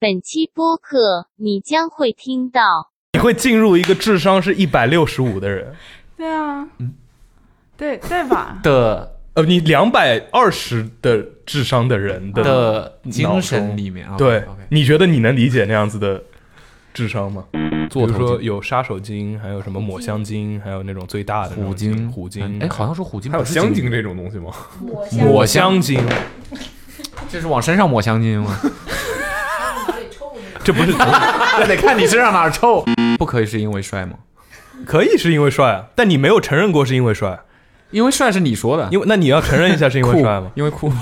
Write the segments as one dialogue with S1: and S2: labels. S1: 本期播客你将会听到
S2: 你会进入一个智商是一百六十五的人
S3: 对啊，
S4: 嗯
S3: 对对吧？
S5: 的
S2: 呃，你两百二十的智商的人的
S5: 的
S2: 脑
S5: 精
S2: 中
S5: 神里面啊，
S2: 对
S5: OK，
S2: 你觉得你能理解那样子的智商吗？比
S5: 座
S2: 如
S5: 头
S2: 说
S5: 鲸、
S2: 有杀手鲸，还有什么抹香鲸，还有那种最大的那种
S5: 虎鲸、
S2: 虎鲸，
S5: 哎，好像说虎鲸
S4: 还有
S5: 不是鲸
S4: 香精这种东西吗？
S2: 抹香鲸，
S5: 这是往身上抹香精吗？
S2: 这不 是
S5: 那得看你身上哪儿臭。不可以是因为帅吗？
S2: 可以是因为帅啊，但你没有承认过是因为帅，啊
S5: 因为帅是你说的，
S2: 因为那你要承认一下是因为
S5: 酷
S2: 帅吗？
S5: 因 为酷。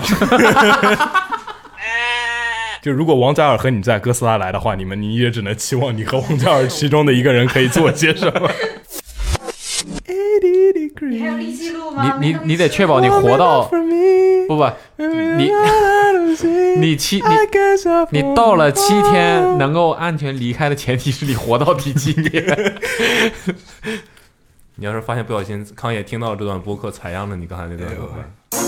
S2: 就如果王嘉尔和你在哥斯拉来的话，你们你也只能期望你和王嘉尔其中的一个人可以做些什 么。
S6: 还有利息录吗？
S5: 你你你得确保你活到不不，你你七你你到了七天能够安全离开的前提是你活到第七天。
S4: 你要是发现不小心康也听到了这段播客，采样了你刚才那段怎么
S2: 啊
S4: 办？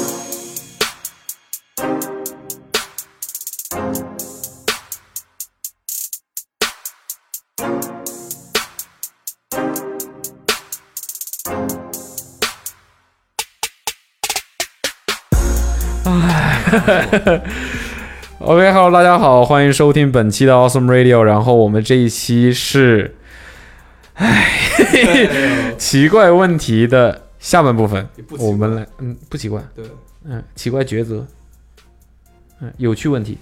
S5: OK，Hello，、大家好，欢迎收听本期的 Awesome Radio。然后我们这一期是， 唉，奇怪问题的下半部分，我们来，嗯，不奇怪，
S4: 对，
S5: 嗯，奇怪抉择，嗯，有趣问题，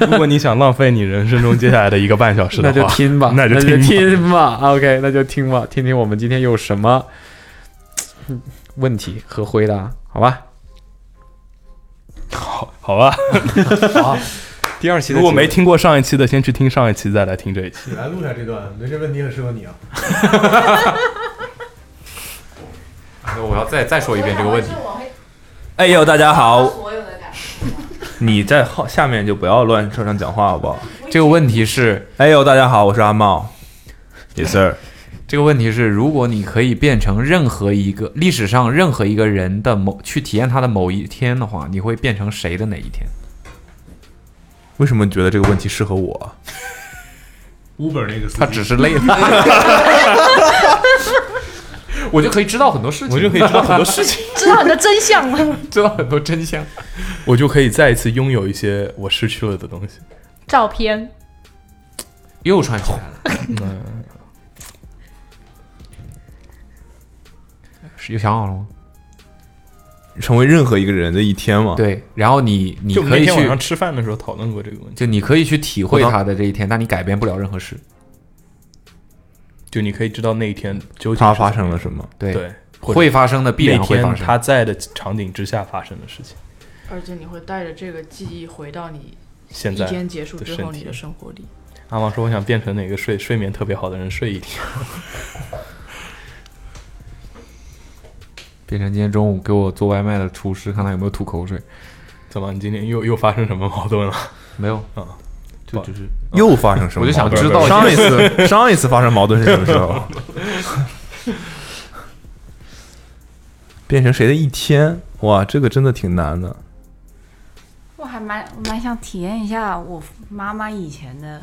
S2: 如果你想浪费你人生中接下来的一个半小时的
S5: 那
S2: 话，
S5: 就听吧，
S2: 那就
S5: 就
S2: 听吧
S5: 听吧。OK，那就听吧，听听我们今天有什么嗯问题和回答，好吧？
S2: 好吧。
S5: 第二期
S2: 如果没听过上一期的，先去听上一期，再来听这一期。
S7: 你来录下这段，没这问题很适合 你啊。
S5: 我要再再说一遍这个问题。
S4: 哎呦，大家好，
S6: 所有的感受，
S4: 你在后下面就不要乱车上讲话好不好？
S5: 这个问题是，
S4: 哎呦，大家好，我是阿茂，也是
S5: 这个问题是，如果你可以变成任何一个历史上任何一个人的某去体验他的某一天的话，你会变成谁的哪一天？
S4: 为什么觉得这个问题适合我？
S7: Uber 那个司
S5: 他
S7: 机，
S5: 只是 累了。我就可以知道很多事情，我就可以知道很多事情，
S3: 知道你的真相吗？
S5: 知道很多真相。
S2: 我就可以再一次拥有一些我失去了的东西。
S3: 照片，
S5: 又串起来了。是有想好了吗？
S4: 成为任何一个人的一天吗？，
S5: 对，然后你你
S2: 啊就
S5: 可
S2: 每
S5: 以
S2: 天晚上
S5: 去，
S2: 吃饭的时候讨论过这个问题，
S5: 就你可以去体会
S4: 我当
S5: 他的这一天，但你改变不了任何事。
S2: 就你可以知道那一天究竟
S4: 他
S2: 是
S4: 发生了什么？
S5: 对，
S2: 对，或者
S5: 会发生的必
S2: 那
S5: 然会发
S2: 天
S5: 生。
S2: 他在的场景之下发生的事情。
S8: 而且你会带着这个记忆回到你
S2: 现
S8: 一
S2: 在
S8: 天结束之
S2: 的身
S8: 后
S2: 体
S8: 你的生活里。
S2: 阿王说：“我想变成哪个睡睡眠特别好的人，睡一天。
S5: 变成今天中午给我做外卖的厨师，看他有没有吐口水。
S2: 怎么？你今天又又发生什么矛盾了？
S5: 没有，
S2: 就只是
S4: 又发生什
S5: 哦
S4: 么矛盾？
S5: 我就想知道
S4: 上一次 上一次发生矛盾是什么时候？变成谁的一天？哇，这个真的挺难的。
S6: 我还蛮我蛮想体验一下我妈妈以前的，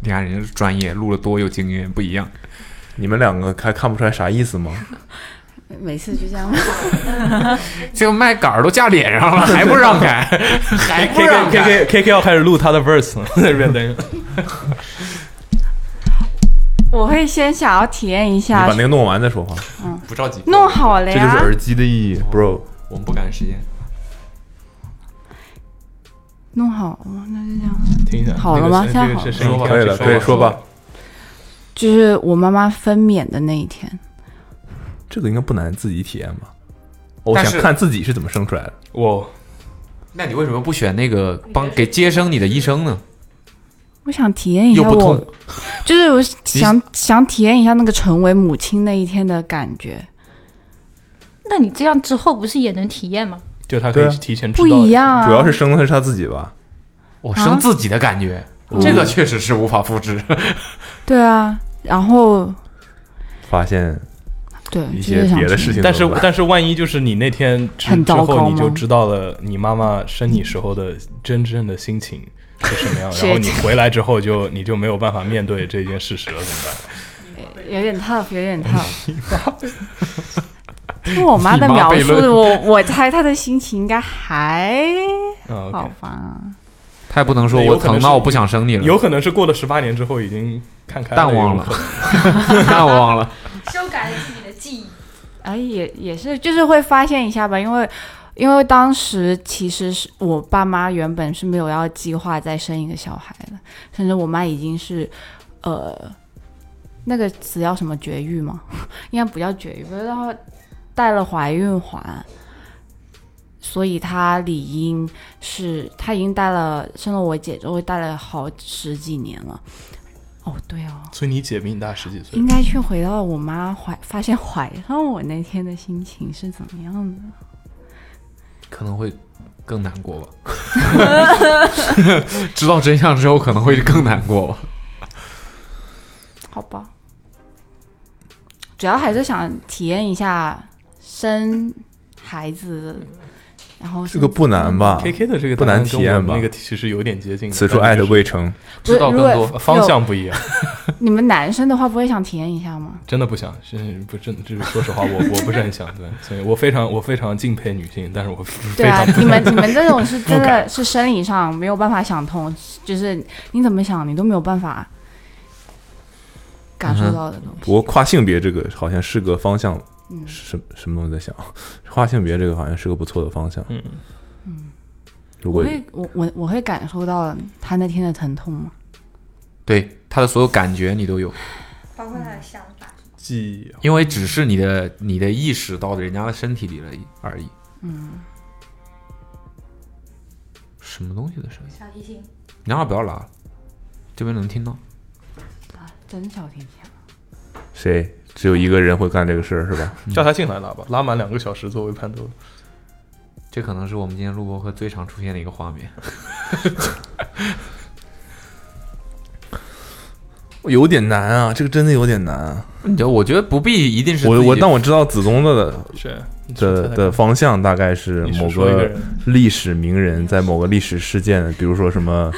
S5: 你看人家是专业，录了多有经验，不一样。
S4: 你们两个还看不出来啥意思吗？
S6: 每次就这样。
S5: 这个麦杆儿都架脸上了，还不让开，还
S2: K K K K K K 要开始录他的 verse 了，在这边等。
S6: 我会先想要体验一
S4: 你
S6: 下
S4: 把，那个弄完再说话，
S5: 不着急，
S6: 弄好了
S4: 这就是
S6: 呀。
S4: 耳机的意义，bro。
S5: 我们不赶时间。
S6: 弄好，那就这样。
S2: 听一下，
S6: 好了吗
S2: 这
S6: 现在
S2: 个是
S6: 好了
S2: 这个是声音调
S5: 吗
S4: 嗯可以
S2: 整
S4: 了，可以说吧。。
S6: 就是我妈妈分娩的那一天，
S4: 这个应该不难，自己体验吧。我
S5: 但是
S4: 想看自己是怎么生出来的。
S2: 我
S5: 那你为什么不选那个帮给接生你的医生
S6: 啊
S5: 呢？
S6: 我想体验一
S5: 又
S6: 下
S5: 不痛
S6: 我，就是我想想体验一下那个成为母亲那一天的感觉，
S3: 那你这样之后不是也能体验吗？
S2: 就他可以
S4: 对啊
S2: 提前知道
S6: 不一样啊。
S4: 主要是生的是他自己吧。
S5: 我生自己的感觉，
S6: 哦
S5: 这个确实是无法复制。
S6: 对啊，然后
S4: 发现
S6: 对这
S4: 一些
S6: 就想
S4: 别的
S6: 去
S4: 事情
S2: 但是
S4: 怎么办
S2: 但是万一就是你那天之
S6: 很
S2: 之
S6: 糟
S2: 后
S6: 糕
S2: 你就
S6: 吗
S2: 知道了你妈妈生你时候的真正的心情是什 么样，
S6: 是
S2: 然后你回来之后就你就没有办法面对这件事实了，怎么办？
S6: 有点 tough，有点
S5: 哎
S6: tough。听我妈的
S5: 你妈
S6: 描
S5: 悖
S6: 述，
S5: 论
S6: 我我猜她的心情应该还
S2: 啊、
S6: 好
S2: o
S6: 吧。
S5: 他也不能说
S2: 有
S5: 我
S2: 可能
S5: 疼，
S2: 是
S5: 那我不想生你
S2: k
S5: 了，
S2: 有可能是过了十八年之后已经看开
S5: 淡忘
S2: 有
S5: 了
S2: 可能
S5: 那我忘了。
S9: 修改了自己的记忆。
S6: 哎，也也是，就是会发现一下吧，因为因为当时其实是我爸妈原本是没有要计划再生一个小孩的，甚至我妈已经是呃那个词叫什么绝育吗？ 应该不叫绝育，不是然后带了怀孕环，所以她理应是她已经带了生了我姐之后带了好十几年了。哦，对哦，
S2: 所以你姐比你大十几岁
S6: 应，该去回到我妈怀发现怀上我那天的心情是怎么样的？
S5: 可能会更难过吧。 知道真相之后，可能会更难过吧。
S6: 好吧，主要还是想体验一下生孩子，然后
S4: 这个不难吧？
S2: K K 的这个
S4: 啊不难
S2: 答案跟
S4: 体验
S2: 我们
S4: 吧
S2: 那个其实有点接近的，
S4: 此处
S2: 但
S4: 爱
S2: 是
S4: 的
S2: 就是
S4: 未成，
S6: 不是
S5: 知道更
S6: 如果
S5: 多
S2: 方向不一样，
S6: 你们男生的话，不会想体验一下吗？
S2: 真的不想，真不真，就是说实话，我我不是很想，对，所以我非常我非常敬佩女性，但是我非
S6: 对啊
S2: 常，
S6: 你们你们这 种是真
S2: 不
S6: 的
S2: 敢
S6: 是生理上没有办法想通，就是你怎么想你都没有办法
S2: 嗯
S6: 感受到的东西。
S4: 不过跨性别这个好像是个方向，
S6: 嗯
S4: 是什什么东西在想？跨性别这个好像是个不错的方向。
S2: 嗯，
S4: 如
S6: 我
S4: 果
S6: 会我我我会感受到他那天的疼痛吗？
S5: 对他的所有感觉你都有，
S9: 包括他的想法。
S2: 记忆
S5: 因为只是你的你的意识到人家的身体里了而已。
S6: 嗯，
S5: 什么东西的声音？
S9: 小提琴，
S5: 你让他不要拉，这边能听到。
S6: 真小天下。
S4: 谁只有一个人会干这个事儿是吧？
S2: 叫他进来拉吧，拉满两个小时作为伴奏。
S5: 这可能是我们今天录播课最常出现的一个画面。
S4: 有点难啊，这个真的有点难、啊。
S5: 你知道，我觉得不必一定是
S4: 我我但
S5: 我
S4: 我知道子宗的
S2: 是
S4: 的的方向大概是
S2: 你是
S4: 某
S2: 说一个人
S4: 历史名人在某个历史事件，比如说什么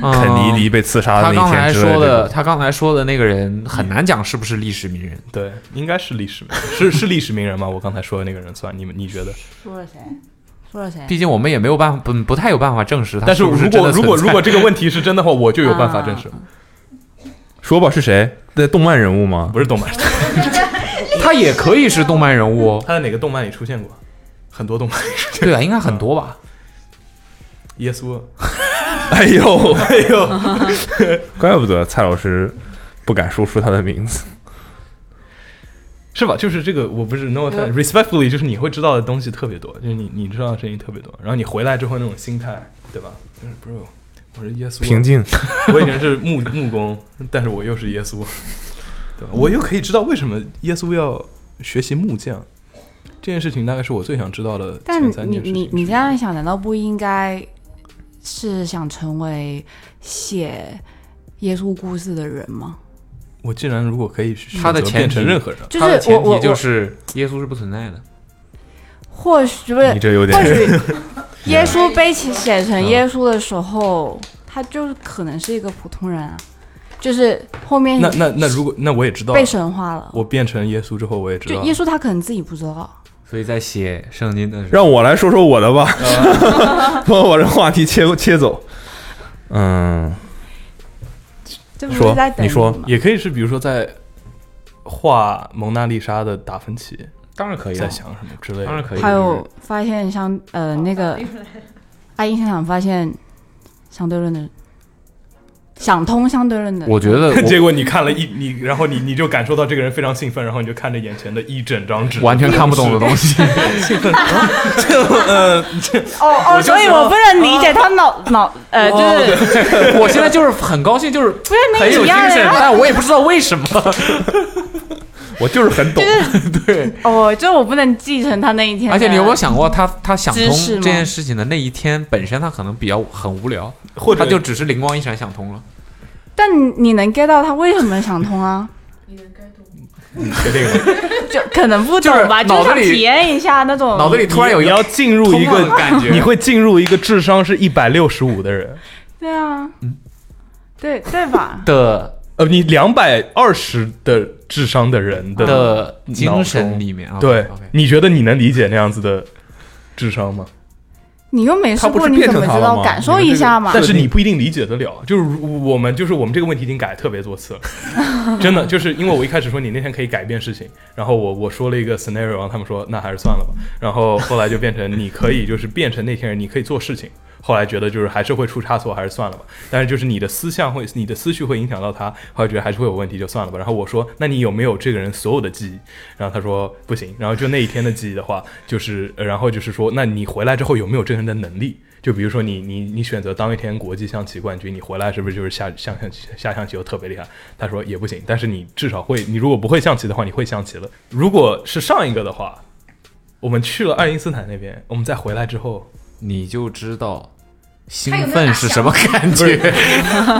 S4: 肯
S5: 肯
S4: 尼迪被刺杀
S5: 啊他
S4: 的那
S5: 刚
S4: 一天
S5: 才
S4: 之类
S5: 说的，
S4: 的。
S5: 他刚才说的那个人很难讲是不是历史名人。
S2: 对，应该是历史名人，是是历史名人吗？我刚才说的那个人算你们，你觉得？
S6: 说了谁？说了谁？啊
S5: 毕竟我们也没有办法，不不太有办法证实他
S2: 但是
S5: 不
S2: 如
S5: 是真
S2: 果
S5: 的
S2: 如
S5: 存
S2: 果
S5: 在
S2: 如果这个问题是真的话，我就有办法证
S6: 啊
S2: 实，
S4: 说吧，是谁？的动漫人物吗？
S2: 不是动漫人，
S5: 他也可以是动漫人物哦。
S2: 他在哪个动漫里出现过？很多动漫里出现
S5: 对啊，应该很多吧？
S2: 耶 稣，哎呦 哎呦，
S4: 怪不得蔡老师不敢说出他的名字。
S2: 是吧？就是这个，我不是 no offense，respectfully，就是你会知道的东西特别多，就是你你知道的事情特别多，然后你回来之后那种心态，对吧？就是 bro，我是耶稣，啊
S4: 平静，
S2: 我以前是木木工，但是我又是耶稣，啊 对吧？我又可以知道为什么耶稣要学习木匠这件事情，大概是我最想知道的
S6: 但
S2: 前三
S6: 你
S2: 件事情
S6: 你你这样想，难道不应该是想成为写耶稣故事的人吗？
S2: 我竟然如果可以选
S5: 他的
S2: 择
S5: 前
S2: 变成
S5: 提
S2: 任何人，
S6: 就
S5: 他的
S6: 是我
S5: 前
S6: 我
S5: 提就
S6: 我，
S5: 是耶稣是不存在的。
S6: 或许不是
S4: 你这有
S6: 或
S4: 点
S6: 许耶稣被写写成耶稣的时候，他就是可能是一个普通人啊，就是后面
S2: 那那那如果那我也知道
S6: 被，神化了。
S2: 我变成耶稣之后我也知
S6: 就
S2: 道
S6: 耶，稣他可能自己不知道，
S5: 所以在写圣经的时候，
S4: 让我来说说我的吧， 把我这话题切切走。嗯，
S6: 这不
S4: 说
S6: 是在等
S4: 你说
S6: 吗？
S2: 也可以是比如说在画蒙娜丽莎的达芬奇
S5: 当然可以
S2: 在
S5: 了，
S2: 想什么之类
S5: 当然
S2: 的，
S5: 可以。
S6: 还有发现相呃那个 爱因斯坦发现相对论的，想通相对论的，
S5: 我觉得
S2: 结果你看了一你，然后你你就感受到这个人非常兴奋，然后你就看着眼前的一整张纸
S5: 我， 完全看不懂的东西。
S6: 哦哦，所以我不能理解他脑脑呃，就是
S5: 我现在就是很高兴，就是
S6: 不是
S5: 很
S6: 那
S5: 有
S6: 几
S5: 精
S6: 样
S5: 神，
S6: 的，
S5: 但我也不知道为什么。
S4: 我就是很懂。
S6: 哦，就我不能继承他那一天的。
S5: 而且你有没有想过，他他想通
S6: 知识
S5: 这
S6: 吗
S5: 件事情的那一天本身，他可能比较很无聊，
S2: 或者
S5: 他就只是灵光一闪想通了。
S6: 但你能 get 到他为什么想通啊？
S2: 你学这个吗？
S6: 就可能不
S5: 就是
S6: 懂吧，就
S5: 脑
S6: 是
S5: 子
S6: 想
S5: 里
S6: 体验一下那种
S5: 脑子里突然有一
S2: 哦你
S5: 个
S2: 要进入一
S5: 通
S2: 个
S5: 了的感 觉
S2: 你会进入一个智商是一百六十五的人，
S6: 对啊，
S5: 嗯
S6: 对对吧？
S5: 的
S2: 呃，你两百二十的智商的人的，
S5: 的
S2: 脑
S5: 精神
S2: 中
S5: 里面啊，
S2: 对
S5: OK，
S2: 你觉得你能理解那样子的智商吗？
S6: 你又没
S4: 他
S6: 试
S4: 不
S6: 过，
S4: 是
S6: 你
S4: 变
S6: 怎
S4: 成
S6: 么
S4: 他
S6: 知
S4: 了
S6: 道？
S4: 吗
S6: 感受一下嘛。
S2: 但是你不一定理解得了。就是我们，就是我们这个问题已经改特别多次了，真的，就是因为我一开始说你那天可以改变事情，然后我我说了一个 scenario，然后他们说那还是算了吧，然后后来就变成你可以就是变成那天人，你可以做事情。后来觉得就是还是会出差错，还是算了吧。但是就是你的思想会，你的思绪会影响到他，后来觉得还是会有问题，就算了吧。然后我说，那你有没有这个人所有的记忆？然后他说不行。然后就那一天的记忆的话，就是呃然后就是说，那你回来之后有没有这个人的能力？就比如说你你你选择当一天国际象棋冠军，你回来是不是就是下下象棋下象棋又特别厉害？他说也不行，但是你至少会，你如果不会象棋的话，你会象棋了。如果是上一个的话，我们去了爱因斯坦那边，我们再回来之后，
S5: 你就知道兴
S9: 他有没有
S5: 奋
S9: 打
S5: 是
S9: 响
S5: 什么感觉。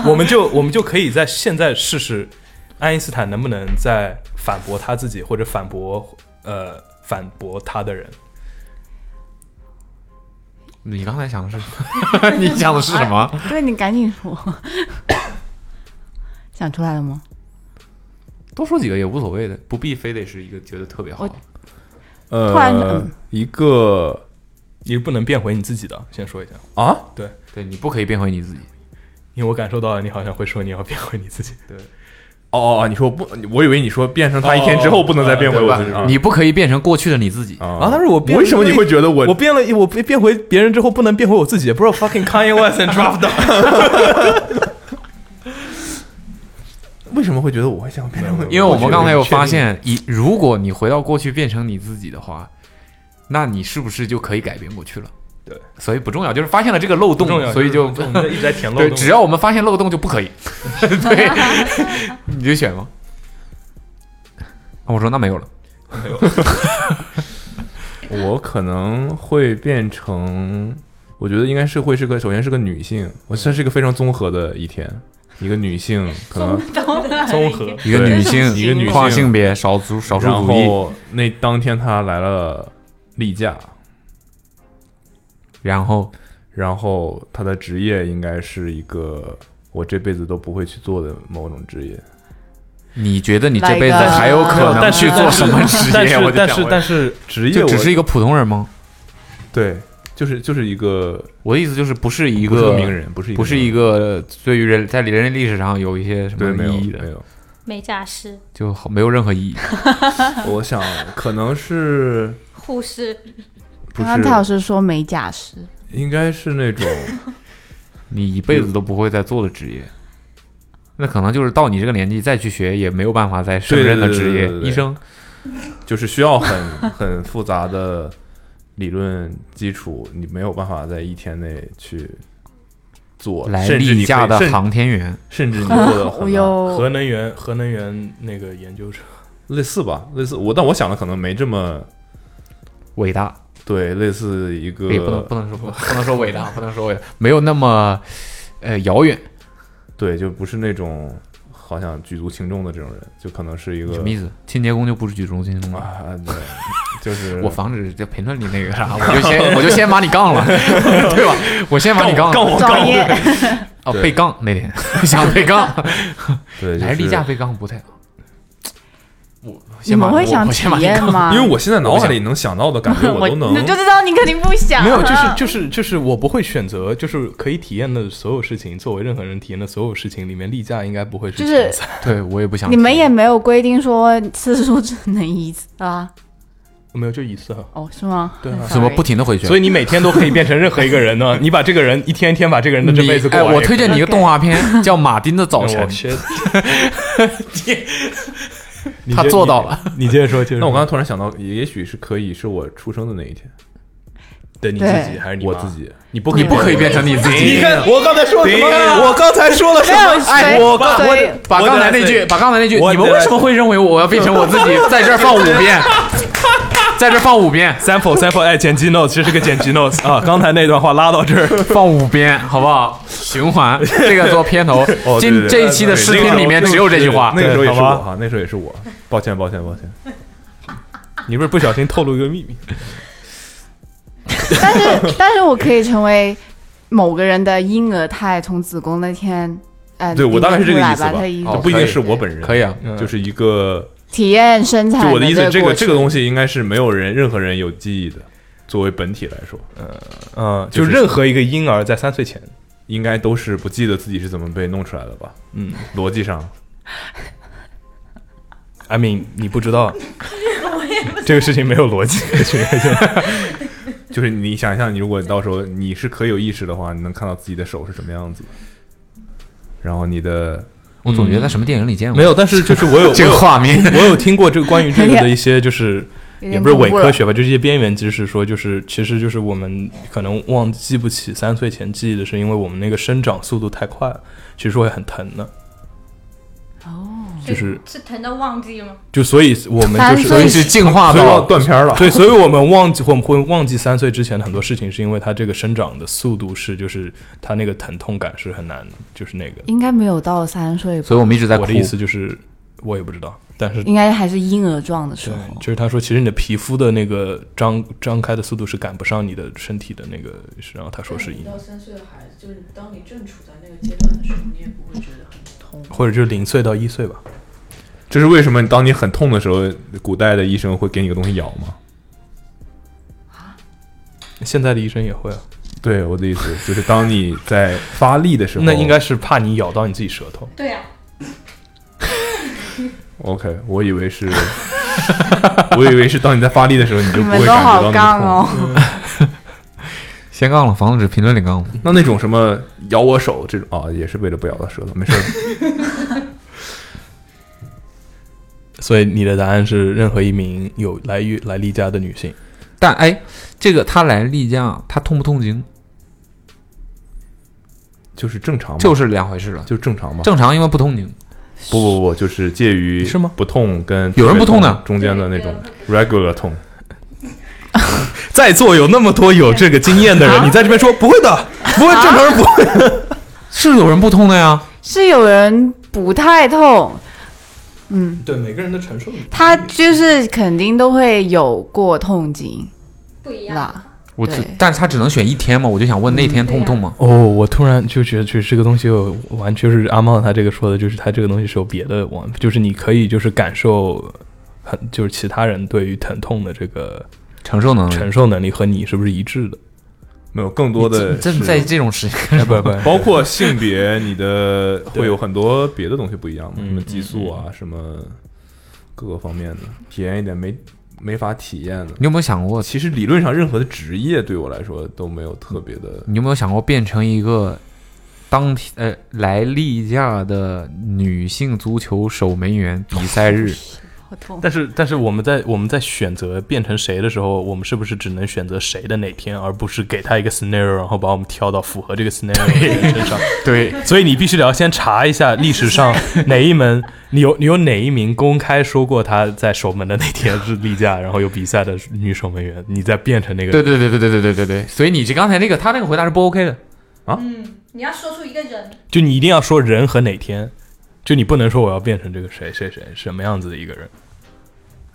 S2: 我们就我们就可以在现在试试，爱因斯坦能不能再反驳他自己，或者反驳呃反驳他的人。
S5: 你刚才想的是什么？你想的是什么？
S6: 对你赶紧说，想出来了吗？
S5: 多说几个也无所谓的，不必非得是一个觉得特别好的。
S6: 突然
S4: 呃
S6: 嗯，
S4: 一个
S2: 你不能变回你自己的，先说一下，
S4: 啊，
S5: 对你不可以变回你自己。
S2: 因为我感受到了你好像会说你要变回你自己。
S4: 哦哦哦，你说不，我以为你说变成他一天之后不能再变回我自己
S5: 对吧你不可以变成过去的你自己。
S4: 啊
S2: 啊！但是我变
S4: 为什么你会觉得
S2: 我
S4: 我
S2: 变了，我变变回别人之后不能变回我自己，bro fucking Kanye West and drop down。
S4: 为什么会觉得我会想变回？
S5: 因为我们刚才有发现，一如果你回到过去变成你自己的话，那你是不是就可以改变过去了？
S2: 对，
S5: 所以不重要，就是发现了这个漏洞，
S2: 重要，
S5: 所以就
S2: 我们一直在填漏
S5: 对，
S2: 洞。
S5: 只要我们发现漏洞就不 可以。对，你就选吗？啊我说那没有了，
S2: 没有
S4: 我可能会变成，我觉得应该是会是个，首先是个女性，我算是一个非常综合的一天，一个女性可 能，
S2: 综合，
S5: 一个女性，
S4: 一个女性
S5: 跨性别，少数少数
S4: 然
S5: 族裔，
S4: 后那当天她来了例假，
S5: 然后
S4: 然后她的职业应该是一个我这辈子都不会去做的某种职业，
S5: 你觉得你这辈子
S6: 来一个
S5: 还有可能
S2: 但是
S5: 去做什么职
S2: 但
S5: 业？我
S2: 是
S5: 就
S2: 但
S5: 想
S2: 是
S5: 问
S2: 但是
S4: 职业
S5: 就
S4: 我
S5: 只是一个普通人吗？
S4: 对，就是就是一个
S5: 我的意思就是不是一
S4: 不是
S5: 个
S4: 名，人，不是一个
S5: 不是一
S4: 名
S5: 个对于人在人类历史上有一些什
S4: 人
S5: 么
S4: 对
S5: 意
S4: 没
S5: 义
S4: 有
S5: 的
S4: 没，有。
S9: 美甲师、
S5: 就好没有任何意义。
S4: 我想可能是
S9: 护士、
S6: 刚
S4: 不
S6: 刚蔡老师
S4: 是
S6: 说美甲师，
S4: 应该是那种
S5: 你一辈子都不会再做的职业，那可能就是到你这个年纪再去学也没有办法再胜任的职
S4: 对对对
S5: 业
S4: 对对。对
S5: 医生，
S4: 就是需要很很复杂的理论基础，你没有办法在一天内去做，
S5: 来
S4: 甚至
S5: 例
S4: 你
S5: 假
S4: 可以
S5: 的
S4: 甚
S5: 航天员，
S4: 甚至你做的
S6: 我
S4: 很难
S6: 有
S2: 核能源核能源那个研究者，
S4: 类似吧，类似我，但我想的可能没这么
S5: 伟大
S4: 对，类似一
S5: 也不能
S4: 个
S5: 不能说不不能说伟大，不能说伟大，没有那么呃遥远。
S4: 对，就不是那种好像举足轻重的这种人，就可能是一个
S5: 什么意思？清洁工就不是举重心了吗？
S4: 啊，对，就是
S5: 我防止在评论里那个 啥，我就先我就先把你杠 了，对吧？我先把你杠了。
S4: 我
S6: 专业，
S5: 哦，
S4: 对
S5: 被杠那天 想被杠，
S4: 对，
S5: 还是例
S4: 立
S5: 假被杠不太好。我
S6: 你
S5: 先把
S6: 们会
S5: 我
S6: 想
S5: 我
S6: 体
S5: 先把你
S6: 验
S5: 杠
S6: 吗？
S4: 因为我现在脑
S5: 我
S4: 海
S5: 想
S4: 里能想到的感觉我都能
S6: 我就知道你肯定不想。啊
S2: 没有，就是就是就是我不会选择，就是可以体验的所有事情，作为任何人体验的所有事情里面，例假应该不会是
S6: 就
S2: 前
S6: 是
S2: 三。
S5: 对我也不想。
S6: 你们也没有规定说次数只能一次啊？
S2: 没有就一次啊。
S6: 哦，是吗？
S2: 对啊
S5: 怎么不停的回旋？
S2: 所以你每天都可以变成任何一个人 呢？你把这个人一天一天把这个人的这辈子
S5: 你
S2: 过
S5: 哎，
S2: 完也可以。
S5: 我推荐你一个动画 片，叫《马丁的早
S2: 嗯
S5: 晨
S2: 我》，切你
S5: 他
S2: 接
S5: 做到了。
S2: 你你接着说，接着说。
S4: 那我刚才突然想到，也许是可以是我出生的那一天，
S2: 对你自己
S6: 对
S2: 还是你
S4: 我
S2: 妈
S4: 自？己。
S2: 你不
S5: 你不可以变成你自己。
S2: 我刚才说什么？我刚才说了什
S6: 没有谁，
S5: 哎我
S6: 谁
S5: 把刚才那句，把刚才那句，你们为什么会认为我要变成我自己？在这儿放五 遍，在这儿放五遍，
S2: sample sample 哎，剪辑 notes，这是个剪辑 notes 啊！刚才那段话拉到这儿，
S5: 放五遍，好不好？循环，这个做片头
S4: 哦，对
S5: 今
S4: 对对
S5: 这一期的视频里面只有这句话
S4: 那。个时候也是
S2: 好
S4: 我
S2: 吧
S4: 哈，那时候也是我，抱歉抱歉抱歉，你不是不小心透露一个秘密？
S6: 但是但是我可以成为某个人的婴儿胎，从子宫那天，呃，
S4: 对我大概是这个
S6: 引出来
S4: 意思吧
S6: 它的意思
S4: 这
S5: 哦
S4: 不一定是我本人，
S5: 可以啊，
S2: 嗯
S4: 就是一个，
S6: 体验生产
S4: 就我的意思，
S6: 个
S4: 这个
S6: 过
S4: 这
S6: 程
S4: 个东西应该是没有人任何人有记忆的，作为本体来说，
S2: 嗯，就
S4: 就是
S2: 任何一个婴儿在三岁前，
S4: 应该都是不记得自己是怎么被弄出来的吧？
S2: 嗯
S4: 逻辑上，
S2: ，I mean，你不知道，这个事情没有逻 辑。
S4: 就是你想象，你如果到时候你是可有意识的话，你能看到自己的手是什么样子的，然后你的
S5: 我总觉得在什么电影里见过
S2: 没有，但是就是我有
S5: 这个画面。
S2: 我有听过这个关于这个的一些，就是
S6: 有点
S2: 也不是伪
S6: 恐怖
S2: 科
S6: 了
S2: 学吧，就是一些边缘知识，说就是其实就是我们可能忘记不起三岁前记忆的是，因为我们那个生长速度太快了，其实会很疼的。
S6: 哦
S2: 就是
S9: 是疼到忘记吗？
S2: 就所以我们
S6: 三
S2: 就是
S6: 岁
S2: 所以
S5: 是进化
S4: 所以我
S5: 到
S4: 断片儿 了。
S2: 对，所以我们忘记我们会忘记三岁之前的很多事情，是因为它这个生长的速度是就是它那个疼痛感是很难，就是那个
S6: 应该没有到三岁吧，
S5: 所以我们一直在哭。
S2: 我的意思就是我也不知道，但是
S6: 应该还是婴儿状的时
S2: 对
S6: 候，，
S2: 就是他说，其实你的皮肤的那个张张开的速度是赶不上你的身体的那个，然后他说是
S8: 一
S2: 一，
S8: 到三岁的孩子，就是当你正处在那个阶段的时候，你也不会觉得很痛。
S2: 或者就是零岁到一岁吧。
S4: 这是为什么？当你很痛的时候，古代的医生会给你个东西咬吗？
S2: 现在的医生也会啊，
S4: 对，我的意思就是，当你在发力的时候，
S2: 那应该是怕你咬到你自己舌头。
S9: 对呀、啊
S4: OK。我以为是，我以为是当你在发力的时候，你就
S6: 你
S4: 不
S6: 们
S4: 会
S6: 都
S4: 感觉
S6: 好
S4: 到
S6: 杠
S4: 那么
S6: 哦
S4: 痛。，
S5: 先杠了，防止评论里杠了。
S4: 那那种什么咬我手这种啊，也是为了不咬到舌头，没事儿。
S2: 所以你的答案是任何一名有来于来例假的女性，
S5: 但哎，这个他来例假，他痛不痛经
S4: 就是正常嘛，
S5: 就是是两回事了。
S4: 就正常嘛。
S5: 正常因为不痛经，
S4: 不不不，就是介于
S2: 是吗
S4: 不痛跟
S5: 有人不痛的
S4: 中间的那种 regular 痛，
S2: 在座有那么多有这个经验的人，你在这边说不会的，不会，正常人不会。
S5: 啊 是有人不痛的呀。
S6: 是有人不太痛，嗯，
S2: 对每个人的承受力，
S6: 他就是肯定都会有过痛经
S9: 不一样。
S6: 啦。
S5: 我
S6: 对
S5: 只，但是他只能选一天嘛，我就想问那天痛不痛吗？
S2: 哦，我突然就觉得，就是这个东西有完，就是阿茂他这个说的，就是他这个东西是有别的玩，就是你可以就是感受很，就是其他人对于疼痛的这个
S5: 承受能
S2: 承
S5: 力。
S2: 受能力和你是不是一致的？
S4: 没有更多的
S5: 这
S4: 是
S5: 在这种时
S2: 哎
S5: 间，
S2: 不不，
S4: 包括性别，你的会有很多别的东西不一样嘛，
S2: 嗯
S4: 什么激素啊，什么各个方面的，体验一点没没法体验的。
S5: 你有没有想过，
S4: 其实理论上任何的职业对我来说都没有特别的，
S5: 你有没有想过变成一个当天呃来例假的女性足球守门员比赛日？
S6: 好痛！
S2: 但是但是我们在我们在选择变成谁的时候，我们是不是只能选择谁的哪天，而不是给他一个 scenario，然后把我们挑到符合这个 scenario 的人身上？
S5: 对，
S2: 所以你必须得要先查一下历史上 哪一门，你有你有哪一名公开说过他在守门的那天是例假，然后有比赛的女守门员，你再变成那个。
S5: 对对对对对对对对对，所以你这刚才那个他那个回答是不 OK 的，
S9: 嗯，你要说出一个人，
S2: 就你一定要说人和哪天，就你不能说我要变成这个谁谁谁什么样子的一个人。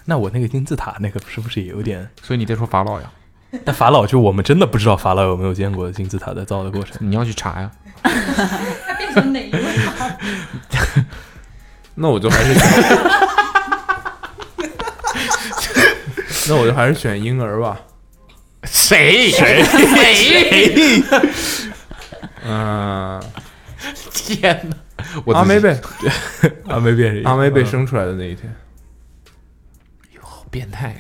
S2: 那我那个金字塔那个是不是也有点？
S5: 所以你得说法老呀，
S2: 但法老就我们真的不知道法老有没有见过金字塔在造的过程。
S5: 你要去查呀。
S9: 他变成哪一位？
S4: 那我就还是， 那我就还是选婴儿吧。
S5: 谁谁谁？
S4: 嗯、
S5: 天哪！ 我
S4: 阿
S5: 自己
S4: 妹呗，
S2: 阿妹变成嗯
S4: 阿妹被生出来的那一天，
S5: 好变态，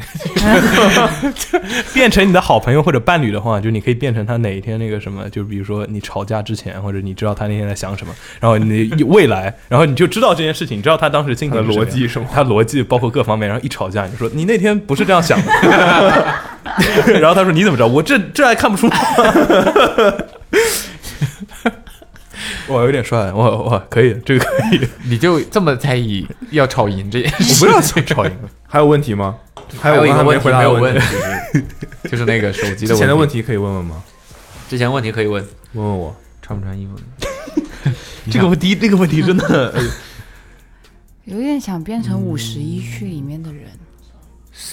S2: 变成你的好朋友或者伴侣的话，就你可以变成他哪一天那个什么，就比如说你吵架之前，或者你知道他那天在想什么，然后你的未来，然后你就知道这件事情，你知道他当时心
S4: 他
S2: 情是
S4: 的
S2: 什么
S4: 逻
S2: 样
S4: 辑，是吗？
S2: 他逻辑包括各方面，然后一吵架，你说你那天不是这样想的， 然后他说你怎么知道？我这这还看不出吗？ 我有点帅，我我可以， 这个可以，
S5: 你就这么在意要吵赢这件
S2: 我
S5: 事？
S2: 不要去吵赢了。
S4: 还有问题吗？还
S5: 有一个
S4: 我刚
S5: 问
S4: 才没
S5: 题
S4: 回答
S5: 没
S4: 的
S5: 有
S4: 问
S5: 问
S4: 题，啊
S5: 就是那个手机
S4: 之前的
S5: 问
S4: 问
S5: 题，
S4: 题可以问问吗？
S5: 之前问题可以问，
S4: 问问我。
S5: 穿不穿衣服？
S2: 这个问题，这个问题真的，
S6: 有点想变成五十一区里面的人、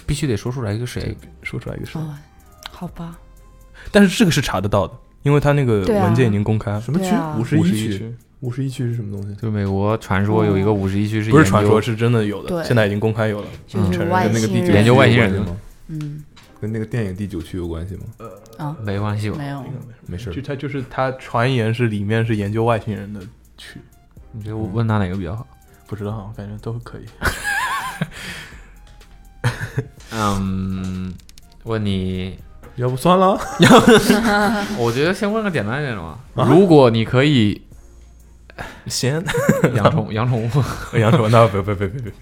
S5: 必须得说出来一个谁。
S2: 说出来一个事儿，
S6: 哦，好吧？
S2: 但是这个是查得到的，因为他那个
S6: 对啊
S2: 文件已经公开了。
S4: 什么区
S6: 对啊？
S4: 五十一
S2: 51
S4: 区，，五十一区是什么东西？
S5: 就美国传说有一个五十一区是
S2: 不是
S5: 研究
S2: 传说，是真的有的，
S6: 对
S2: 现在已经公开有了。
S6: 就是
S2: 嗯
S6: 外
S4: 跟那个
S6: 星人，
S4: 第九
S5: 研究
S4: 区有
S5: 外星人
S4: 关系吗？
S6: 嗯
S4: 跟那个电影第九区有关系吗？
S6: 啊，
S5: 没关系吧？
S6: 没有，
S4: 没事儿
S2: 嗯就，他就是他传言是里面是研究外星人的区，
S5: 你觉得我问他哪个比较好？
S2: 不知道，我感觉都可以。
S5: 嗯，问你，
S4: 要不算了。
S5: 我觉得先问个简单一点的吧。如果你可以
S2: 先
S5: 养 宠养宠物，
S2: 杨什么？那别别别别别，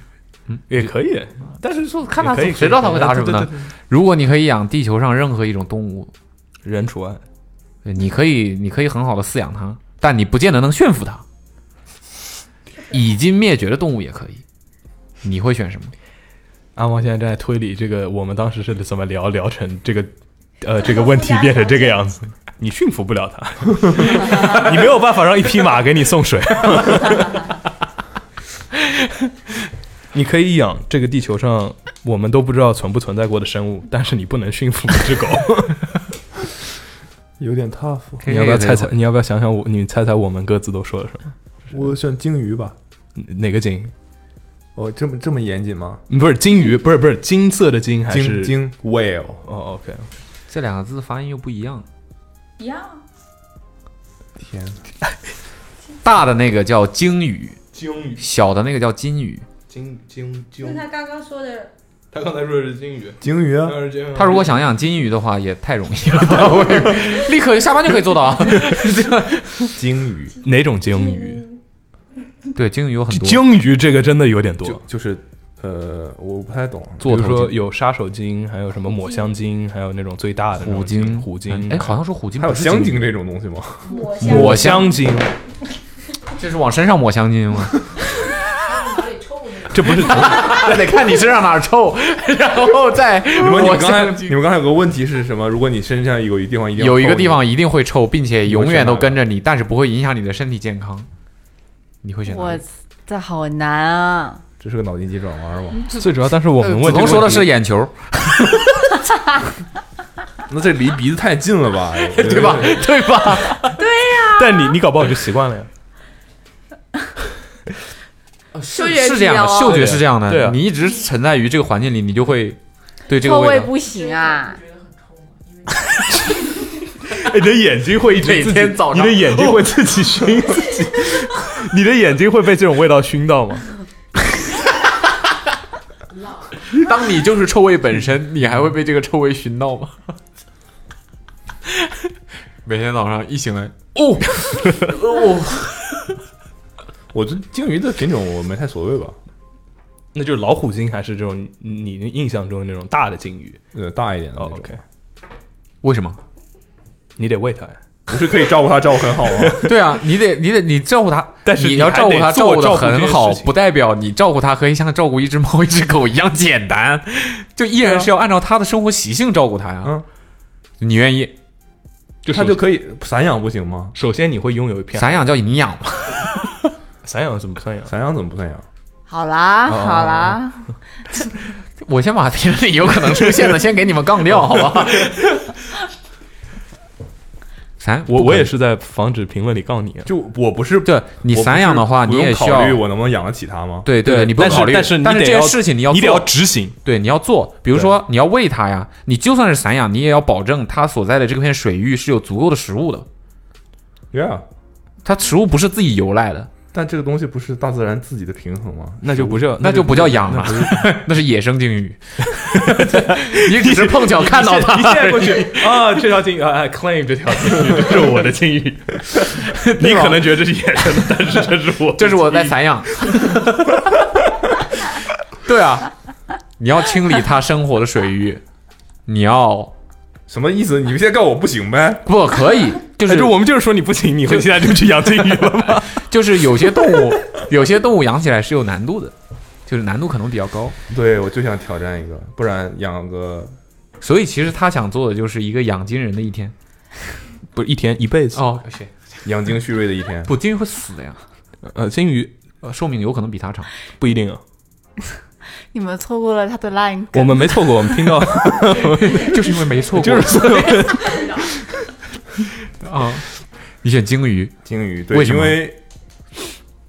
S2: 也可以，但是说
S5: 看他怎么谁知道他会答什么呢？如果你可以养地球上任何一种动物，
S2: 人除外，
S5: 你可以你可以很好的饲养它，但你不见得能驯服它。已经灭绝的动物也可以，你会选什么？
S2: 阿毛现在正在推理这个，我们当时是怎么聊聊成这个， 呃，这个问题变成这个样子。你驯服不了他， 你没有办法让一匹马给你送水。 你可以养这个地球上我们都不知道存不存在过的生物，但是你不能驯服一只 狗。
S4: 有点 tough，
S2: 你要不要猜猜？你要不要想想我？你猜猜我们各自都说了什么？
S4: 我选鲸鱼吧。
S2: 哪个鲸？
S4: 哦，这么这么严谨吗？
S2: 不是鲸鱼，不是不是金色的金还
S4: 鲸
S2: 是？
S4: 鲸 whale，
S2: 哦，OK，
S5: 这两个字发音又不一样。
S9: 一样。啊
S4: 天，
S5: 大的那个叫鲸鱼，
S2: 鲸鱼，
S5: 小的那个叫金鱼。
S2: 鲸鲸
S9: 跟他刚刚说的，
S2: 他刚才说的是鲸鱼，
S4: 鲸鱼啊，
S2: 他
S5: 他如果想养金鱼的话，也太容易了， 立刻下班就可以做到 啊。
S4: 鲸鱼
S2: 哪种鲸鱼？
S5: 对，鲸鱼有很
S2: 这
S5: 多，
S2: 鲸鱼这个真的有点
S4: 就
S2: 多，
S4: 就是呃，我不太懂。
S2: 比
S5: 座
S2: 如
S5: 头
S2: 说
S5: 鲸、
S2: 有杀手鲸，还有什么抹香鲸，还有那种最大的那种
S5: 虎鲸、
S2: 虎鲸，
S5: 哎，好像说虎鲸
S4: 还有
S5: 不是
S4: 香
S5: 鲸
S4: 鲸这种东西吗？
S9: 抹香
S2: 抹香鲸，
S5: 这是往身上抹香精 吗？
S8: 哪里臭呢？
S2: 这不 是
S5: 那得看你身上哪儿臭， 然后再
S4: 你们你们刚才
S5: 香精
S4: 你们刚才有个问题是什么？如果你身上有一地方一定要
S5: 有一个
S4: 扣你
S5: 地方一定会臭，并且永远
S4: 你会选哪
S5: 都
S4: 个
S5: 跟着你，但是不会影响你的身体健康。你会选哪
S6: 我
S5: 个？
S6: 这好难啊！
S4: 这是个脑筋急转弯吗？
S2: 最主要，但是我们
S5: 子
S2: 问这
S5: 彤
S2: 个
S5: 呃说的
S2: 问题
S5: 是眼球，
S4: 那这离鼻子太近了吧？
S5: 对吧？对吧？
S2: 但你你搞不好就习惯了呀。
S6: 嗅觉
S5: 是这样的，
S6: 疲劳
S5: 嗅觉是这样
S2: 对啊
S5: 的。你一直存在于这个环境里，你就会对这个
S6: 臭味
S5: 道。
S6: 不行啊！
S8: 觉得很臭吗？因为
S2: 哎你的眼睛会一直
S5: 每
S2: 自己
S5: 天早上
S2: 你的眼睛会自己熏自己， 你的眼睛会被这种味道熏到吗？
S5: 当你就是臭味本身， 你还会被这个臭味熏到吗？ 每天早上一醒来，哦，
S4: 我对鲸鱼的品种我没太所谓吧。
S2: 那就是老虎鲸还是这种你你印象中的那种大的鲸鱼？
S4: 呃，大一点的
S2: 哦
S4: 那种，
S2: ，OK，
S5: 为什么？
S2: 你得喂它呀。
S4: 不是可以照顾它照顾很好吗？
S5: 对啊，你得你得你照顾它，
S2: 但是
S5: 你
S2: 你
S5: 要照顾它
S2: 还得
S5: 照
S2: 做
S5: 顾的很
S2: 照顾这
S5: 好
S2: 件事，情
S5: 不代表你照顾它可以像照顾一只猫、一只狗一样 简单，就依然是要按照它的生活习性照顾它呀。
S2: 啊
S4: 嗯
S5: 你愿意
S2: 就
S4: 它
S2: 它
S4: 就
S2: 就
S4: 可以散养不行吗？
S2: 首先你会拥有一片
S5: 散养叫你养嘛？
S2: 散养怎么散养？
S4: 散养怎么不散养？
S6: 好啦，好啦，
S5: 我先把评论里有可能出现的先给你们杠掉，好 吧？散
S2: 我我也是在防止评论里杠你。啊
S4: 就我不是
S5: 对你
S4: 我不
S5: 散
S4: 是
S5: 养的话，
S4: 不
S5: 你
S4: 用
S5: 也需要
S4: 考虑我能不能养得起它吗？
S5: 对对，
S2: 对
S5: 你不用
S2: 但是
S5: 考虑，
S2: 但是你
S5: 这
S2: 得
S5: 件
S2: 要
S5: 事情你要
S2: 你得要
S5: 做
S2: 执行，
S5: 对，你要做，比如说你要喂它呀，你就算是散养，你也要保证它所在的这片水域是有足够的食物的，
S4: ，Yeah，
S5: 它食物不是自己游来的，
S4: 但这个东西不是大自然自己的平衡 吗？
S2: 那就不叫
S5: 那就不叫养了， 那是野生鲸鱼， 你只是碰巧看 到它
S2: 一
S5: 而
S2: 线过
S5: 已。
S2: 去啊，这条鲸鱼啊，claim 这条鲸鱼，这是我的 鲸鱼。你可能觉得这是野生的，但是这是我，
S5: 这是我在散养。 对啊，你要清理它生活的水域，你要
S4: 什么意思？你们现在告诉我不行呗？
S5: 不可以，就
S2: 哎。
S5: 是
S2: 就我们就是说你不行，你会现在就去养鲸鱼了吗？
S5: 就是有些动物，有些动物养起来是有难度的，就是难度可能比较高。
S4: 对，我就想挑战一个，不然养个
S5: 所以其实他想做的就是一个养金人的一天。
S2: 不是一天一辈子，
S5: 哦，谢。
S4: 养精蓄锐的一天。
S5: 不，金鱼会死的呀。呃，金鱼呃寿命有可能比它 长。
S2: 不一定啊。
S6: 你们错过了他的 line
S2: 我们没错过，我们听到
S5: 就是因为没错 过，
S2: 就是
S5: 所 啊，你选鲸鱼，
S4: 鲸鱼，对，
S5: 为什
S4: 因
S5: 么
S4: 为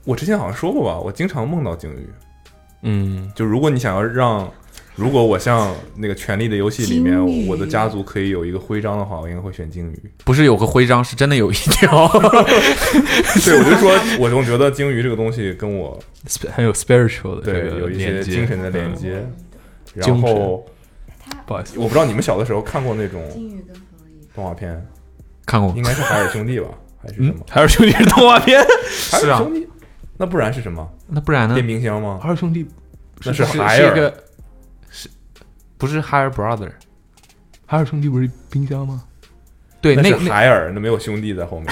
S4: 我之前好像说过吧，我经常梦到鲸鱼。
S2: 嗯，
S4: 就如果你想要让，如果我像那个《权力的游戏》里面
S6: 鲸鱼
S4: 我的家族可以有一个徽章的话，我应该会选 鲸鱼。
S5: 不是有个徽章，是真的有一 条。
S4: 对，我就说，我总觉得鲸鱼这个东西跟我
S2: 很有 spiritual 的这
S4: 对
S2: 个
S4: 有一
S2: 连
S4: 些
S2: 接
S4: 精神的连接。
S5: 嗯
S4: 然
S2: 精神
S4: 后
S2: 不好意思，
S4: 我不知道你们小的时候看过那种
S8: 金鱼跟黄鱼，
S4: 动画片，
S5: 看过
S4: 应该是海尔兄弟吧，还是
S2: 嗯
S4: 什么？
S2: 海尔兄弟是动画片，
S4: 海
S5: 嗯是
S4: 尔
S5: 啊
S4: 兄弟，那不然是什么？
S5: 那不然呢
S4: 电？冰箱吗？
S2: 海尔兄弟
S4: 那
S5: 是
S4: 海
S5: 是一
S4: 尔，
S5: 个是，不是 Higher Brother？
S2: 海尔兄弟不是冰箱吗？
S5: 对，
S4: 那
S5: 那
S4: 是
S5: 那
S4: 海尔，那没有兄弟在后面。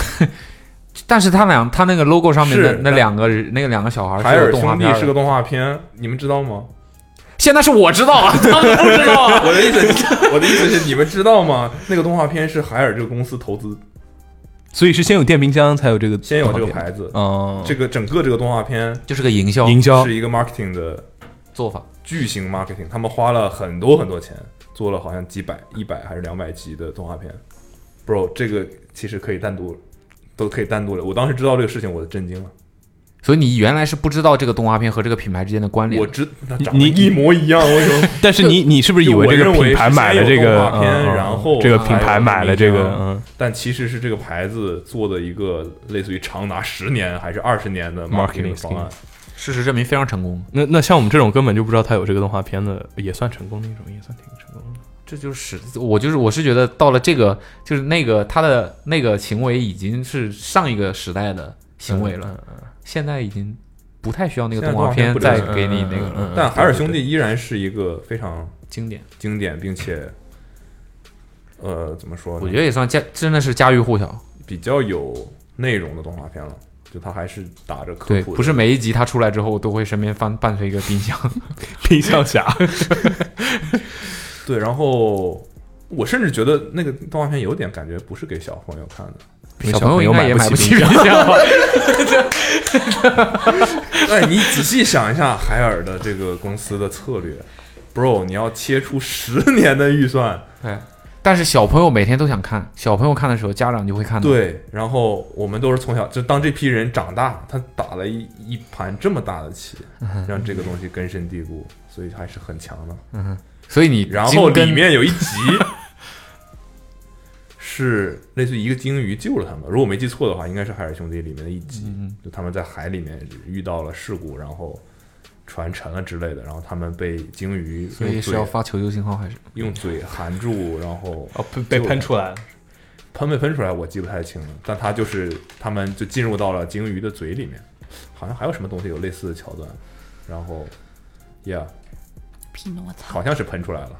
S5: 但是他俩他那个 logo 上面的
S4: 是
S5: 那
S4: 但
S5: 两个人那个两个小孩儿
S4: 海
S5: 啊是有
S4: 尔
S5: 动画
S4: 兄弟
S5: 片儿
S4: 是
S5: 的
S4: 个动画片，你们知道吗？
S5: 现在是我知道啊，他们不知 道啊。
S4: 我的意 思，我的意思是，你们知道吗？那个动画片是海尔这个公司投资，
S2: 所以是先有电冰箱，才有这个
S4: 先有这个
S2: 动画片
S4: 牌子，
S2: 哦，
S4: 这个整个这个动画片
S5: 就是个营销
S2: 营销
S4: 是一个 marketing 的
S5: 做法，
S4: 巨型 marketing，他们花了很多很多钱，做了好像几百、一百还是两百集的动画片。bro，这个其实可以单独，都可以单独聊。我当时知道这个事情，我震惊了。
S5: 所以你原来是不知道这个动画片和这个品牌之间的关联
S4: 我
S5: 的。
S4: 知那长得
S2: 你
S4: 一模一样，为什么？
S2: 但是你你是不是以为这个品牌买了这
S4: 就我认为是先有
S2: 个
S4: 动画片
S2: 嗯嗯嗯
S4: 然后
S2: 这个品牌买了这
S4: 还有
S2: 个
S4: 冰箱
S2: 嗯
S4: 但其实是这个牌子做的一个类似于长达十年还是二十年的
S2: Marketing 嗯
S4: marketing 的方案。
S5: 事实证明非常成功，
S2: 那那像我们这种根本就不知道他有这个动画片的，也算成功的一种，也算挺成功的。
S5: 这就是我就是我是觉得到了这个就是那个他的那个行为已经是上一个时代的行为了，
S2: 嗯，
S5: 现在已经不太需要那个
S4: 现在
S5: 动画
S4: 动画片
S5: 片
S4: 不
S5: 再
S4: 流行
S5: 给你那个
S2: 嗯嗯嗯
S5: 了
S2: 嗯
S4: 但海尔兄弟依然是一个非常
S5: 经典，
S4: 经典，并且，呃，怎么说呢？
S5: 我觉得也算家真的是家喻户晓。
S4: 比较有内容的动画片了，就它还是打着科
S5: 对，
S4: 普的，
S5: 不是每一集它出来之后都会身边伴伴随一个冰箱，
S2: 冰箱侠，
S4: 对。然后我甚至觉得那个动画片有点感觉不是给小朋友看的，
S5: 小朋友应该也买
S2: 不起
S5: 起冰
S2: 冰箱。
S5: 箱吧。
S4: 但哎你仔细想一下，海尔的这个公司的策略，bro，你要切出十年的预算，
S5: 对，但是小朋友每天都想看，小朋友看的时候，家长就会看到。
S4: 对，然后我们都是从小就当这批人长大，他打了一一盘这么大的棋，
S5: 嗯
S4: 让这个东西根深蒂固，所以还是很强的。
S5: 所以你
S4: 然后
S5: 精跟
S4: 里面有一集 是类似于一个鲸鱼救了他们，如果我没记错的话，应该是《海尔兄弟》里面的一
S5: 嗯
S4: 集，就他们在海里面遇到了事故，然后船沉了之类的，然后他们被鲸鱼
S5: 所以
S4: 用
S5: 是要
S4: 嘴
S5: 发求救信号还是？
S4: 用嘴含住，然后
S2: 哦，被被喷出来了，
S4: 喷没喷出来我记不太清了，但他就是他们就进入到了鲸鱼的嘴里面，好像还有什么东西有类似的桥段，然后，yeah，
S6: 匹诺曹
S4: 好，像是喷出来了，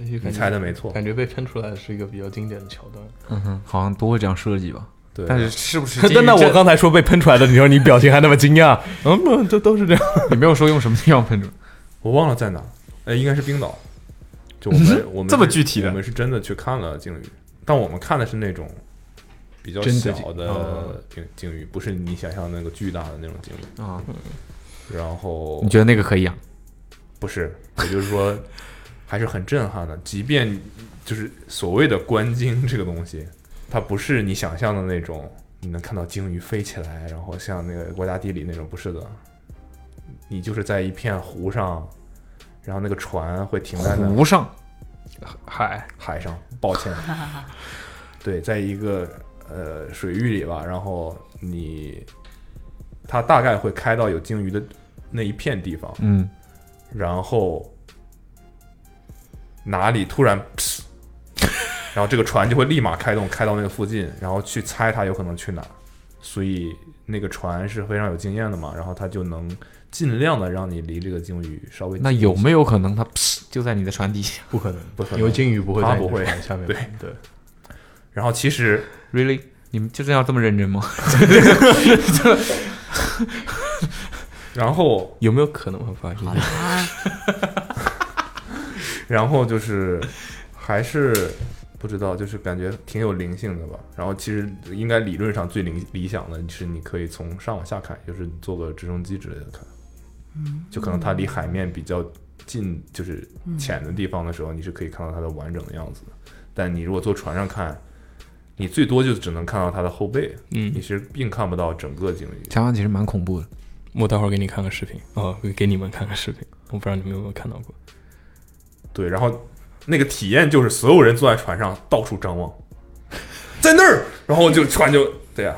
S4: 你
S2: 你
S4: 猜的没错，
S2: 感觉被喷出来是一个比较经典的桥段。？
S5: 嗯哼，好像都会这样设计吧。
S4: 对，
S5: 但是是不是
S2: 但那我刚才说被喷出来的时候，你表情还那么惊讶， 嗯，不，都都是这样。
S5: 你没有说用什么地方喷出，
S4: 我忘了在哪，哎，应该是冰岛，就我们我们
S5: 嗯这么
S4: 是
S5: 具体的
S4: 我们是真的去看了鲸鱼，但我们看的是那种比较
S2: 真的
S4: 小
S2: 鲸
S4: 的
S5: 啊
S2: 哦
S4: 鲸鲸鱼，不是你想象那个巨大的那种鲸鱼
S5: 啊。
S4: 然后
S5: 你觉得那个可以啊养？
S4: 不是，也就是说还是很震撼的。即便就是所谓的观鲸这个东西，它不是你想象的那种，你能看到鲸鱼飞起来，然后像那个国家地理那种，不是的。你就是在一片湖上，然后那个船会停在那
S5: 湖上
S2: 嗨，
S4: 海上，抱歉，对，在一个呃水域里吧，然后你它大概会开到有鲸鱼的那一片地方，
S5: 嗯，
S4: 然后哪里突然，噗然后这个船就会立马开动，开到那个附近，然后去猜它有可能去哪儿。所以那个船是非常有经验的嘛，然后它就能尽量的让你离这个鲸鱼稍微近
S5: 那
S4: 一些
S5: 有没有可能它噗就在你的船底下
S2: 不可能，
S4: 不可能
S2: 因为鲸鱼不会
S4: 它
S2: 在
S4: 不
S2: 你的
S4: 会
S2: 船下面。
S4: 对
S2: 对，
S4: 然后其实
S5: ？Really？你们就这样这么认真吗？
S4: 然后
S2: 有没有可能？不好意思，
S4: 然后就是还是不知道，就是感觉挺有灵性的吧。然后其实应该理论上最理理想的是，你可以从上往下看，就是你坐个直升机之类的看。嗯，就可能它离海面比较近，就是浅的地方的时候，你是可以看到它的完整的样子的。但你如果坐船上看，你最多就只能看到它的后背，
S2: 嗯
S4: 你，是并看不到整个鲸鱼。
S5: 想想其实蛮恐怖的。
S2: 我待会儿给你看个视频，哦，给你们看个视频，我不知道你们有没有看到过。
S4: 对，然后那个体验就是所有人坐在船上到处张望，在那儿，然后就船就对呀、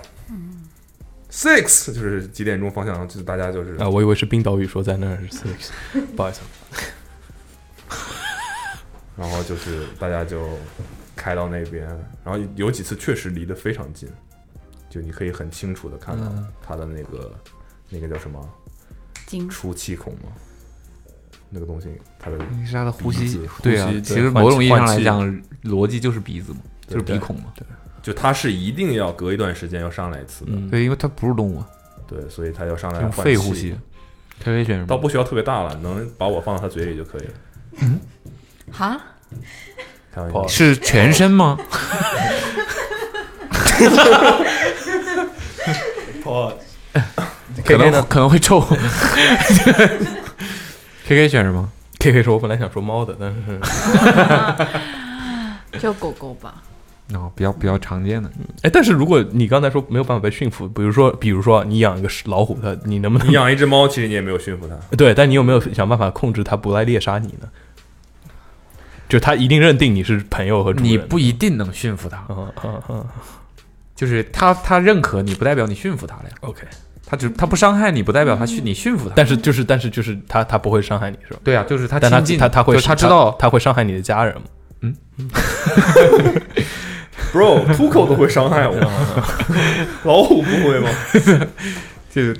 S4: Six 就是几点钟方向，就是大家就是
S5: 哦
S2: 啊，我以为是冰岛语说在那儿是， 不好意思，
S4: 然后就是大家就开到那边，然后有几次确实离得非常近，就你可以很清楚的看到
S5: 嗯
S4: 它的那个、那个叫什么
S6: 金
S4: 出气孔吗？那个东西，它的
S5: 你是他的呼
S4: 鼻
S5: 吸
S4: 子，
S5: 对啊
S4: 呼吸，
S5: 其
S4: 对
S5: 实
S4: 换
S5: 某
S4: 气
S5: 种意义上
S4: 换
S5: 来
S4: 气
S5: 讲，逻辑就是鼻子嘛，就
S4: 对
S5: 是鼻孔嘛，
S4: 就它是一定要隔一段时间要上来一次的，
S2: 嗯，
S5: 对，因为它不是动物，
S4: 对，所以它要上来
S5: 用
S4: 换
S5: 肺呼吸。科学选手
S4: 倒不需要特别大了，能把我放到它嘴里就可以了。
S6: 哈，
S4: 开玩笑，
S5: 是全身 吗？ 可能可能会臭。K K 选什么？
S2: K K 说，我本来想说猫的，但是，
S6: 就狗狗吧。
S5: 哦，比较比较常见的，
S2: 哎，但是如果你刚才说没有办法被驯服，比如说，比如说你养一个老虎，它你能不能
S4: 你？养一只猫，其实你也没有驯服它，
S2: 对，但你有没有想办法控制它不来猎杀你呢？就它一定认定你是朋友和主人，
S5: 你不一定能驯服它，
S2: 嗯，嗯嗯
S5: 就是它它认可你，不代表你驯服它了呀。
S2: ，OK，
S5: 它只它不伤害你，不代表它
S6: 嗯
S5: 驯你驯服它。
S2: 但是就是但是就是它它不会伤害你是吧？
S5: 对啊，就是它
S2: 但它
S5: 亲近，
S2: 它它会
S5: 就是它知道
S2: 它会伤害你的家人嘛？
S4: bro，秃口都会伤害 我，老虎不会吗？
S5: 就是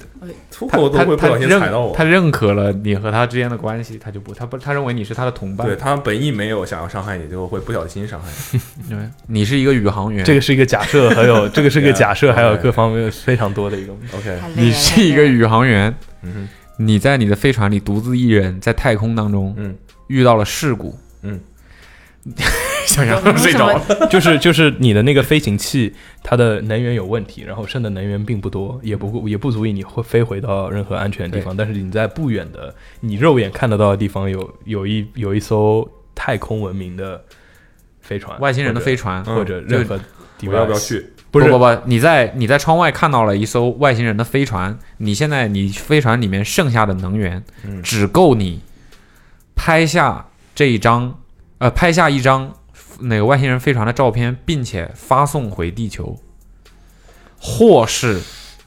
S4: 秃
S5: 他
S4: 口都
S5: 他
S4: 会不
S5: 他
S4: 小心
S5: 认
S4: 踩到我
S5: 他。认可了你和他之间的关系，他就不，他不，他认为你是他的同伴，
S4: 对他本意没有想要伤害你，就会不小心伤害你。
S5: 对，你是一个宇航员，
S2: 这个是一个假设，还有这个是一个假设，
S4: 对
S2: 还有各方面非常多的一个。
S4: OK，
S6: 太累了
S5: 你是一个宇航员，
S4: 嗯
S5: 你在你的飞船里独自一人在太空当中，
S4: 嗯，
S5: 遇到了事故，
S4: 嗯，
S5: 小杨
S6: 有
S5: 睡
S6: 什
S5: 着
S6: 么
S5: 了，
S2: 就是就是你的那个飞行器，它的能源有问题，然后剩的能源并不多，也不够也不足以你会飞回到任何安全的地方。但是你在不远的你肉眼看得到的地方有，有一有一艘太空文明的飞船，
S5: 外星人的飞船，嗯
S2: 或者或者任何地
S4: 我
S2: 方，
S4: 要不要？去？
S2: 不是
S5: 不不，你在你在窗外看到了一艘外星人的飞船，你现在你飞船里面剩下的能源，
S4: 嗯
S5: 只够你拍下这一张，呃，拍下一张那个外星人飞船的照片，并且发送回地球，或是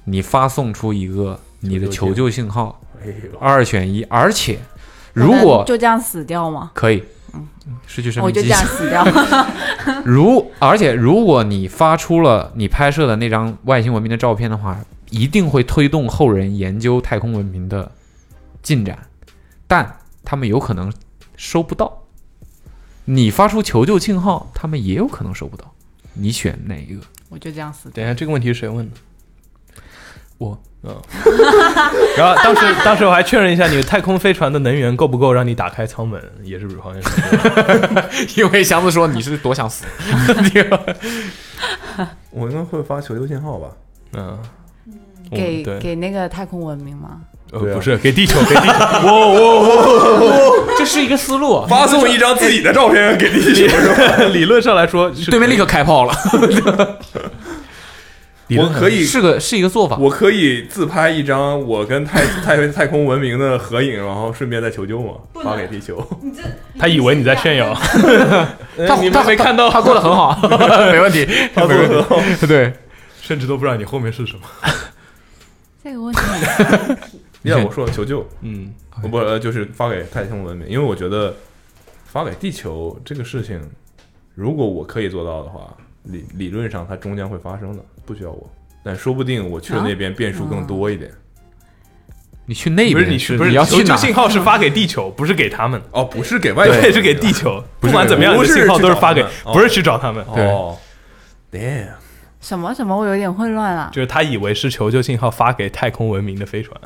S5: 你发送出一个你的求救信号，
S4: 哎呦，
S5: 二选一。而且
S6: 我
S5: 如
S6: 能
S5: 果
S6: 就这样死掉吗？
S5: 可以，失去生
S6: 我
S5: 命
S6: 就
S5: 迹
S6: 这
S5: 象
S6: 样。死掉。
S5: 如而且如果你发出了你拍摄的那张外星文明的照片的话，一定会推动后人研究太空文明的进展，但他们有可能收不到。你发出求救信号，他们也有可能收不到。你选哪一个？
S6: 我就这样死掉。
S2: 等一下，这个问题是谁问的？
S5: 我。
S2: 嗯， 然后当 时当时我还确认一下，你的太空飞船的能源够不够让你打开舱门，也是好像是
S5: 因为祥子说你是多想死，
S4: 我应该会发求救信号吧？
S2: 嗯，我们
S6: 给
S2: 对
S6: 给那个太空文明吗？
S2: 呃
S4: 对啊
S2: 不是给地球给地球，
S5: 这是一个思路。啊
S4: 发送一张自己的照片给地球。
S2: 理论上来说是
S5: 对面立刻开炮了，
S2: 理
S4: 我
S2: 论上
S4: 可以，
S5: 是个是一个做法。
S4: 我可以自拍一张我跟太太太空文明的合影，然后顺便再求救吗？
S9: 不能
S4: 发给地球。
S9: 你这
S2: 他以为你在炫耀，
S5: 他
S2: 你
S5: 他
S2: 们没看到，
S5: 他过得很 好，没问题， 没问题。对，
S2: 甚至都不知道你后面是什么。
S6: 这个问题很
S4: 你看我说求救，
S2: 嗯，
S4: 我不呃就是发给太空文明，因为我觉得发给地球这个事情，如果我可以做到的话，理理论上它终将会发生的，不需要我。但说不定我去了那边变数更多一点。
S5: 你去那
S2: 不
S5: 边
S2: 是你
S5: 去，
S2: 不是
S5: 要去
S2: 求
S5: 哪
S2: 救？信号是发给地球，不是给他们，
S4: 哦，不是给外星
S2: 对，
S4: 人，
S2: 是给地球。
S4: 不是
S2: 管怎么样，
S4: 不
S2: 你的
S4: 是
S2: 信号
S4: 去
S2: 都是
S4: 找
S2: 发
S4: 他
S2: 给
S4: 们，哦
S2: 不是去找他们，
S4: 哦，damn，
S6: 什么什么，我有点混乱了。啊
S2: 就是他以为是求救信号发给太空文明的飞船。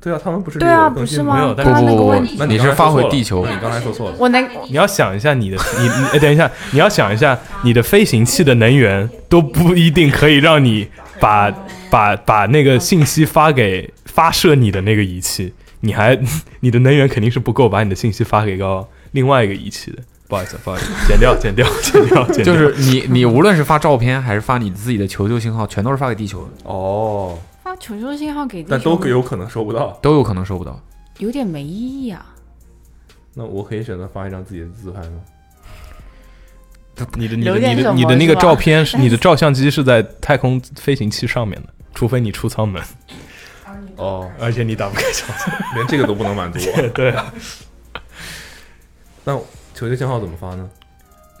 S4: 对啊，他们不是
S6: 对
S4: 离我
S6: 啊，
S4: 更
S6: 不
S4: 近
S6: 是
S4: 吗
S6: 吗？
S2: 没有但
S6: 他
S5: 不
S6: 那个
S5: 不
S6: 问
S5: 不
S6: 题，
S4: 那
S5: 你
S4: 刚
S5: 是
S4: 才
S5: 发
S4: 说
S5: 回
S4: 错了
S5: 地球
S4: 你刚才 说错了。
S6: 我那
S2: 你要想一下你的，你你哎等一下，你要想一下你的飞行器的能源都不一定可以让你把把把那个信息发给发射你的那个仪器，你还 你的能源肯定是不够把你的信息发给到另外一个仪器的。不好意思，不好意思，剪掉，剪掉， 剪掉，剪掉。
S5: 就是你你无论是发照片还是发你自己的求救信号，全都是发给地球的，
S4: 哦，
S6: 发求救信号给地
S4: 但
S6: 球
S4: 都有可能收不到。
S5: 都有可能收不到。
S6: 有点没意义啊。
S4: 那我可以选择发一张自己的自拍吗？
S2: 你的你
S6: 留
S2: 的
S6: 点
S2: 你的
S6: 什么
S2: 你的那
S6: 是
S2: 个
S6: 吧
S2: 照片是你的照相机是在太空飞行器上面的，除非你出舱门，
S4: 哦，
S2: 而且你打不开舱门。
S4: 连这个都不能满足我。
S2: 对，啊
S4: 那求救信号怎么发呢？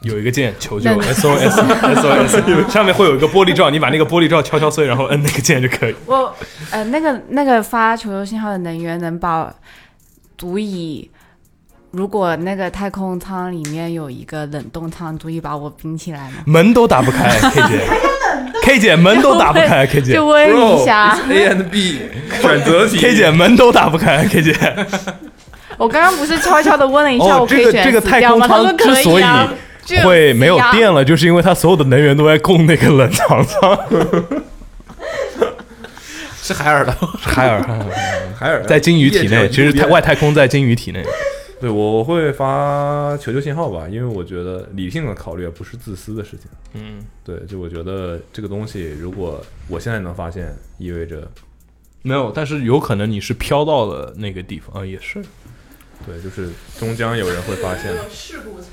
S2: 有一个键求救 SOS SOS，上 面会有一个玻璃罩，你把那个玻璃罩敲敲碎，然后摁那个键就可以。
S6: 我呃，那个那个发求救信号的能源能把足以，如果那个太空舱里面有一个冷冻舱，足以把我冰起来吗？
S2: 门都打不 开，K 姐，K 姐门都打不开，K 姐
S6: 就温一下。
S4: A and B 选择题。
S2: ，K 姐门都打不开，K 姐。
S6: 我刚刚不是悄悄的问了一下，
S2: 哦
S6: 我可
S2: 这
S6: 以
S2: 个
S6: 选
S2: 这个
S6: 死
S2: 太
S6: 掉吗？
S2: 空
S6: 他
S2: 舱
S6: 说
S2: 之
S6: 可
S2: 所
S6: 以
S2: 以，
S6: 啊就
S2: 会没有
S8: 啊
S6: 死呀
S2: 电了，就是因为它所有的能源都在供那个冷藏 舱。
S4: 是海尔的，
S2: 海尔
S4: 海尔
S2: 在鲸鱼体内，其实太外太空在鲸鱼体内。
S4: 对我我会发求救信号吧，因为我觉得理性的考虑不是自私的事情。
S2: 嗯，
S4: 对，就我觉得这个东西，如果我现在能发现，意味着
S2: 没有，但是有可能你是飘到了那个地方啊，也是。
S4: 对，就是终将有人会发现。
S8: 事故才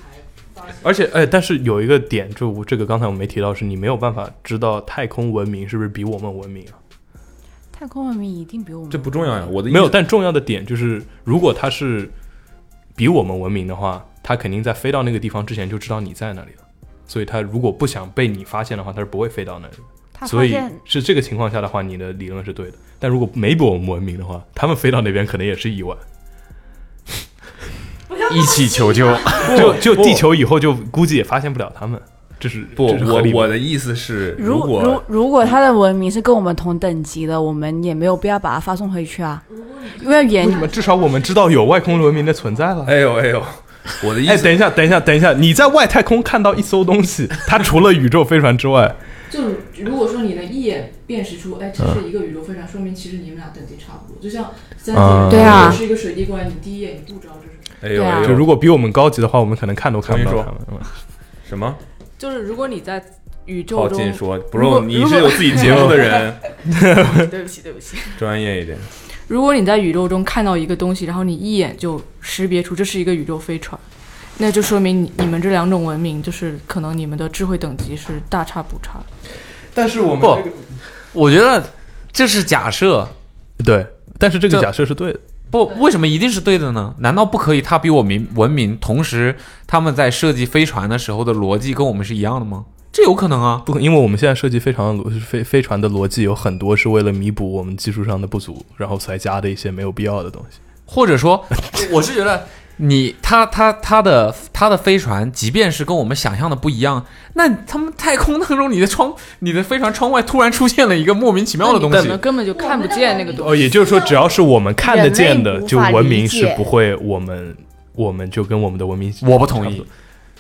S8: 发现。
S2: 而且，哎，但是有一个点，就我这个刚才我没提到，是你没有办法知道太空文明是不是比我们文明啊。
S6: 太空文明一定比我们
S4: 这不重要呀，我的意
S2: 没有，
S4: 思
S2: 但重要的点就是，如果它是比我们文明的话，它肯定在飞到那个地方之前就知道你在那里了。所以，它如果不想被你发现的话，它是不会飞到那里的。
S6: 他
S2: 所
S6: 发
S2: 以
S6: 现
S2: 是这个情况下的话，你的理论是对的。但如果没比我们文明的话，他们飞到那边可能也是意外。
S5: 一起求救，
S2: 就就地球以后就估计也发现不了他们，这是
S4: 不，
S2: 这是合
S4: 我
S2: 理的
S4: 我的意思是，
S6: 如
S4: 果
S6: 如果他的文明是跟我们同等级的，我们也没有必要把它发送回去啊，因为原
S2: 为什么至少我们知道有外空文明的存在了。
S4: 哎呦哎呦，我的意
S2: 哎，
S4: 思
S2: 等一下，等一下，等一下！你在外太空看到一艘东西，它除了宇宙飞船之外，
S8: 就如果说你能一眼辨识出，哎，这是
S2: 嗯
S8: 一个宇宙飞船，说明其实你们俩等级差不多。就像三
S2: 啊
S8: 姐，
S6: 对啊
S8: 我是一个水滴过来，你第一眼你不知道这是什么。
S4: 哎呦
S6: 对啊
S4: 哎
S2: 就
S4: 呦，
S2: 如果比我们高级的话，我们可能看都看不
S4: 重
S2: 到
S4: 新
S2: 他
S4: 说
S2: 们。嗯
S4: 什么？
S8: 就是如果你在宇宙
S4: 靠
S8: 中，
S4: 近说
S8: 如果
S4: ，bro，你是有自己节目的人，
S8: 对不起，对不起。
S4: 专业一点。
S8: 如果你在宇宙中看到一个东西，然后你一眼就识别出这是一个宇宙飞船，那就说明你你们这两种文明就是可能你们的智慧等级是大差不差的。
S4: 但是我们
S5: 不 我觉得这是假设。
S2: 对，但是这个
S5: 这
S2: 假设是对的。
S5: 不，为什么一定是对的呢？难道不可以？他比我们文明，同时他们在设计飞船的时候的逻辑跟我们是一样的吗？这有可能啊。
S2: 不可，因为我们现在设计飞船的逻飞飞船的逻辑有很多是为了弥补我们技术上的不足，然后才加的一些没有必要的东西。
S5: 或者说， 我是觉得你他他他的他的飞船，即便是跟我们想象的不一样，那他们太空当中，你的窗你的飞船窗外突然出现了一个莫名其妙的东
S8: 你
S5: 西，
S8: 根本就看不见那个 东
S2: 哦，也就是说，只要是我们看得见的
S6: 人类，无
S2: 就
S6: 法
S2: 文
S6: 理
S2: 明是
S6: 解
S2: 不会，我们我们就跟我们的文明，
S5: 我不同
S2: 差
S5: 意
S2: 多。，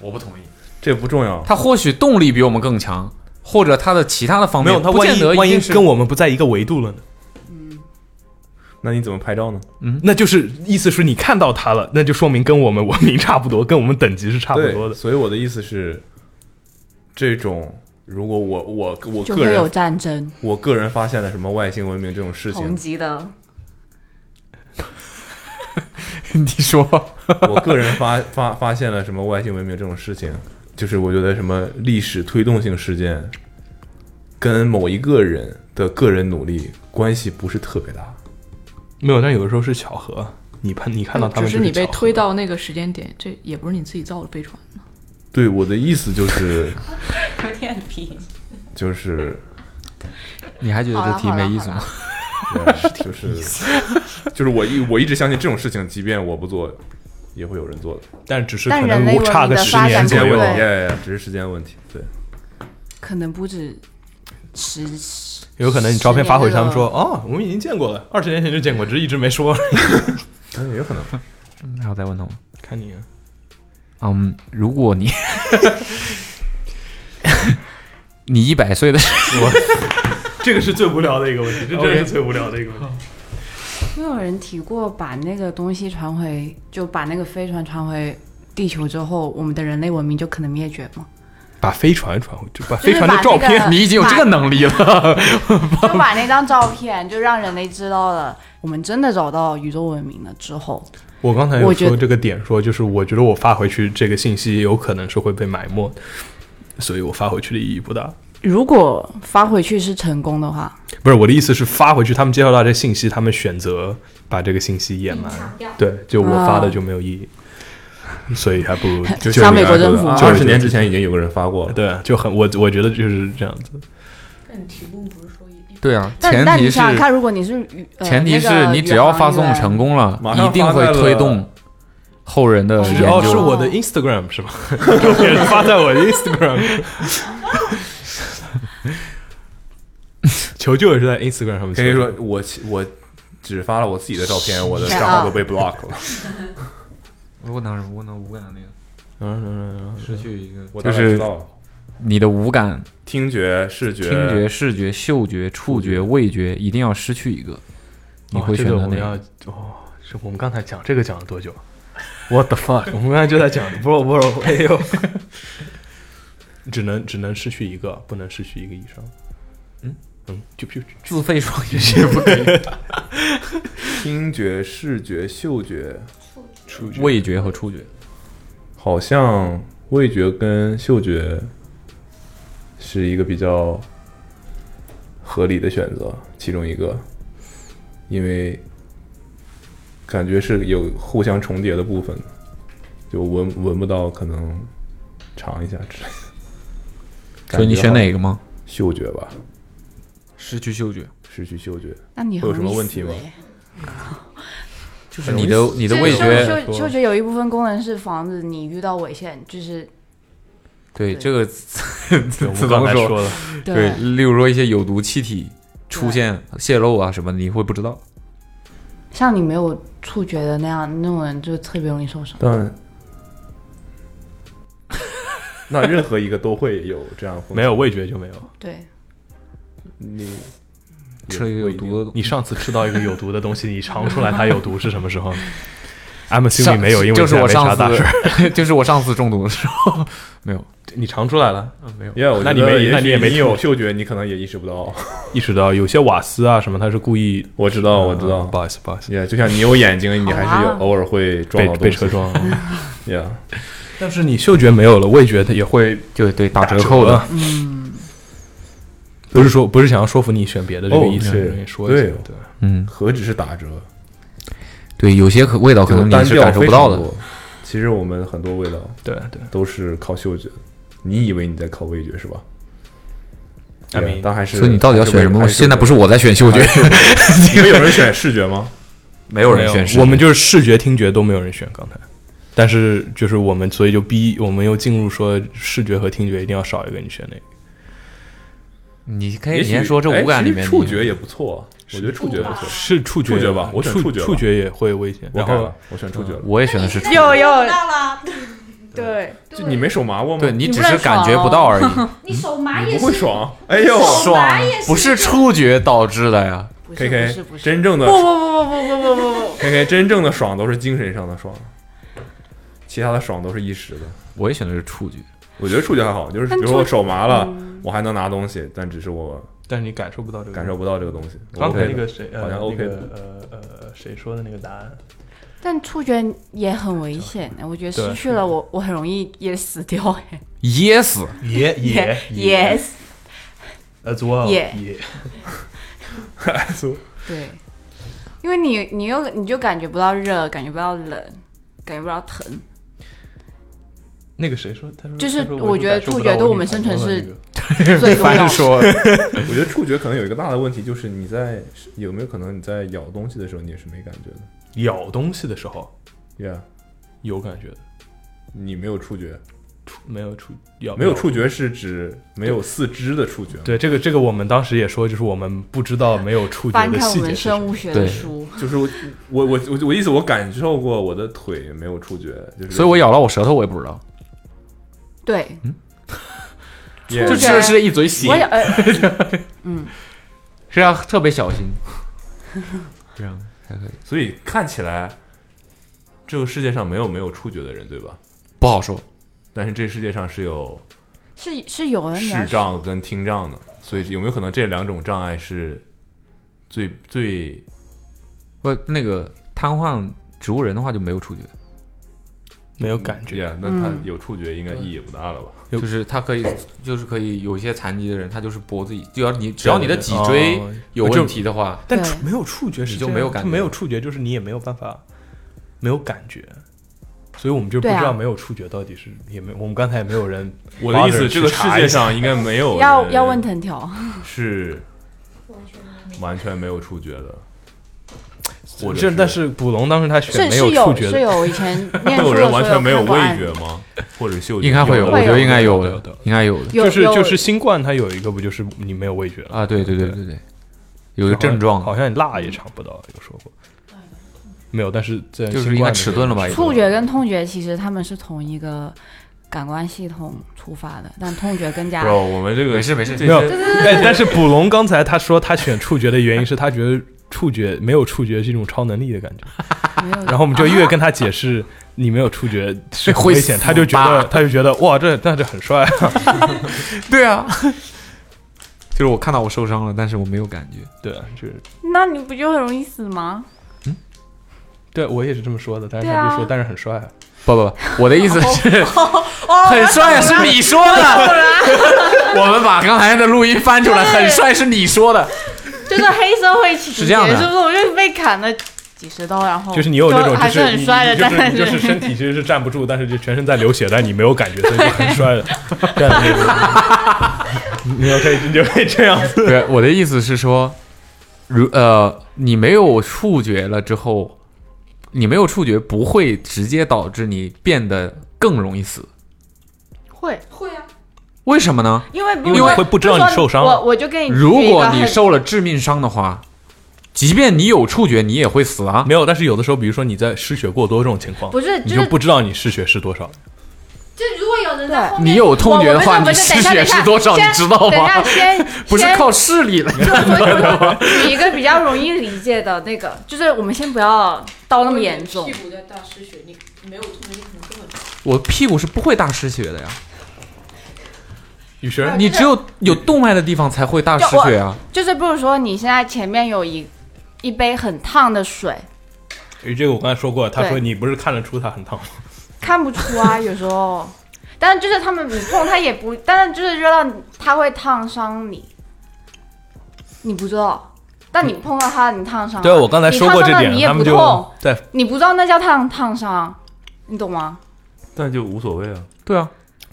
S5: 我不同意。
S4: 这不重要，
S5: 他或许动力比我们更强，或者他的其他的方
S2: 没
S5: 面，
S2: 有，它
S5: 不
S2: 万
S5: 见
S2: 一
S5: 得一
S2: 万一
S5: 定是
S2: 跟我们不在一个维度了呢？
S4: 那你怎么拍照呢？
S2: 那就是意思是你看到它了，那就说明跟我们文明差不多，跟我们等级是差不
S4: 对，
S2: 多的。
S4: 所以我的意思是，这种如果我我我
S6: 就
S4: 个
S6: 会有
S4: 人
S6: 战争，
S4: 我个人发现了什么外星文明这种事情，
S6: 级的。
S5: 你说
S4: 我个人发发发现了什么外星文明这种事情，就是我觉得什么历史推动性事件，跟某一个人的个人努力关系不是特别大。
S2: 没有，但有的时候是巧合。你看，你看到他们
S8: 只是你被
S2: 巧合
S8: 推到那个时间点，这也不是你自己造的飞船。
S4: 对我的意思就是
S9: 有点皮。
S4: 就是
S5: 你还觉得这题没意思吗？
S4: 对就是就是我一我一直相信这种事情，即便我不做，也会有人做的。
S2: 但只是
S6: 但
S2: 可
S6: 人类
S2: 能
S6: 文
S2: 差
S6: 明
S2: 个
S6: 的
S2: 十
S6: 发
S2: 年
S6: 展
S2: 左
S4: 时间
S2: 右
S4: 问
S6: 对。
S4: 题，呀呀呀，只是时间问题。对，
S6: 可能不止十
S2: 有可能你照片发回去，
S6: 十
S2: 他
S6: 年
S2: 们
S6: 的
S2: 说哦，我们已经见过了，二十年前就见过，只是一直没说。
S4: 嗯，有可能。
S5: 嗯还有再问他吗？
S2: 看你啊，
S5: 嗯，如果你 你一百岁的时
S2: 这个是最无聊的一个问题，这真是最无聊的一个问题。
S6: 没有人提过把那个东西传回，就把那个飞船传回地球之后，我们的人类文明就可能灭绝 吗？
S2: 把飞船传回，就把
S6: 就是
S2: 飞船 的
S6: 把
S2: 照
S6: 那个
S2: 片，
S5: 候，你已经有这个能力了。
S6: 就把那张照片就让人类知道了，我们真的找到宇宙文明了之后，
S2: 我刚才有
S6: 我觉
S2: 说
S6: 得
S2: 这个点说，就是我觉得我发回去这个信息有可能是会被埋没，所以我发回去的意义不大。
S6: 如果发回去是成功的话，
S2: 不是我的意思是发回去，他们接受到这信息，他们选择把这个信息掩埋，对，就我发的就没有意义，所以还不如就
S6: 像美国政府
S4: 啊二十年之前已经有个人发过了，
S2: 对，就很我我觉得就是这样子。
S8: 但你题目不是说一
S5: 对啊，
S6: 但
S5: 前
S6: 但
S5: 提
S6: 你
S5: 是
S6: 想想看，如果你是宇、呃、
S5: 前提
S6: 那
S5: 是
S6: 个
S5: 你只要
S6: 宇航
S5: 发送
S6: 员
S5: 成功了
S4: 马，上
S5: 一定会推动后人的
S2: 其
S5: 研
S2: 实哦，是
S5: 究。
S2: 我的 Instagram 是吧？也是发在我的 Instagram。求救也是在 Instagram 上面求救。嗯
S4: 可以说我我只发了我自己的照片，我的账号都被 block 了。
S5: 无感无能无感那个
S2: 嗯，嗯嗯嗯，
S5: 失去一个
S4: 我
S5: 就
S4: 大概知
S5: 是
S4: 道了
S5: 你的五感，
S4: 听觉、视觉、
S5: 听觉、视觉、嗅觉、触觉、味觉，一定要失去一个，你会选
S2: 哦这个
S5: 择
S2: 我
S5: 哪
S2: 们
S5: 个？
S2: 要哦，是我们刚才讲这个讲了多久？What the fuck？我 们刚才就在讲，不是不是，哎呦，只能只能失去一个，不能失去一个以上。
S5: 嗯
S2: 嗯，就 就
S5: 自费双语也不可以，
S4: 听觉、视觉、嗅觉，
S2: 出去。
S5: 味觉和触觉。
S4: 好像味觉跟嗅觉是一个比较合理的选择，其中一个，因为感觉是有互相重叠的部分，就闻闻不到，可能尝一下之类的。
S5: 所以你选
S4: 感觉好
S5: 哪个吗？
S4: 嗅觉吧，
S5: 失去嗅觉，
S4: 失去嗅觉，
S6: 那你
S4: 会有
S6: 很
S4: 什么
S6: 容易
S4: 问
S6: 死
S4: 题吗
S6: 欸
S5: 就是你的你的味
S6: 嗅
S5: 觉。
S6: 嗅嗅觉有一部分功能是防止你遇到危险，就是
S5: 对
S6: 对
S5: 这个
S2: 我
S5: 自
S2: 们
S5: 动
S2: 刚才
S5: 说，
S2: 说了，
S5: 对，例如说一些有毒气体出现泄漏啊什么的，你会不知道。
S6: 像你没有触觉的那样，那种人就特别容易受伤。
S4: 但 那任何一个都会有这样的 风险
S2: 没有味觉就没有。
S6: 对，
S4: 你
S5: 吃了一个有毒的，
S2: 你上次吃到一个有毒的东西，你尝出来它有毒是什么时候？I'm assuming
S5: 上
S2: 没有，因为
S5: 就是我
S2: 现在没
S5: 上
S2: 啥大事儿。
S5: 次， 就是我上次中毒的时候，没有，
S2: 你尝出来了，
S5: 没有。
S4: 因为我
S2: 那你
S4: 觉得
S2: 没
S4: 也
S2: 那你
S4: 许
S2: 也没
S4: 你有
S2: 吐
S4: 嗅觉，你可能也意识不到。
S2: 意识到有 些瓦斯啊什么，它是故意。
S4: 我知道，我知
S2: 嗯
S4: 道
S2: 不。好意思，不好意思，
S4: 也就像你有眼睛，你还是有
S6: 好啊
S4: 偶尔会撞
S2: 被
S4: 到
S2: 被车撞。
S4: 呀。
S2: 但是你嗅觉没有了，味觉它也会
S5: 就对打
S2: 打
S5: 折扣的，。
S2: 嗯，不是说不是想要说服你选别的这个意思，
S4: 哦是
S2: 跟你说一下
S4: 对哦
S2: 对，
S5: 嗯，
S4: 何止是打折，
S5: 对，有些可味道可能
S4: 单
S5: 你是
S4: 调
S5: 感受不到
S4: 非常
S5: 的，
S4: 多。其实我们很多味道
S2: 对对，
S4: 都是靠嗅觉，你以为你在靠味觉是吧？
S2: I
S4: 对
S2: mean，
S4: 但还是
S5: 所以你到底要选什么东西？现在不是我在选嗅觉，
S4: 你们有人选视觉吗？
S5: 没有
S2: 没
S5: 人选视觉，
S2: 我们就是视觉、听觉都没有人选刚才。但是就是我们，所以就逼我们又进入说视觉和听觉一定要少一个，你选哪个？
S5: 你可
S4: 也
S5: 以
S4: 许
S5: 先说这
S4: 哎
S5: 五感里
S4: 其实
S5: 面，
S4: 触觉也不错，啊我觉得触觉不错。
S2: 是触觉
S4: 触觉吧我选
S2: 触
S4: 触觉吧
S2: 触觉也会危险。
S4: 我
S2: 然
S4: 改
S2: 后
S4: 了我选触觉了。
S5: 嗯我也选的是触觉，
S6: 有有
S9: 到了，
S6: 对，
S4: 就你没手麻过吗？
S5: 对你只是感觉不到 而已，
S9: 你手麻
S4: 你
S9: 也
S4: 不会
S2: 啊
S9: 是，
S4: 爽？哎呦，
S9: 手麻也
S5: 不是触觉导致的呀。
S6: 不
S4: K
S6: 是不是
S4: K
S6: 不是，
S4: 真正的
S6: 不不不不不不不不
S4: K K 真正的爽都是精神上的爽，其他的爽都是一时的。
S5: 我也选的是触觉，
S4: 我觉得触觉还好，就是比
S6: 但
S4: 如说我
S6: 触
S4: 手麻了，我还能拿东西，但只是我
S2: 但是你感受不到这个
S4: 感受。不到这个东西。我
S2: 刚才
S4: OK
S2: 那个
S4: 的
S2: 谁，呃
S4: 好像 OK
S2: 那
S4: 的
S2: 个呃呃谁说的那个答案？
S6: 但触觉也很危险欸的，我觉得
S2: 对
S6: 失去了我，我很容易也死掉哎。
S5: 噎死。
S2: 也
S6: yes，
S2: as well
S6: 也
S2: 也
S6: 对，因为你你又你就感觉不到热，感觉不到冷，感觉不到疼，
S2: 那个谁说？他说
S6: 就是
S2: 他说
S6: 我觉得
S2: 感受不
S6: 触
S2: 到
S6: 觉对
S2: 我
S6: 我们
S2: 女朋
S6: 生存
S2: 友的
S6: 是
S2: 那个
S6: 最重要。
S5: 说，
S4: 我觉得触觉可能有一个大的问题，就是你在有没有可能你在咬东西的时候你也是没感觉的
S2: 咬东西的时候
S4: ？Yeah，
S2: 有感觉的，
S4: 你没有触觉，
S2: 触没有触
S6: 啊
S2: 咬
S4: 没有触觉是指没有四肢的触觉吗，
S2: 对这个这个我们当时也说，就是我们不知道没有触觉
S6: 翻
S2: 的
S6: 看我
S2: 细节
S6: 们
S2: 是什么。
S6: 生物学
S5: 对
S6: 的书，
S4: 就是我我我我我意思我感受过我的腿没有触觉，就 是
S5: 所以我咬了我舌头，我也不知道，
S6: 对，
S4: 也
S5: 就
S6: 触
S5: 吃
S6: 觉
S5: 着吃着一嘴血
S6: 我，也呃，嗯，
S5: 是要特别小心。这样才可以，
S4: 所以看起来这个世界上没有没有触觉的人，对吧？
S5: 不好说。
S4: 但是这世界上是有
S6: 是是有人描
S4: 视
S6: 述
S4: 障跟听障的，所以有没有可能这两种障碍是最最
S5: 不，那个瘫痪植物人的话就没有触觉，
S2: 没有感觉，
S4: 呀？那他
S6: 嗯
S4: 有触觉应该意义也不大了吧？
S2: 有
S5: 就是他可以，就是可以有一些残疾的人，他就是脖子，就要你只要你的脊椎
S2: 哦
S5: 有问题的话，
S2: 但
S6: 对
S2: 触没有触觉是这
S5: 你就
S2: 样
S5: 没有感觉
S2: 没有触觉就是你也没有办法，没有感觉，所以我们就不
S6: 对
S2: 知
S6: 啊
S2: 道没有触觉到底是也没，我们刚才也没有 人 bother 去查一下。
S4: 我的意思，这个世界上应该没有
S6: 要
S4: 人
S6: 要问藤条，
S4: 是完全没有触觉的，或
S2: 我
S4: 者
S2: 这但是捕龙当时他选
S6: 是
S2: 没
S6: 是
S2: 触
S6: 有
S2: 觉
S6: 是
S2: 的，
S6: 有以前念
S4: 会有
S6: 书
S4: 人
S6: 的
S4: 完
S6: 时候
S4: 全没有
S6: 看过
S4: 味
S6: 案
S4: 觉吗？或者嗅觉？
S5: 应该会有，
S4: 有
S6: 的
S5: 我觉得应该有
S2: 有的有
S5: 的
S2: 的，
S5: 应该有的
S6: 有
S2: 就是
S6: 有
S2: 就是新冠它有一个不就是你没有味觉了，
S5: 啊，对对对对对，有
S2: 有
S5: 个症状，啊
S2: 好像你辣也尝不到，有说过。没有，但是在
S5: 就是
S2: 新
S5: 应该
S2: 冠的时
S5: 迟
S2: 候
S5: 钝了吧？也
S6: 触觉跟痛觉其实他们是同一个感官系统出发的，但痛觉更加
S4: Bro，我们这个
S5: 没事没事
S4: 这
S2: 没有
S4: 些，
S2: 哎，但是捕龙刚才他说他选触觉的原因是他觉得触觉没有触觉是一种超能力的感觉，
S6: 没有
S2: 然后我们就越跟他解释你没有触觉是很危险，
S5: 会死吧
S2: 他就觉得他就觉得哇，这那这很帅 啊，
S5: 对啊，就是我看到我受伤了，但是我没有感觉。
S2: 对，就是
S6: 那你不就很容易死吗？
S2: 对我也是这么说的，但是
S6: 对
S2: 他
S6: 啊
S2: 就说但是很帅啊，
S5: 不不不，我的意思是， 很帅啊是你说的。 我们把刚才的录音翻出来，
S6: 对
S5: 很帅是你说的。
S6: 就是黑社会情节，
S5: 是这样的
S6: 不是？我就被砍了几十刀，然后
S2: 就是你有那种
S6: 哦还
S2: 就是
S6: 很
S2: 你
S6: 帅
S2: 你就
S6: 的，
S2: 是
S6: 但
S2: 你就是
S6: 是
S2: 身体其实是站不住，但是就全身在流血，但你没有感觉，所以就很帅 的这样的那种，你就可以你就可以这样子，
S5: 对，我的意思是说，如呃，你没有触觉了之后，你没有触觉不会直接导致你变得更容易死，
S6: 会，
S9: 会啊，
S5: 为什么呢？
S6: 因为
S2: 因为你会不知道你
S6: 就说
S2: 受伤了
S6: 我我就跟你
S5: 如
S6: 举一
S5: 果
S6: 个
S5: 你
S6: 很
S5: 受了致命伤的话，即便你有触觉，你也会死啊。
S2: 没有，但是有的时候，比如说你在失血过多这种情况，
S6: 不是
S2: 你
S6: 就
S2: 就是不知啊道你失血是多少。
S9: 就如果有人在后面，
S5: 你有痛觉的话，
S6: 我我
S5: 你
S6: 不是
S5: 失
S6: 不是等一下
S5: 血是多少，你
S6: 等一下
S5: 知道
S6: 等一
S5: 吗
S6: 下？先
S5: 不是
S6: 先
S5: 靠视力来
S6: 就所以我举一个比较容易理解的那个，就是我们先不要到那么严重
S8: 屁，股在大失血，你没有痛，你可能根本
S5: 我屁股是不会大失血的呀，
S2: 雨璇，
S5: 你只有有动脉的地方才会大失血啊。
S6: 就是比如说你现在前面有一一杯很烫的水，
S2: 因为这个我刚才说过，他
S6: 对啊
S2: 说你不是看得出他很烫吗？
S6: 看不出啊，有时候，但是就是他们你碰它也不，但是就是热到你它会烫伤你，你不知道，但你碰到它你烫伤了，
S2: 对，我刚才说过这点
S6: 你，
S2: 他们
S6: 烫伤了你也不
S2: 就
S6: 痛，
S2: 在
S6: 你不知道那叫烫烫伤，你懂吗？
S4: 但就无所谓啊，
S5: 对啊，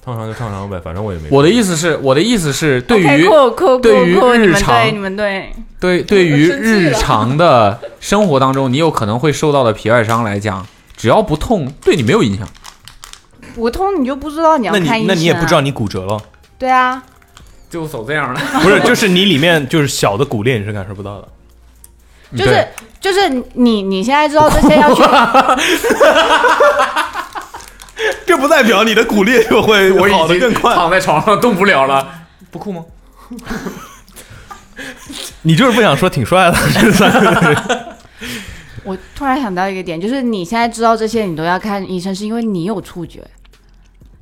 S4: 烫伤就烫伤呗，反正我也没。
S5: 我的意思是，我的意思是，对于
S6: o k 酷酷酷
S5: 对于
S6: 酷你
S5: 日
S6: 们
S5: 常
S6: 对你们对，
S5: 对对 于日常的生活当中，你有可能会受到的皮外伤来讲，只要不痛，对你没有影响。
S6: 不痛你就不知道你要
S2: 那
S6: 看医生、
S2: 你那
S6: 啊，
S2: 你也不知道你骨折 了，
S6: 对啊，
S5: 就走这样了，
S2: 不是？就是你里面就是小的骨裂你是感受不到的。嗯
S6: 就是就是你你现在知道这些要去，
S2: 这不代表你的骨裂就会
S5: 我
S2: 好
S5: 已
S2: 的
S5: 经
S2: 更快，
S5: 躺在床上动不了了，不酷吗？
S2: 你就是不想说挺帅的，是吧
S6: 我突然想到一个点，就是你现在知道这些你都要看医生，是因为你有触觉，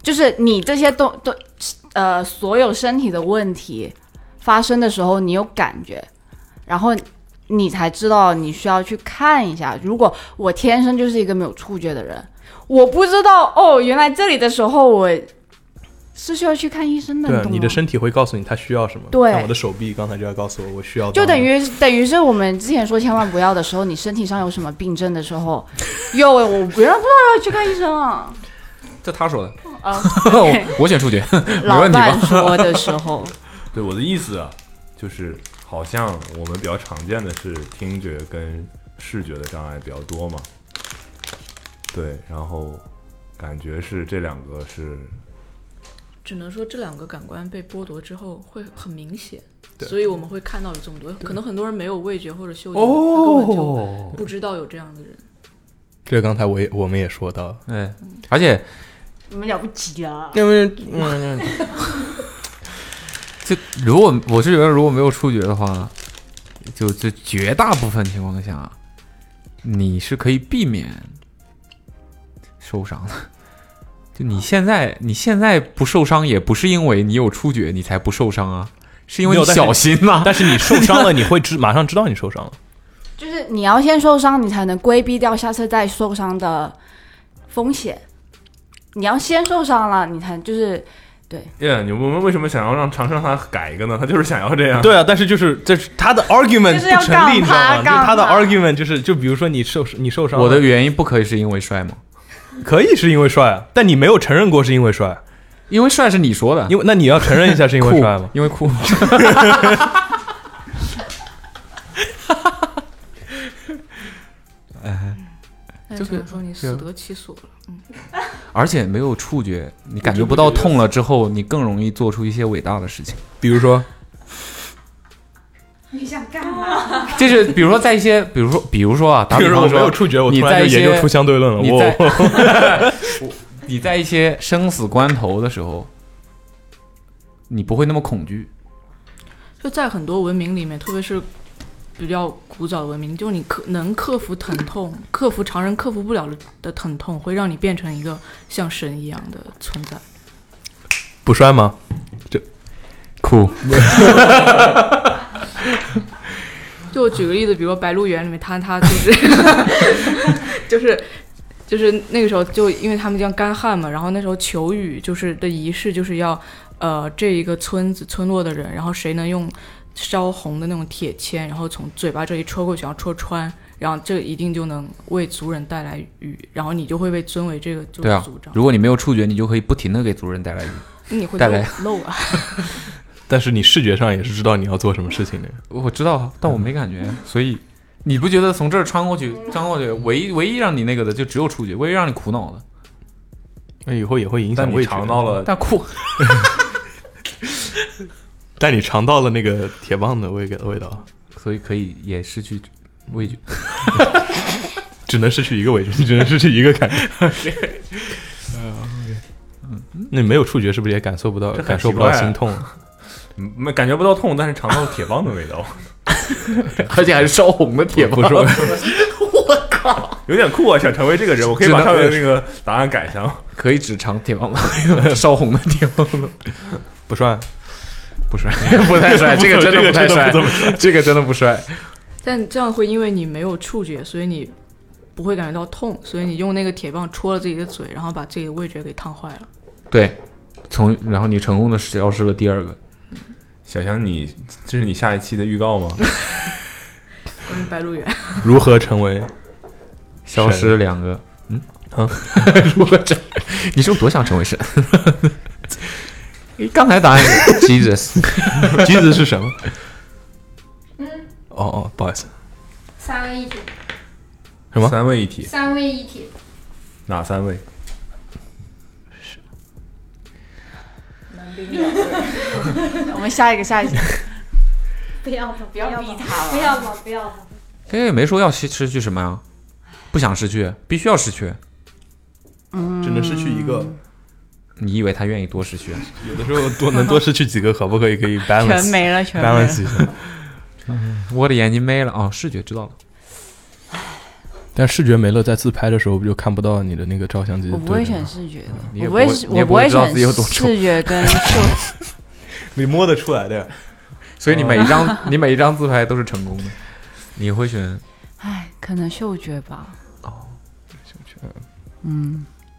S6: 就是你这些都都呃所有身体的问题发生的时候，你有感觉，然后。你才知道你需要去看一下。如果我天生就是一个没有触觉的人，我不知道哦，原来这里的时候我是需要去看医生的。
S2: 对啊
S6: 懂，吗
S2: 你的身体会告诉你它需要什么。
S6: 对
S2: 像我的手臂刚才就要告诉我我需要到哪，
S6: 就等于等于是我们之前说千万不要的时候，你身体上有什么病症的时候，哟，我不要不知道要去看医生啊，
S5: 这他说的，
S6: 啊，
S5: 我我选数学，没
S6: 老
S5: 问题吧
S6: 伴？说的时候，
S4: 对我的意思啊，就是好像我们比较常见的是听觉跟视觉的障碍比较多嘛。对，然后感觉是这两个是
S8: 只能说这两个感官被剥夺之后会很明显，
S2: 对
S8: 所以我们会看到有这么多。可能很多人没有味觉或者嗅觉，他根本就
S2: 哦，
S8: 不知道有这样的人。
S2: 这刚才我也我们也说到，
S5: 对，而且
S6: 你们了不起啊！
S2: 因为嗯，
S5: 就如果我是觉得如果没有触觉的话，就就绝大部分情况下，你是可以避免受伤的。就你现在你现在不受伤，也不是因为你有触觉你才不受伤啊，是因为
S2: 没
S5: 你
S2: 有但是
S5: 小心呐、
S2: 啊但是你受伤了，你会知马上知道你受伤了。
S6: 就是你要先受伤，你才能规避掉下次再受伤的风险。你要先受伤了，你才就是
S4: 耶，你我们为什么想要让长生他改一个呢？他就是想要这样。
S2: 对啊，但是就是这是他的 argument
S6: 就是要
S2: 不成立，
S6: 杠他
S2: 你知道吗？就是
S6: 杠
S2: 他的
S6: 他
S2: argument 就是就比如说你受你受伤了，
S5: 我的原因不可以是因为帅吗？
S2: 可以是因为帅啊，但你没有承认过是因为帅，啊
S5: 因为帅是你说的，
S2: 因为那你要承认一下是因为
S5: 酷
S2: 帅吗？
S5: 因为酷。
S8: 但只能说你死得其所了。
S5: 而且没有触觉，你感觉不到痛了之后，你更容易做出一些伟大的事情。
S2: 比如说，
S5: 就是比如说在一些，比如说，比如说啊， 打
S2: 比
S5: 比
S2: 如说
S5: 方
S2: 我没有
S5: 说，
S2: 触觉，我
S5: 你
S2: 突
S5: 在
S2: 然
S5: 一
S2: 就研
S5: 些
S2: 究出相对论了，
S5: 你
S2: 我
S5: 在 你在一些生死关头的时候，你不会那么恐惧。
S8: 就在很多文明里面，特别是比较古早的文明，就是你克能克服疼痛，克服常人克服不了的疼痛，会让你变成一个像神一样的存在。
S2: 不帅吗？
S5: 酷，
S8: 就我举个例子，比如说《白鹿原》里面，他他就是 就是就是那个时候，就因为他们这样干旱嘛，然后那时候求雨就是的仪式，就是要呃这一个村子村落的人，然后谁能用烧红的那种铁签，然后从嘴巴这里戳过去，然后戳穿，然后这一定就能为族人带来雨，然后你就会被尊为这个族
S5: 对啊
S8: 族长，
S5: 如果你没有触觉，你就可以不停的给族人带来。
S8: 那你会
S5: 带来
S8: 漏啊。
S2: 但是你视觉上也是知道你要做什么事情的。
S5: 我知道，啊但我没感觉，
S2: 嗯
S5: 所以你不觉得从这儿穿过去，穿过去，唯一唯一让你那个的就只有触觉，唯一让你苦恼的。
S2: 那以后也会影
S4: 但
S2: 响
S4: 你
S2: 味觉。
S4: 尝到，了，
S5: 但酷，
S2: 但你尝到了那个铁棒的味味道，
S5: 所以可以也失去味觉。
S2: 只能失去一个味觉，你只能失去一个感 觉。嗯，那没有触觉是不是也感受不到
S4: 这很
S2: 感受不
S4: 奇
S2: 到
S4: 怪啊
S2: 心痛？
S4: 嗯没感觉不到痛，但是尝到了铁棒的味道，
S5: 而且还是烧红的铁
S2: 不是，
S4: 有点酷啊！想成为这个人，我可以把
S2: 只能
S4: 上面那个答案改一下吗？
S5: 可以只尝铁棒的 烧红的铁棒的，
S2: 不帅，
S5: 不帅， 不太 帅，这个真的不太帅，这个真的不帅。
S8: 但这样会因为你没有触觉，所以你不会感觉到痛，所以你用那个铁棒戳了自己的嘴，然后把自己的味觉给烫坏了。
S5: 对，从然后你成功的消失了第二个，
S4: 小强，你这是你下一期的预告吗？
S8: 嗯，白鹿原，
S2: 如何成 为？
S5: 消失两个，嗯
S2: 啊，
S5: 如何这？你是不是多想成 为神？刚才答案 是 Jesus，
S2: 机子是什么？嗯，
S6: 嗯
S2: 哦哦，不好意思，
S9: 三位一体，
S2: 什么
S4: 三位一体，
S9: 三位一体，
S4: 哪三位？
S6: 我们下一个下一个，
S9: 不要吧，不
S6: 不要逼他
S9: 不
S6: 了。
S9: 要吧，不要吧，
S5: 刚才也哎没说要失失去什么呀，不想失去，必须要失去。
S2: 只能失去一个。
S5: 你以为他愿意多失去啊？
S2: 有的时候嗯多能多失去几个，可不可以可以 balance
S6: 全没了，全没了。
S2: balance 一下？
S5: 我的眼睛没了啊、哦，视觉知道了。
S2: 但视觉没了，在自拍的时候不就看不到你的那个照相机？
S6: 我不会选视觉的，
S5: 你
S6: 我
S5: 也
S6: 不会
S5: 不会
S6: 是，
S5: 你也
S6: 我
S5: 不会
S6: 会
S5: 知道自己有
S6: 选
S5: 多丑
S6: 视 觉跟嗅觉。
S2: 你摸得出来的。
S5: 所以你每一张你每一张自拍都是成功的。你会选？
S6: 唉，可能嗅觉吧。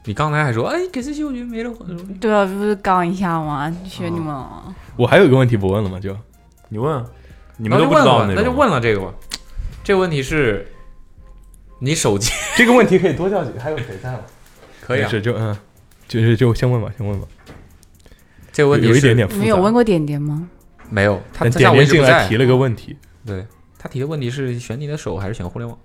S5: 你刚才还说，哎，可是嗅觉没了。
S6: 对啊，不是刚一下吗？学你们
S5: 啊
S6: 啊了。
S2: 我还有一个问题不问了吗？就
S4: 你问啊，你
S5: 你
S4: 们都不知道
S5: 那就
S4: 种。
S5: 问了这个吧。这个问题是，你手机
S2: 这个问题可以多叫几个，还有谁在吗？
S5: 可
S2: 没事，就嗯，就是就先问吧，先问吧。
S5: 这个问题
S2: 有一点
S5: 是
S2: 点复杂。
S6: 你们有问过点点吗？
S5: 没有，他
S2: 但
S5: 他下
S2: 点
S5: 我一
S2: 点
S5: 直
S2: 进
S5: 不
S2: 来
S5: 在
S2: 提。了个问题，
S5: 对，他他提的问题是选你的手还是选互联网？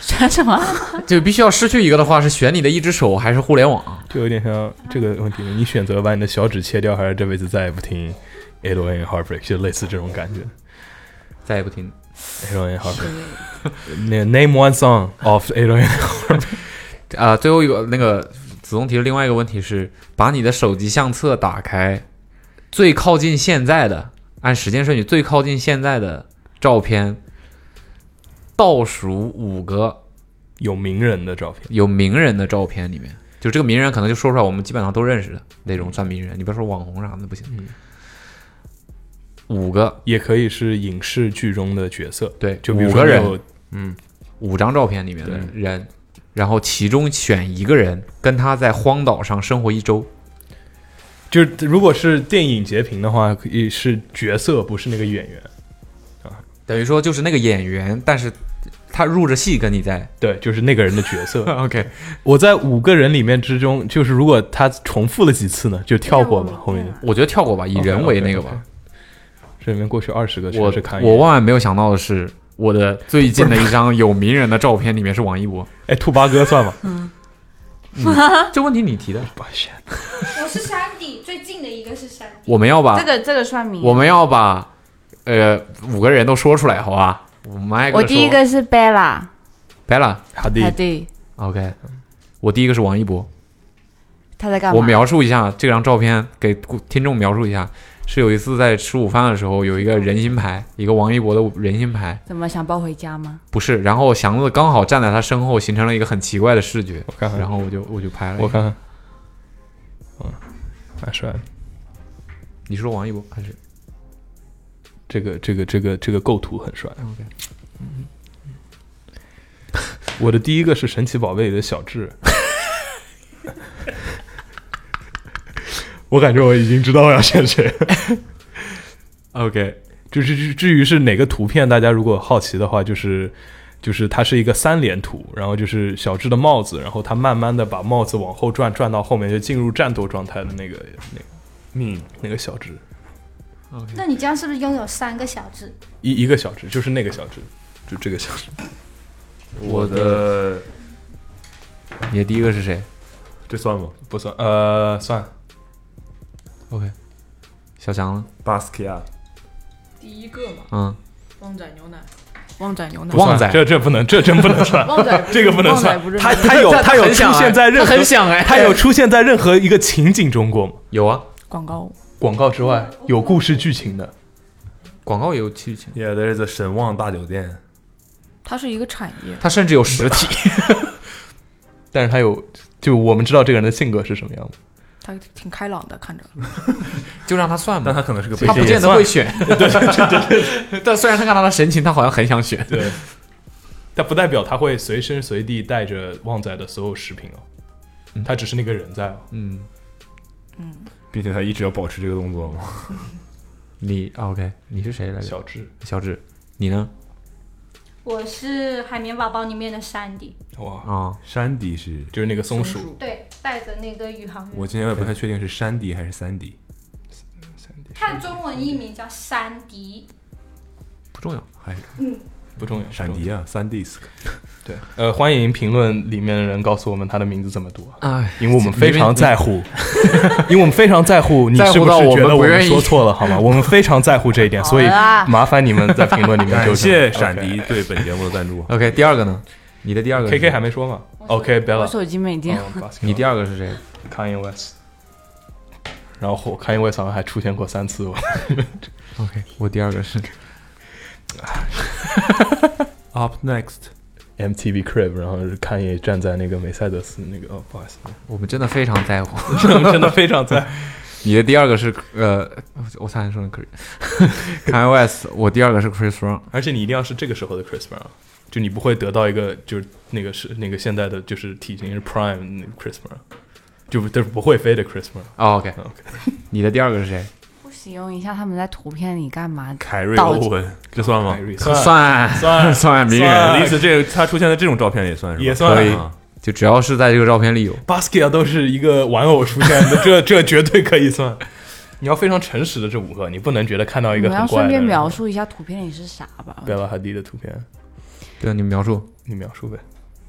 S3: 选什么？
S5: 就必须要失去一个的话，是选你的一只手还是互联网？啊
S2: 就有点像这个问题了，你选择把你的小指切掉，还是这辈子再也不听 a l o n Heartbreak，就类似这种感觉。
S5: 再也不听。
S2: a l o n Heartbreak，那个 Name one song of a l o n
S5: 啊、最后一个那个子龙提的另外一个问题是，把你的手机相册打开，最靠近现在的，按时间顺序最靠近现在的照片，倒数五个
S2: 有名人的照片，
S5: 有名人的照片里面，就这个名人可能就说出来我们基本上都认识的那种算名人，你别说网红啥的不行。
S2: 嗯
S5: 五个，
S2: 也可以是影视剧中的角色，
S5: 对，
S2: 就比如
S5: 五
S2: 说
S5: 个
S2: 你
S5: 人，
S2: 有
S5: 嗯，五张照片里面的人，然后其中选一个人跟他在荒岛上生活一周，
S2: 就是如果是电影截屏的话，可以是角色，不是那个演员。
S5: 等于说就是那个演员，但是他入着戏跟你在。
S2: 对，就是那个人的角 色。
S5: OK，
S2: 我在五个人里面之中，就是如果他重复了几次呢，就跳过吧。后面的
S5: 我觉得跳过吧，以人为那个吧。
S2: 这里面过去二十个全
S5: 我
S2: 是看
S5: 我万万没有想到的是，我的最近的一张有名人的照片里面是王一博。
S2: 哎，兔八哥 算吗？
S6: 啊
S5: 这问题你提的，
S9: 我是山底最近的一个是山底，
S5: 我们要把
S2: 啊
S6: 这个这个算啊名。
S5: 我们要把呃五个人都说出来，好吧？我们挨
S6: 我第一个是 Bella，
S5: 白了
S2: 哈迪
S6: 他对
S5: OK，我第一个是王一博。
S6: 他在干嘛？
S5: 我描述一下这张照片，给顾听众描述一下，是有一次在吃午饭的时候，有一个人形牌，一个王一博的人形牌，
S6: 怎么想抱回家吗？
S5: 不是，然后祥子刚好站在他身后，形成了一个很奇怪的视觉，
S2: 我看看，
S5: 然后我就我就拍了。
S2: 我看看，嗯，蛮帅的。
S5: 你说王一博还是
S2: 这个这个这个这个构图很帅。嗯
S5: OK？
S2: 我的第一个是《神奇宝贝》里的小智。我感觉我已经知道我要选谁了。
S5: OK，
S2: 就是至至于是哪个图片，大家如果好奇的话，就是就是它是一个三连图，然后就是小智的帽子，然后他慢慢的把帽子往后转，转到后面就进入战斗状态的那个那个
S4: 嗯，
S2: 那个小智，
S9: 那你这样是不是拥有三个小智？
S2: 一一个小智就是那个小智，就这个小智，
S4: 我的
S5: 你的第一个是谁
S4: 这算吗
S2: 不算呃算
S5: ？OK，小强呢？
S4: ？Basquiat
S8: 第一个嘛，
S5: 嗯，
S8: 旺仔牛奶，旺仔牛奶，
S5: 旺仔
S2: 不算这这不能这真不 能算，
S8: 旺仔
S2: 这个不能
S8: 旺仔
S2: 算
S8: 不是，
S2: 他他有 他有出现在任何
S5: 想哎，
S2: 他有出现在任何一个情景中过吗？
S5: 有啊，
S8: 广告
S2: 广告之外
S8: 哦
S2: 有故事剧情的，
S5: 广告也有剧情，
S4: Yeah, there is a 神旺大酒店。
S5: 嗯
S8: 它是一个产业，
S5: 他甚至有 实体。
S2: 但是他有就我们知道这个人的性格是什么样吗？
S8: 它挺开朗的，看着。
S5: 就让他算
S4: 但
S5: 吧，
S4: 他可能是个
S5: 他
S4: 背
S5: 不
S4: 景
S5: 见
S4: 也
S5: 得
S4: 算
S5: 会选。对对 对，但虽然他看他的神情，他好像很想选。
S2: 对，但不代表他会随身随地带着旺仔的所有食品哦，
S5: 嗯
S2: 他只是那个人在哦。
S5: 嗯，
S4: 并且他一直要保持这个动作吗？
S5: 你 OK，你是谁来着？
S2: 小智，
S5: 小智，你呢？
S9: 我是海绵宝宝里面的山底，
S2: 哇，
S5: 啊，
S4: 山迪是，
S2: 就是那个松鼠，
S9: 对，带着那个宇航
S4: 我
S9: 员。
S4: 今天也不太确定是山迪还是三迪，
S9: 看中文译名叫山迪，
S5: 不重要。
S4: 还是
S2: 不重要。
S4: 闪
S2: 不重
S4: 迪啊，三 disc。
S2: 要对，呃，欢迎评论里面的人告诉我们他的名字怎么读啊，
S5: 哎，
S2: 因为我们非常在 乎，因为我们非常在乎你
S5: 在乎
S2: 是不是
S5: 到我
S2: 觉得
S5: 们不
S2: 我
S5: 愿
S2: 们
S5: 意。
S2: 说错了，好 吗？我们非常在乎这一点，所以
S6: 好啦
S2: 麻烦你们在评论里面
S4: 感
S2: 纠
S4: 谢
S2: 正。
S4: 闪迪对本节目的赞助
S5: OK，第二个呢？你的第二个
S2: K K 还没说吗？OK
S6: 我
S2: Bella，嗯
S6: 手机没电。
S5: 你第二个是谁？
S2: Kanye West，然后我 Kanye West 好像还出现过三次哦。
S5: OK，我第二个是
S4: Up next，
S2: MTV Crib，然后是看也站在那个梅赛德斯那个，哦，不好意思，
S5: 我们真的非常在乎。
S2: 真的非常在。
S5: 你的第二个是呃，我我差点说成 Chris Kanye West，我第二个是 Chris Brown。
S2: 而且你一定要是这个时候的 Chris Brown，就你不会得到一个就是那个是那个现在的就是体型是 Prime 那个 Chris Brown，就不就是不会飞的 Chris Brown。
S5: 哦 OK，
S2: OK，
S5: 你的第二个是谁？
S6: 不使用一下他们在图片里干嘛？
S4: 凯瑞
S6: 到
S4: 欧文，这算吗
S2: 凯？瑞
S5: 算
S2: 哎算
S5: 算 名
S2: 算
S4: 我
S5: 人，
S4: 的意思，这个他出现在这种照片里也算是吧
S2: 也算
S4: 可以啊。
S5: 就只要是在这个照片里有。
S2: Basquiat 都是一个玩偶出现的，这这绝对可以算。你要非常诚实的这五个，你不能觉得看到一
S6: 我
S2: 个
S6: 们要
S2: 很怪
S6: 顺
S2: 的
S6: 便
S2: 人。
S6: 描述一下图片里是啥吧，
S2: 贝拉哈迪的图片，
S5: 对，你描述
S2: 你描述呗。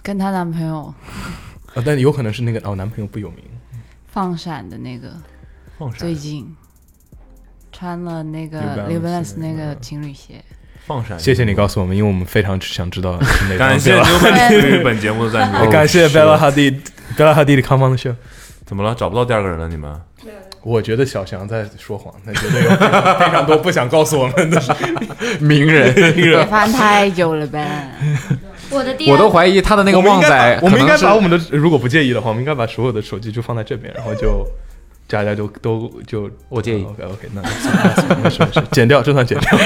S6: 跟她男朋友
S2: 啊，但有可能是那个哦，男朋友不有名。
S6: 放闪的那个，
S4: 放闪
S6: 最，近穿了那个
S2: New
S6: New
S2: Balance
S6: Balance 那个情侣鞋，
S4: 放闪。
S2: 谢谢你告诉我们，因为我们非常想知道是哪
S4: 感谢
S2: 张
S4: 牛本
S6: 对
S4: 对于本节目的赞 助，
S2: 感谢
S4: 是
S2: 贝拉哈迪，贝拉哈迪的 Come on the show。
S4: 怎么了？找不到第二个人了，你们？
S2: 我觉得小翔在说谎，那绝对有非常多不想告诉我们的事
S5: 名人，
S6: 别翻太久了呗。
S9: 我的 第
S5: 我
S9: 二
S5: 都怀疑他的 那个
S2: 我们
S5: 旺
S2: 应该
S5: 仔
S2: 把，我们应该
S5: 可
S2: 把
S5: 能
S2: 我
S5: 是
S2: 们的，如果不介意的话，我们应该把所有的手机就放在这边，然后就大家就都就
S5: 嗯我介意
S2: OK OK，那算了算了没事没事，剪掉，这算剪掉。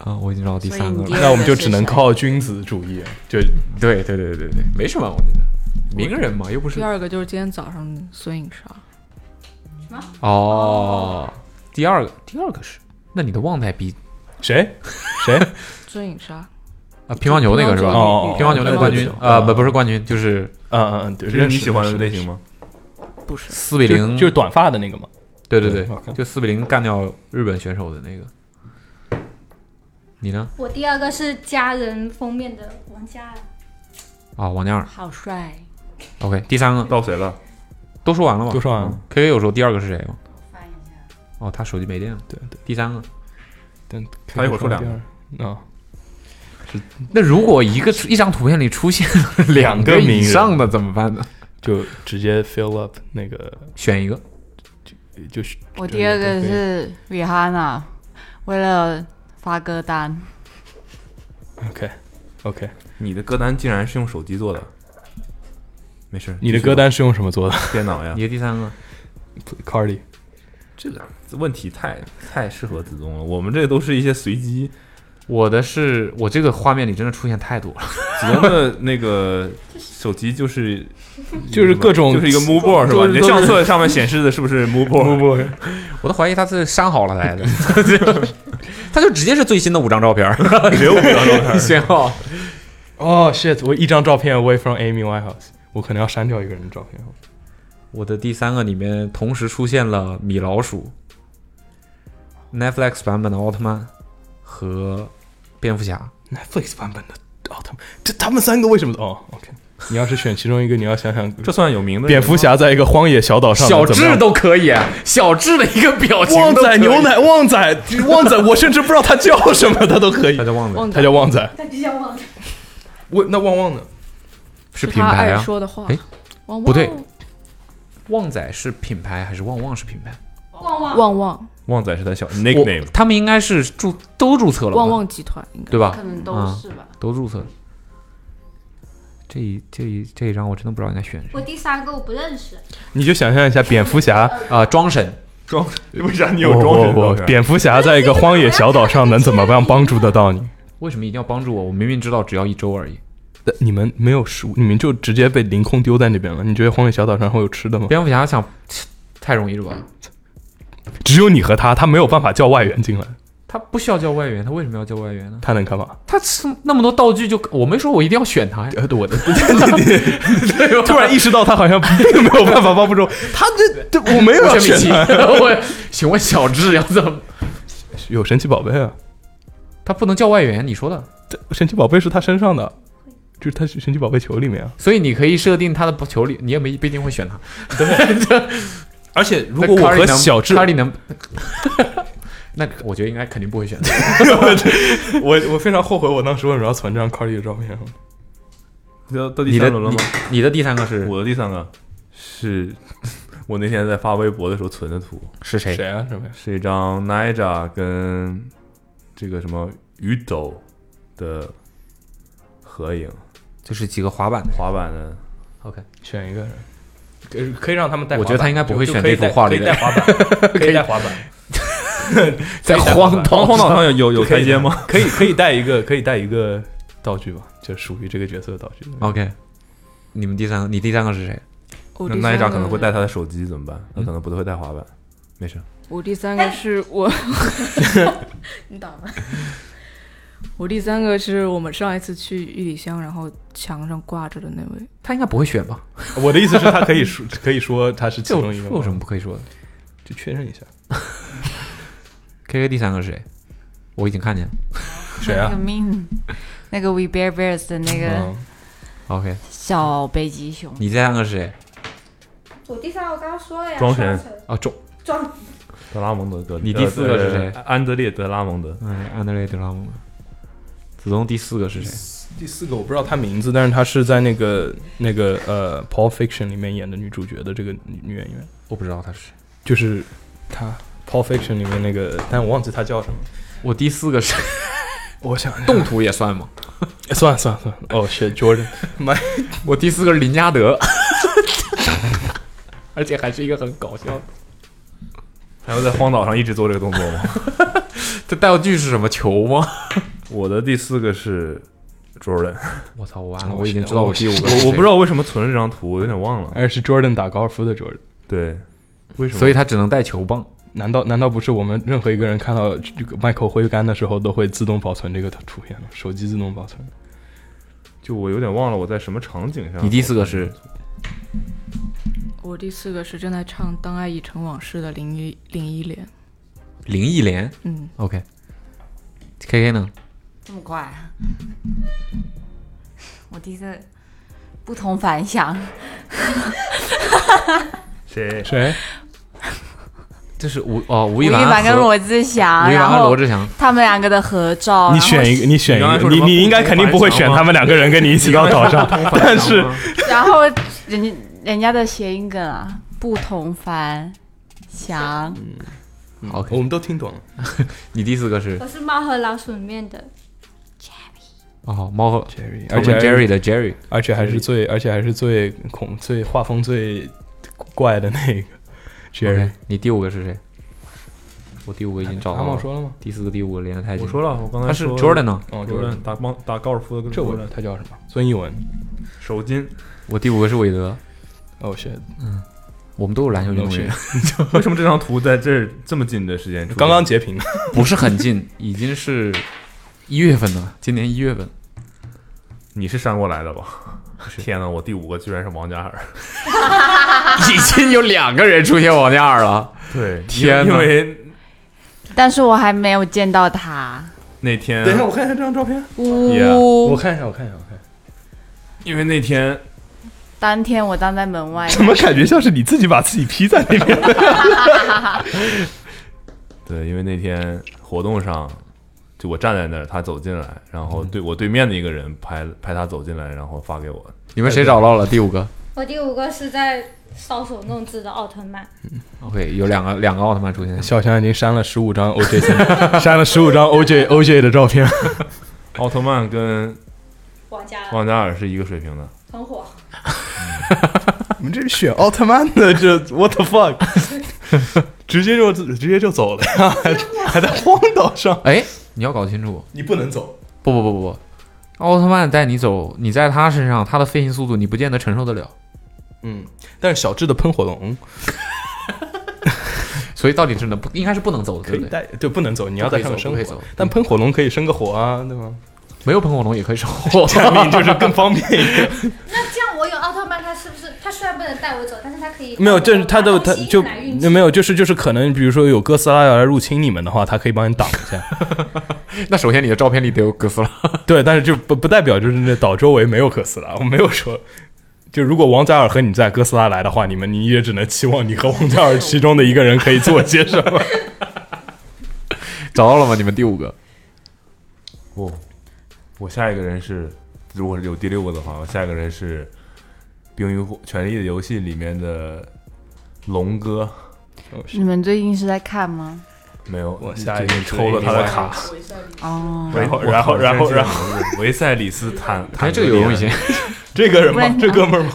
S5: 啊，我已经找到第三个
S6: 所以你
S5: 了。
S2: 那我们就只能靠君子主义，就
S5: 对对对对对对，没什么，我觉得名人嘛，又不是
S2: 啊
S8: 第二个就是今天早上孙颖莎，
S5: 哦。第二个，第二个是，那你的旺仔比
S2: 谁谁
S8: 孙颖莎
S5: 啊乒乓球那个是吧？
S2: 哦
S5: 乒乓球那个冠军，呃，不不是冠军，就是
S2: 嗯嗯
S5: 哦
S2: 嗯，对，
S4: 这是
S2: 认
S4: 你
S2: 识
S4: 喜欢的
S2: 认识
S4: 类型吗？
S8: 不是
S5: 四比
S2: 就
S5: 零，
S2: 就是短发的那个嘛。
S5: 对对对
S2: 对，OK，
S5: 就四比零干掉日本选手的那个。你呢？
S9: 我第二个是家人封面的王嘉尔，
S5: 啊，王嘉尔。
S6: 好帅，
S5: OK，第三个
S4: 到谁了？
S5: 都说完了吗？
S2: 都说完了
S5: 嗯 K K 有说第二个是谁吗？哦，他手机没电了。
S2: 对对，
S5: 第三个，
S2: 但
S4: 他一会儿说两个
S2: 个啊，
S5: 那如果一个一张图片里出现 两
S2: 两个
S5: 个
S2: 名人
S5: 以上的怎么办呢？
S2: 就直接 fill up 那个
S5: 选一个。
S2: 就是
S6: 我第二个是 Rihanna，为了发歌单，
S2: OK OK，
S4: 你的歌单竟然是用手机做的？没事，
S2: 你的
S4: 继续
S2: 歌
S4: 吧
S2: 单是用什么做的
S4: 电脑呀
S5: 你？的第三个，
S2: ？Cardi
S4: 这个问题太太适合子宗了，我们这都是一些随机。
S5: 我的是我这个画面里真的出现太多了。
S4: 子宗的那个手机就是
S2: 就是各种
S4: 就是一个 m o v e board 是
S5: 就
S4: 吧？
S5: 是
S4: 你的相册上面显示的是 不是 m o v e board？
S2: 不不，
S5: 我都怀疑他是删好了来的， 他就直接是最新的五张照片儿，
S4: 留五张照片
S5: 选好。
S2: 哦 shit，我一张照片 away from Amy Winehouse，我可能要删掉一个人的照片。
S5: 我的第三个里面同时出现了米老鼠、Netflix 版本的奥特曼和蝙蝠侠。
S2: Netflix 版本的奥特曼，这他们三个为什么？哦，OK，你要是选其中一个，你要想想，
S4: 这算有名的人吗
S2: 蝙蝠侠在一个荒野小岛上，
S5: 小
S2: 怎么
S5: 智
S2: 样
S5: 都可以，小智的一个表情。
S2: 旺仔牛，奶，旺仔旺仔，我甚至不知道他叫什么，他都可以
S5: 大，家忘了
S8: 旺
S2: 他
S8: 仔
S2: 叫旺仔。
S9: 他比较忘了。
S2: 我那旺旺呢？
S5: 是品
S8: 他
S5: 牌
S8: 爱
S5: 啊？
S8: 说的话
S5: 哎。
S8: 旺旺
S5: 不对旺仔是品牌还是旺旺是品牌？
S9: 旺旺，
S8: 旺旺
S4: 旺仔是他小
S5: 我
S4: nickname，
S5: 他们应该是注都注册了吧，
S8: 旺旺集团应该
S5: 对吧？
S6: 能
S5: 啊
S6: 吧。
S5: 都注册了。这一这一这一张我真的不知道应该选谁
S9: 我第三个我不认识，
S2: 你就想象一下，蝙蝠侠，
S5: 啊、庄神
S4: 装为啥你有
S2: 我
S4: 装
S2: 我
S4: 神照
S2: 我，
S4: 片？
S2: 蝙蝠侠在一个荒野小岛上能怎么样帮助得到你？
S5: 为什么一定要帮助我？我明明知道只要一周而已。
S2: 呃你们没有食物，你们就直接被凌空丢在那边了。你觉得荒野小岛上会有吃的吗？
S5: 蝙蝠侠想太容易了吧？
S2: 只有你和他，他没有办法叫外援进来，
S5: 他不需要叫外援，他为什么要叫外援呢？
S2: 他能干 嘛？
S5: 他是那么多道具就，我没说我一定要选他呀。
S2: 呃，我的，突 然意识到他好像并没有办法帮助我他这这我没有
S5: 我
S2: 要选
S5: 选米奇，
S2: 他，
S5: 我请问小智要怎么？
S2: 有神奇宝贝啊，
S5: 他不能叫外援，你说的，
S2: 这神奇宝贝是他身上的，就是他是神奇宝贝球里面啊。
S5: 所以你可以设定他的球里，你也没不一定会选他。
S2: 而且如果我和小智
S5: 卡，里能， 那我觉得应该肯定不会选 他。
S2: 我我非常后悔我当时为什么要存这张 Cardi 的照片。
S4: 到到第
S5: 你的
S4: 三轮了
S5: 你
S4: 吗？
S5: 你的第三个是
S4: 我的第三个是 我那天在发微博的时候存的图，
S5: 是谁？
S2: 谁啊？什么呀？
S4: 是一张 Nija 跟这个什么宇斗的合影，
S5: 就是几个滑板的。
S4: 滑板 的。
S5: OK，
S2: 选一个人，可可以让他们带
S5: 我
S2: 滑板。
S5: 觉得他应该不会
S2: 就
S5: 选
S2: 可以
S5: 这幅
S2: 带
S5: 画里
S2: 可以
S5: 的
S2: 带滑 板， 可以带滑板，
S5: 啊在荒
S4: 黄
S5: 岛
S4: 黄岛上有有有台阶吗？？
S2: 可以，可以带一个，可以带一个道具吧，就属于这个角色的道具。
S5: OK，你们第三个，你第三个是谁？
S8: 我
S4: 那
S8: 第
S4: Nija
S8: 三
S4: 可能会
S8: 个，
S4: 带他的手机怎么办？他可能不会带滑板，没事。
S8: 我第三个是我，你打吧。 我第三个是我们上一次去玉里乡，然后墙上挂着的那位，
S5: 他应该不会选吧？
S2: 我的意思是，他可以说 可以说他是其
S5: 这有
S2: 中一
S5: 这
S2: 个
S5: 有
S2: 吗，
S5: 什么不可以说的
S2: 就确认一下
S5: ？K K 第三个是谁？我已经看见了。
S2: 谁
S6: 那
S2: 啊
S6: 个？命，那个 We Bear Bears 的那个
S2: 嗯，
S5: OK，
S6: 小北极熊，
S5: 你第三个是谁？
S9: 我第三个我刚刚说了呀，
S4: 庄神
S9: 双城
S5: 啊，中，
S9: 庄
S4: 德拉蒙德格里。
S5: 你第四个是谁
S4: 呃？安德烈·德拉蒙德。
S5: 嗯，安德烈德拉蒙德。子东第四个是谁？
S2: 第四个我不知道她名字，但是她是在那个那个呃《Paul Fiction》里面演的女主角的这个女女演员，
S10: 我不知道他是谁。
S2: 就是她《Paul Fiction》里面那个，但我忘记她叫什么。
S5: 我第四个是
S2: 我想一下
S5: 动图也算吗？
S2: 算了算了算了，哦，shit Jordan，妈呀，
S5: 我第四个是林加 德，而且还是一个很搞笑的。
S4: 还要在荒岛上一直做这个动作吗？
S5: 这道具是什么球吗？
S4: 我的第四个是 Jordan，
S5: 我操，完
S2: 了
S5: 了，
S2: 我
S5: 啊我
S2: 已
S5: 已
S2: 经
S5: 经
S2: 知
S5: 知
S2: 道
S5: 道
S2: 我
S5: 我
S2: 第
S5: 第
S2: 五
S5: 五
S2: 个
S5: 个。
S4: 我我不知，道为什么存了这张图，我有点忘了。
S2: 而是 Jordan 打高尔夫的 Jordan，
S4: 对，为什么？
S5: 所以他只能带球棒。
S2: 难道难道不是我们任何一个人看到这个 Michael 挥杆的时候都会自动保存这个图片吗？手机自动保存？
S4: 就我有点忘了我在什么场景上。
S5: 你第四个是
S8: 我第四个是正在唱《当爱已成往事》的林一林忆莲，
S5: 林忆莲
S8: 嗯，
S5: ，OK。K K 呢？
S6: 这么快啊、我第四个不同凡响，
S4: 谁？
S2: 谁？
S5: 这是吴哦，吴
S6: 吴
S5: 亦
S6: 亦
S5: 凡
S6: 凡跟
S5: 和
S6: 罗志祥，
S5: 吴亦
S6: 然
S5: 凡和
S6: 后
S5: 罗志祥。
S6: 他们两个的合照，
S2: 你
S6: 哦然后
S2: 选一个，你选一
S4: 你刚才
S2: 个，
S4: 说
S2: 你
S4: 什么
S2: 你应该肯定不会选他们两个人跟你一起到岛 上，但是
S6: 然后人家人家的谐音梗啊，不同凡响，
S5: OK
S2: 哦我们都听懂了。
S5: 你第四个是
S9: 我是《猫和老鼠》里面的，
S5: 哦，猫和
S2: Jerry，
S5: 而
S2: 而
S5: 且
S2: 且
S5: Jerry 的 Jerry，
S2: 而且还是最，而且还是最恐、最画风最怪的那个 Jerry
S5: 你第五个是谁？我第五个已经找
S2: 阿
S5: 到
S2: 茂
S5: 了。
S2: 说了吗？
S5: 第四个、第五个连的太近。
S4: 我说了，我刚才
S5: 他是
S4: 说
S5: Jordan 呢？
S2: 哦，Jordan，
S4: Jordan 打帮打高尔夫的跟
S2: 这我
S4: Jordan
S2: 他叫什么？孙一文。
S4: 手 巾。
S5: 我第五个是韦德，
S2: 哦，shit，
S5: 我们都有篮球运动员
S2: No，shit
S4: 为什么这张图在这儿这么近的时间出现？
S2: 刚刚截屏的。
S5: 不是很近，已经是一月份了，今年一月份。
S4: 你是删过来的吧？天哪，我第五个居然是王嘉尔。
S5: 已经有两个人出现王嘉尔了，
S4: 对，
S5: 天
S4: 因
S5: 哪
S4: 为
S6: 但是我还没有见到他。
S4: 那天
S10: 等一下，我看一下这张照片。
S6: 呜、
S2: 看一下，我看一下，我看。
S4: 因为那天
S6: 当天我站在门外，
S2: 怎么感觉像是你自己把自己 P 在那边？
S4: 对，因为那天活动上，就我站在那儿，他走进来，然后对我对面的一个人拍拍他走进来，然后发给我。
S5: 你们谁找到了第五个
S9: 我第五个是在搔首弄姿的奥特曼，
S5: ？OK，有两个两个奥特曼出现。
S2: 小强已经删了十五张 OJ，森 删了十五张 OJ OJ 的照片。
S4: 奥特曼跟
S9: 王嘉尔
S4: 王嘉尔是一个水 平的，
S9: 很火。
S2: 你们这是选奥特曼的，这 what the fuck？直接就直接就走了呀，还还在荒岛上，
S5: 哎，你要搞清楚，
S2: 你不能走。
S5: 不不不不不，奥特曼带你走，你在他身上，他的飞行速度你不见得承受得了，
S2: 嗯，但是小智的喷火龙嗯
S5: 所以到底是能不应该是不能走的，
S2: 可
S5: 对
S2: 以
S5: 不对？
S2: 带，对，不能走，你要在上面生
S5: 不可以走
S2: 火
S5: 不可以走。
S2: 但喷火龙可以生个火啊，对吗？
S5: 没有喷火龙也可以 生火。
S2: 看病哦就是更方便一点。
S9: 那这样我有奥特曼，他是不是他虽然不能带我走，但是他可以
S2: 没有，这是他的，他
S9: 把东西
S2: 就
S9: 运来运去
S2: 没有，就是就是可能，比如说有哥斯拉要来入侵你们的话，他可以帮你挡一下。
S5: 那首先你的照片里得有哥斯拉，
S2: 对，但是就不不代表就是那岛周围没有哥斯拉，我没有说。就如果王嘉尔和你在哥斯拉来的话，你们你也只能期望你和王嘉尔其中的一个人可以做些什么。
S5: 找到了吗？你们第五个，
S4: 我、我下一个人是，如果是有第六个的话，我下一个人是《冰与火：权力的游戏》里面的龙哥，
S6: 你们最近是在看吗？
S4: 没有，
S2: 我下一
S4: 就
S2: 个
S4: 是抽了他的卡，
S6: 哦，
S4: 然后
S2: 我
S4: 然后
S2: 我
S4: 然后
S2: 真
S4: 然后维塞里斯 坦，
S5: 哎，
S4: 坦
S5: 这个有用一些。
S2: 这个 人吗？
S6: 问
S2: 这哥们儿吗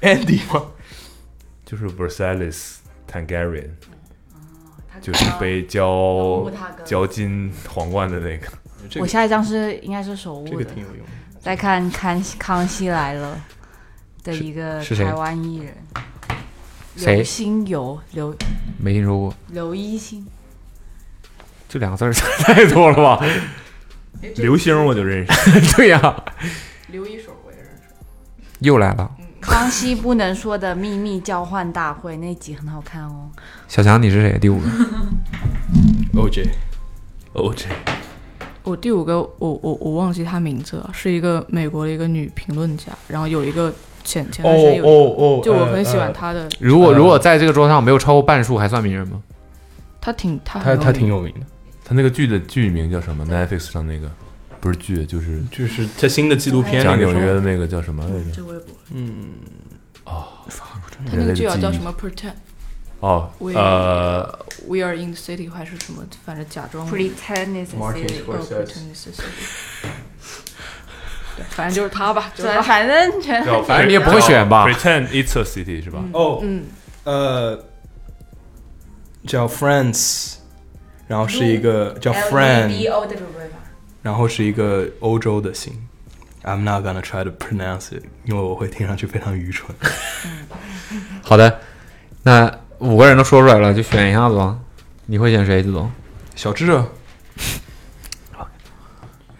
S2: ？Andy 吗？
S4: 就是 Versailles Targaryen，就是被
S6: 哦
S4: 浇浇金皇冠的那个。
S2: 这
S6: 我
S2: 个
S6: 下一张是应该是手
S2: 这
S6: 握
S2: 个
S6: 的，
S2: 挺有用的。
S6: 在看康《康熙来了》的一个
S5: 是谁
S6: 台湾艺人，
S5: 谁
S6: 刘星游，刘
S5: 没听说过，
S6: 刘一星，
S5: 这两个字儿 太多了吧？
S11: 刘星我就认识，
S5: 对呀、
S8: 留一手我也认识。
S5: 又来了。
S8: 嗯
S6: 康熙不能说的秘密交换大会 那集很好看哦。
S5: 小强，你是谁？第五个
S2: OJ，OJ，
S8: 我第五个，我我我忘记她名字了，是一个美国的一个女评论家，然后有一个前前段时间有一个
S2: 哦哦
S8: 就我很
S2: 呃
S8: 喜欢
S2: 呃
S8: 她的，
S5: 如果如果在这个桌上没有超过半数，还算名人吗？
S8: 她挺她
S2: 他
S8: 很
S2: 他挺有名的，
S11: 他那个剧的剧名叫什么？Netflix 上那个不是剧，就是
S2: 就是他新的纪录片
S11: 讲
S2: 那个
S11: 纽
S2: 时候
S11: 约的那个叫什么来着？
S8: 这我也不，
S2: 嗯，
S8: 她那个
S11: 人类
S8: 剧
S11: 的
S8: 要
S11: 记忆
S8: 叫什么 Pretend。
S11: 哦，
S8: We
S11: 呃，
S8: We are in the city 还是什么，反正假装
S6: Pretend is a
S7: Martin
S6: city
S7: Scorsese
S8: 呃 Pretend is the city。对，反正就是她 吧，就是
S6: 对，
S8: 她。
S6: 反正全
S11: 叫
S5: 反正你也不会选吧
S11: 叫 Pretend it's a city 是吧？
S2: 哦，
S8: 嗯，
S2: 呃，叫 Friends，然后是一个叫
S8: E
S6: B
S2: Friend，
S6: E O W 吧。
S2: 然后是一个欧洲的姓。I'm not gonna try to pronounce it，因为我会听上去非常愚蠢。
S5: 好的，那啊五个人都说出来了，就选一下子吧。你会选谁，子总？
S2: 小智，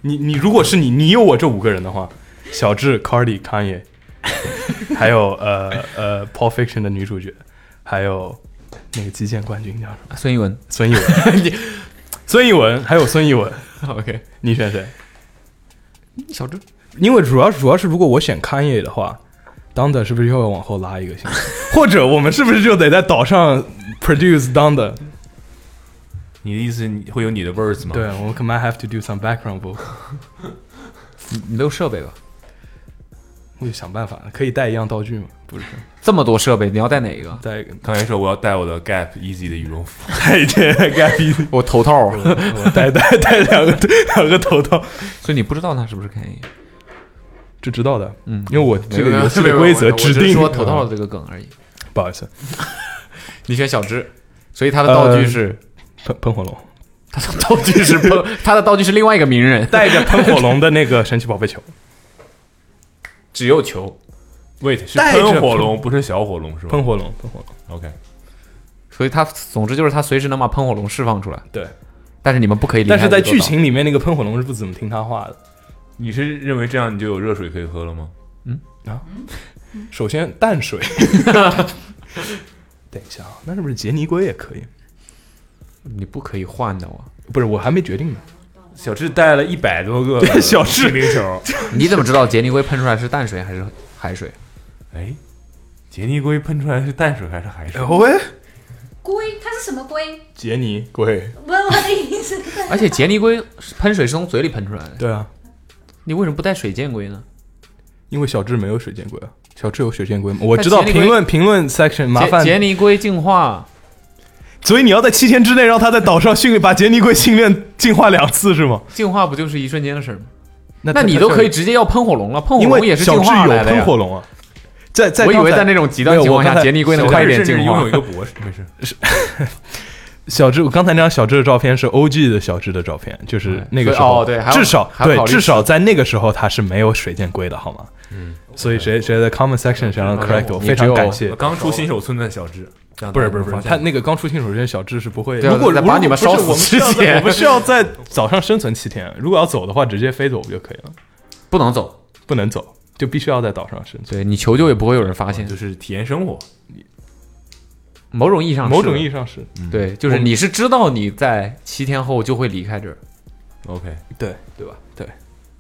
S2: 你你如果是你，你有我这五个人的话，小智、Cardi、Kanye，还有呃呃《Paul Fiction》的女主角，还有那个击剑冠军叫什么？
S5: 孙一文。
S2: 孙一文， 你孙一文，还有孙一文，
S5: OK，
S2: 你选谁？
S5: 小智。
S2: 因为主要主要是，如果我选 Kanye 的话，Donda 是不是又要往后拉一个星期？ 或者我们是不是就得在岛上 produce Donda？
S11: 你的意思你会有你的 words 吗？
S2: 对，啊我们可能 have to do some background vocal，
S5: 你你都有设备吧？
S2: 我就想办法，可以带一样道具吗？不是，
S5: 这么多设备，你要带哪一个？
S2: 带一个
S11: 刚才说我要带我的 Gap Easy 的羽绒服，
S2: 带一件盖比，
S5: 我头套。
S2: 我带带带两个两个头套，
S5: 所以你不知道他是不是 K？
S2: 这知道的，
S5: 嗯，
S2: 因为我这个
S5: 没有
S2: 游戏的规则指
S5: 我只是
S2: 定
S5: 说头套的这个梗而已。
S2: 不好意思，
S5: 你选小智，所以他的道具是、
S2: 喷喷火龙，
S5: 他的道具是不， 他的道具是另外一个名 人，
S2: 带着喷火龙的那个神奇宝贝球，
S5: 只有球，
S11: Wait，是
S2: 带着
S11: 喷火龙，不是小火龙是吧？
S2: 喷火龙，喷火龙，
S11: OK，
S5: 所以他总之就是他随时能把喷火龙释放出来，
S2: 对。
S5: 但是你们不可以离开
S2: 但是在
S5: 这座
S2: 剧
S5: 岛
S2: 情里面，那个喷火龙是不怎么听他话的。
S11: 你是认为这样你就有热水可以喝了吗？
S2: 首先淡水。等一下啊，那是不是杰尼龟也可以？
S5: 你不可以换的哦。
S2: 不是，我还没决定呢。
S11: 小智带了一百多个
S2: 小智
S11: 冰球，
S5: 你怎么知道杰尼龟喷出来是淡水还是 海水？
S11: 哎，杰尼龟喷出来是淡水还是海
S4: 哎
S11: 水？
S2: 喂，
S9: 龟，它是什么龟？
S2: 杰尼龟，
S9: 不是我的意思。
S5: 而且杰尼龟是喷水是从嘴里喷出来的，
S2: 对啊，
S5: 你为什么不带水箭龟呢？
S2: 因为小智没有水箭龟啊，小智有水箭龟吗？我知道
S5: 但杰尼龟
S2: 评论评论 section 麻烦
S5: 杰，杰尼龟进化，
S2: 所以你要在七天之内让他在岛上训练，把杰尼龟训练进化两次是吗？
S5: 进化不就是一瞬间的事儿吗？
S2: 那
S5: 那
S2: 他
S5: 你都可以，直接要喷火龙了，喷火
S2: 因
S5: 龙
S2: 为
S5: 也是进
S2: 小智
S5: 化
S2: 有
S5: 来的
S2: 喷
S5: 呀
S2: 火。龙啊。在在
S5: 我以为在
S2: 刚才
S5: 那种极端情况
S2: 没有我刚
S5: 下，
S2: 才
S5: 杰尼龟能
S11: 小智
S5: 快一点
S11: 甚至
S5: 进
S11: 拥
S5: 化
S11: 有一。个博士，没事，
S2: 小智，我刚才那张小智的照片是 OG 的小智的照片，就是那个时候，
S5: 哦对还要
S2: 至少
S5: 还要
S2: 对
S5: 考虑
S2: 至少在那个时候他是没有水箭龟的，好吗？嗯，所以谁谁在 comment section 上让 correct 我，
S5: 你
S2: 非
S5: 只
S2: 常
S5: 有
S2: 感谢。
S11: 刚出新手村的小智，这样
S2: 不是不是不
S11: 大
S2: 是，
S11: 家
S2: 他
S11: 能
S2: 那个刚出新手之前，小智是不会。
S5: 对啊
S2: 如果
S5: 在把你们烧死
S2: 如果不是我们
S5: 之
S2: 需要在
S5: 前
S2: 我们需要在早上生存七天。如果要走的话，直接飞走不就可以了？
S5: 不能走，
S2: 不能走，就必须要在岛上生存。
S5: 对你求救也不会有人发
S11: 发现就。
S5: 现
S11: 是体验生活，
S5: 某种意义上是，
S2: 某种意义上是
S5: 对，就是你是知道你在七天后就会离开这儿，
S11: OK，
S2: 对对吧？对，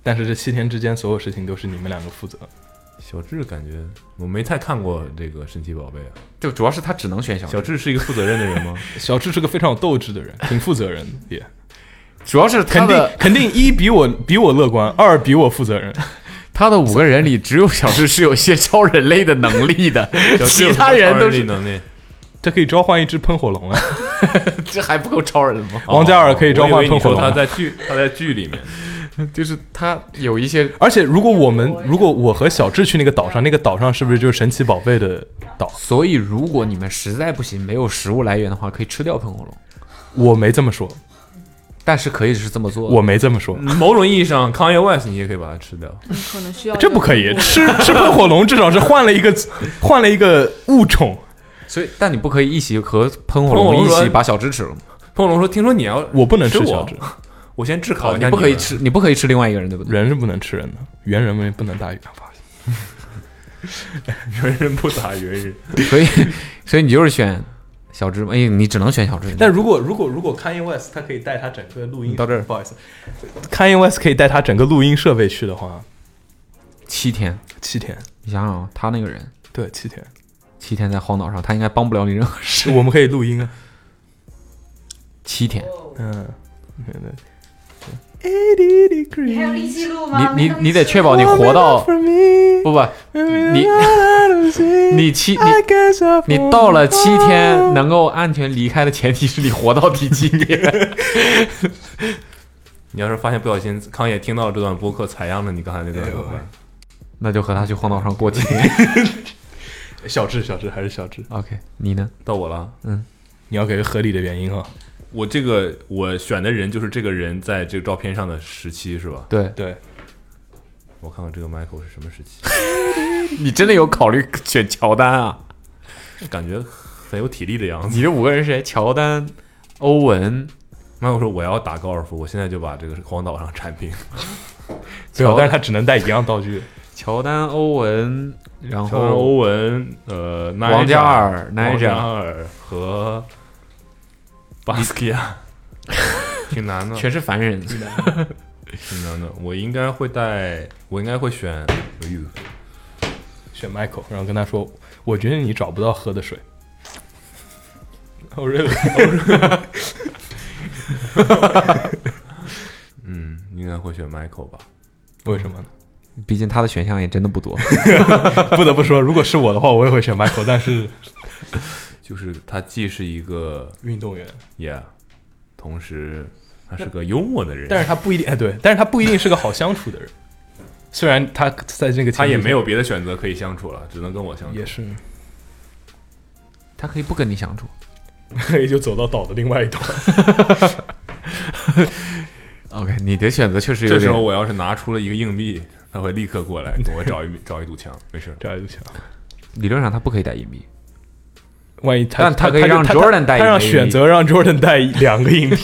S2: 但是这七天之间，所有事情都是你们两个负责。
S11: 小智感觉我没太看过这个神奇宝贝啊。
S5: 就主要是他只能选小
S11: 小
S5: 智，
S11: 智是一个负责任的 人吗？
S2: 小智是个非常有斗志的人，挺负责任的，也
S5: 主要是他
S2: 肯定
S5: 的
S2: 肯定一比我 比我乐观，二比我负责任。
S5: 他的五个人里只有小智是有些超人类的能力的，
S11: 小智有
S5: 其
S11: 什么
S5: 他人
S11: 超
S5: 都
S11: 能力
S5: 是
S11: 能力。
S2: 这可以召唤一只喷火龙啊！
S5: 这还不够超人吗？
S2: 王嘉尔可以召
S11: 我
S2: 唤
S11: 以为
S2: 喷
S11: 你
S2: 火
S11: 说
S2: 龙
S11: 他
S2: 啊，
S11: 在剧他在剧里面，
S5: 哦就是他有一些
S2: 而且如果我们如果我和小智去那个岛上，那个岛上是不是就是神奇宝贝的岛？
S5: 所以，如果你们实在不行，没有食物来源的话，可以吃掉喷火龙，
S2: 我没这么说，
S5: 但是可以是这么做的。
S2: 我没这么说，
S11: 某种意义上，Kanye West 你也可以把它吃掉。
S8: 你可能需要
S2: 这不可以
S8: 一个
S2: 吃吃喷火龙，至少是换了一个换了一个物种。
S5: 所以，但你不可以一起和喷
S11: 喷
S5: 火
S11: 火
S5: 龙
S11: 龙
S5: 一
S11: 说
S5: 起把小智吃了吗？
S4: 碰龙说：“听说你要
S2: 我不能吃
S4: 我
S2: 小指，
S4: 我先炙烤一下
S5: 你不可以
S4: 们
S5: 吃，你不可以吃另外一个人，对不对？
S2: 人是不能吃人的，猿人们不能 打猿
S4: 猿人不打猿人，
S5: 所以，所以你就是选小芝麻，哎，你只能选小芝麻。
S2: 但如果如果如果 Kanye West 他可以带他整个录音
S5: 到这儿
S2: 不好意思，Kanye West 可以带他整个录音设备去的话，
S5: 七天，
S2: 七天，
S5: 你想想啊，他那个人
S2: 对，七 天，
S5: 七天在荒岛上，他应该帮不了你任何事。
S2: 我们可以录音啊，
S5: 七天，
S2: 嗯，对对，
S9: 你还有力气录吗？
S5: 你你
S9: 没东西
S5: 你得
S2: 哦
S5: 确保你活到不不，你 你七你你到了七天能够安全离开的前提是你活到第七天。
S4: 你要是发现不小心康也听到这段播客采样了你刚才那段怎么办？
S5: 那就和他去荒岛上过七天。
S2: 小智小智还是小智，
S5: OK，你呢？
S4: 到我了，
S2: 你要给个合理的原因啊，
S4: 我这个我选的人就是这个人在这个照片上的时期是吧？
S5: 对
S2: 对，
S4: 我看看这个 Michael 是什么时期，
S5: 你真的有考虑选乔丹啊？
S4: 感觉很有体力的样子。
S5: 你这五个人是谁？乔丹、欧文、
S4: Michael 说我要打高尔夫，我现在就把这个荒岛上铲平。
S2: 对啊
S5: 乔，
S2: 但是他只能带一样道具，
S5: 乔丹、欧文，然
S4: 乔丹、
S5: 后
S4: 欧文、呃，奈
S5: 王嘉
S4: 扎、
S5: 尔、奈
S4: 王嘉
S5: 扎，
S4: 尔和巴斯克亚，挺难的，
S5: 全是凡人。
S4: 挺难的。我应该会带，我应该会选，哎呦
S2: 选 Michael，然后跟他说，我觉得你找不到喝的水。 哦，热，
S4: 嗯，应该会选 Michael 吧。
S2: 为什么呢？
S5: 毕竟他的选项也真的不多。
S2: 不得不说，如果是我的话，我也会选 Michael，但是
S4: 就是他既是一个
S2: 运动员，
S4: yeah，同时他是个幽默的人，
S2: 但是他不一定，哎，对，但是他不一定是个好相处的人。 虽然他在这个，
S4: 他也没有，别的选择可以相处了，只能跟我相处
S2: 也。是，
S5: 他可以不跟你相处。
S2: 也就走到岛的另外一端。
S5: OK，你的选择确实有
S4: 这时候
S5: 点。
S4: 我要是拿出了一个硬币，他会立刻过来给我找一找一堵墙，没事儿。
S2: 这样就行。
S5: 理论上他不可以带硬币，
S2: 万一他，
S5: 但
S2: 他
S5: 他可以让
S2: 他
S5: Jordan 带
S2: 他
S5: 一
S2: 让
S5: 枚
S2: 选择让 Jordan 带两个 硬币，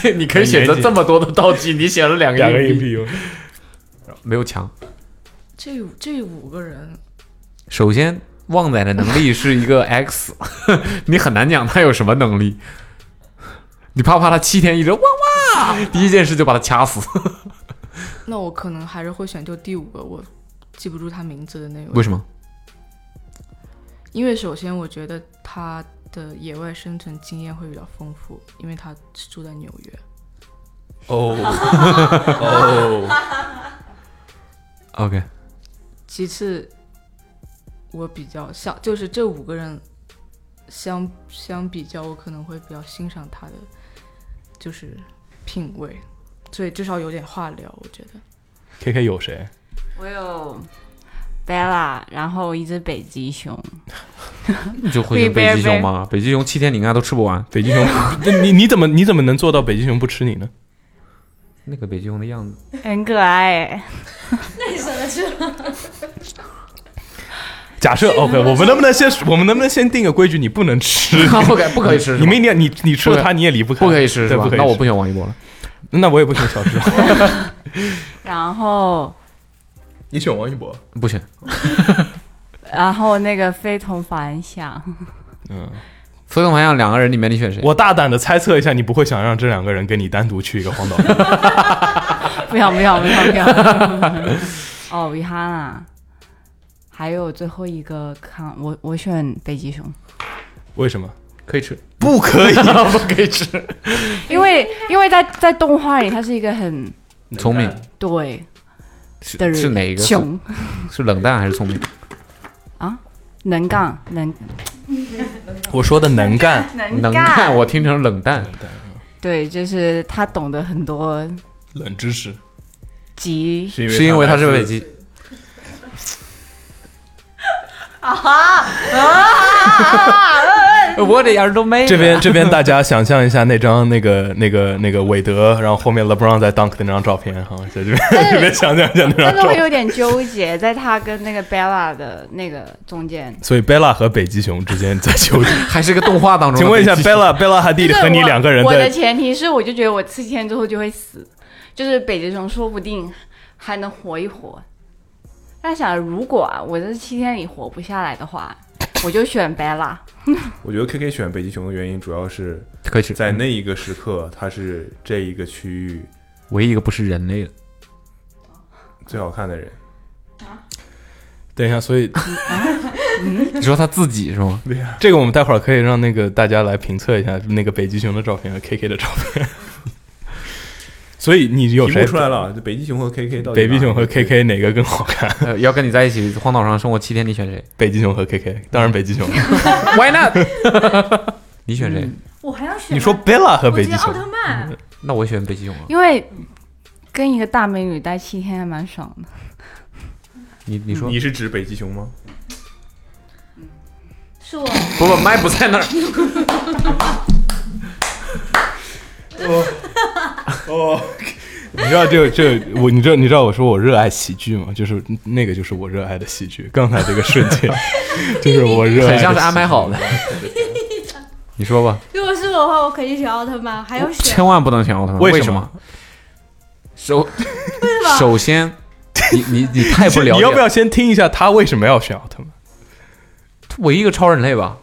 S5: 这 你可以选择这么多的道具，你选了两
S2: 两个
S5: 个
S2: 硬
S5: 硬
S2: 币
S5: 币，
S2: 哦，
S5: 没有强。
S8: 这这五个人，
S5: 首先，旺仔的能力是一个 X，你 很难讲他有什么能力。你怕不怕他七天一直哇哇，第一件事就把他掐死？
S8: 那我可能还是会选就第五个，我记不住他名字的那位。
S5: 为什么？
S8: 因为首先我觉得他的野外生存经验会比较丰富，因为他是住在纽约。
S4: 哦哦，
S5: OK，
S8: 其次，我比较像就是这五个人相相比较，我可能会比较欣赏他的就是品味，所以至少有点话聊，我觉得。
S2: K K 有谁？
S6: 我有 Bella，然后一只北极熊，
S5: 你就会选北极熊吗？北极熊七天你应该都吃不完，
S2: 北极熊？ 那你你怎么你怎么能做到北极熊不吃你呢？
S5: 那个北极熊的样子。
S6: 很可爱哎。
S9: 那你舍得去吗？
S2: 假设 OK，我们能不能先我们能不能先定个规矩，你不能吃？
S5: 不可 不可以吃是吗
S2: 你明天你你吃了它你也离不开，
S5: 不可以吃是
S2: 对
S5: 吧
S2: 不？可以
S5: 那我
S2: 吃
S5: 不选王一博了。
S2: 那我也不选小智，
S6: 然后，
S2: 你选王一博。
S5: 不选，
S6: 然后那个非同凡响，
S2: 嗯，
S5: 所以我想两个人里面你选谁？
S2: 我大胆的猜测一下，你不会想让这两个人跟你单独去一个荒岛。
S6: 不要不要不要 不要。哦，遗憾啊。还有最后一个看我，我选北极熊，
S2: 为什么？
S5: 可以吃，
S2: 不可以，
S5: 不可以吃。
S6: 因为因为在在动画里它是一个很
S5: 聪明
S6: 对
S5: 是
S6: 的人，
S5: 是哪一个？是
S6: 熊
S5: 是冷淡还是聪明？
S6: 能干能
S2: 我说的能干，
S5: 冷淡，我听成冷淡。
S6: 对，就是他懂得很多
S2: 冷知识。
S6: 极
S4: 是因为
S5: 是因为他是
S4: 来
S5: 北
S4: 自
S5: 极，
S9: 啊！
S5: 我这样都没了
S2: 这边这边大家想象一下那张那个那个那个韦德，然后后面 LeBron 在 dunk 的那张照片哈，在这边 这边想象一下那
S6: 但
S2: 张
S6: 是
S2: 照
S6: 我
S2: 片。
S6: 有点纠结，在他跟那个 Bella 的那个中间。
S2: 所以 Bella 和北极熊之 间在纠结，
S5: 还是个动画当中的
S2: 请问一下
S5: 北极熊
S2: Bella Bella 和弟
S6: 这
S2: 和你
S6: 我
S2: 两个人
S6: 我的
S2: 在
S6: 前提是，我就觉得我刺签之后就会死，就是北极熊说不定还能活一活。但想如果啊，我这七天里活不下来的话，我就选 Bella。
S4: 我觉得 K K 选北极熊的原因主要是
S5: 可以是
S4: 在那一个时刻，它是这一个区域
S5: 唯一一个不是人类的。
S4: 最好看的人。
S2: 等一下，所以
S5: 你说他自己是吗？
S4: 对呀、
S2: 这个我们待会儿可以让那个大家来评测一下那个北极熊的照片和 KK 的照片。所以你有
S4: 题目
S2: 谁
S4: 出来了？就北极熊和 K K 到底
S2: 北极熊和
S4: 哪个
S2: KK 哪个更好看？
S5: 呃，要跟你在一起荒岛上生活七天，你选谁
S2: 北极熊和 KK，当然北极熊。
S5: ？Why not？你选谁？
S9: 我还要选
S2: 你说 Bella 和
S9: 我
S2: 北极
S9: 觉得奥
S2: 熊，
S9: 特曼，
S5: 那我选北极熊啊。
S6: 因为跟一个大美女待七天还蛮爽的。
S5: 你你说
S4: 你是指北极熊吗？
S9: 是我
S5: 不不，麦不在那儿。
S2: 哦，你知道这这我你知道你知道我说我热爱喜剧吗？就是那个就是我热爱的喜剧，刚才这个瞬间 就是我热爱，
S5: 很像是安排。好的。 你说吧，
S9: 如果是我的话，我肯定选奥特曼，还要哎选
S5: 千万不能选奥特曼。
S2: 为
S5: 为
S2: 什
S5: 么？ 首
S9: 吧
S5: 首先，你你你太不了
S2: 你
S5: 解
S2: 要不
S5: 了。
S2: 要先听一下他为什么要选奥特曼？
S5: 唯一一个超人类吧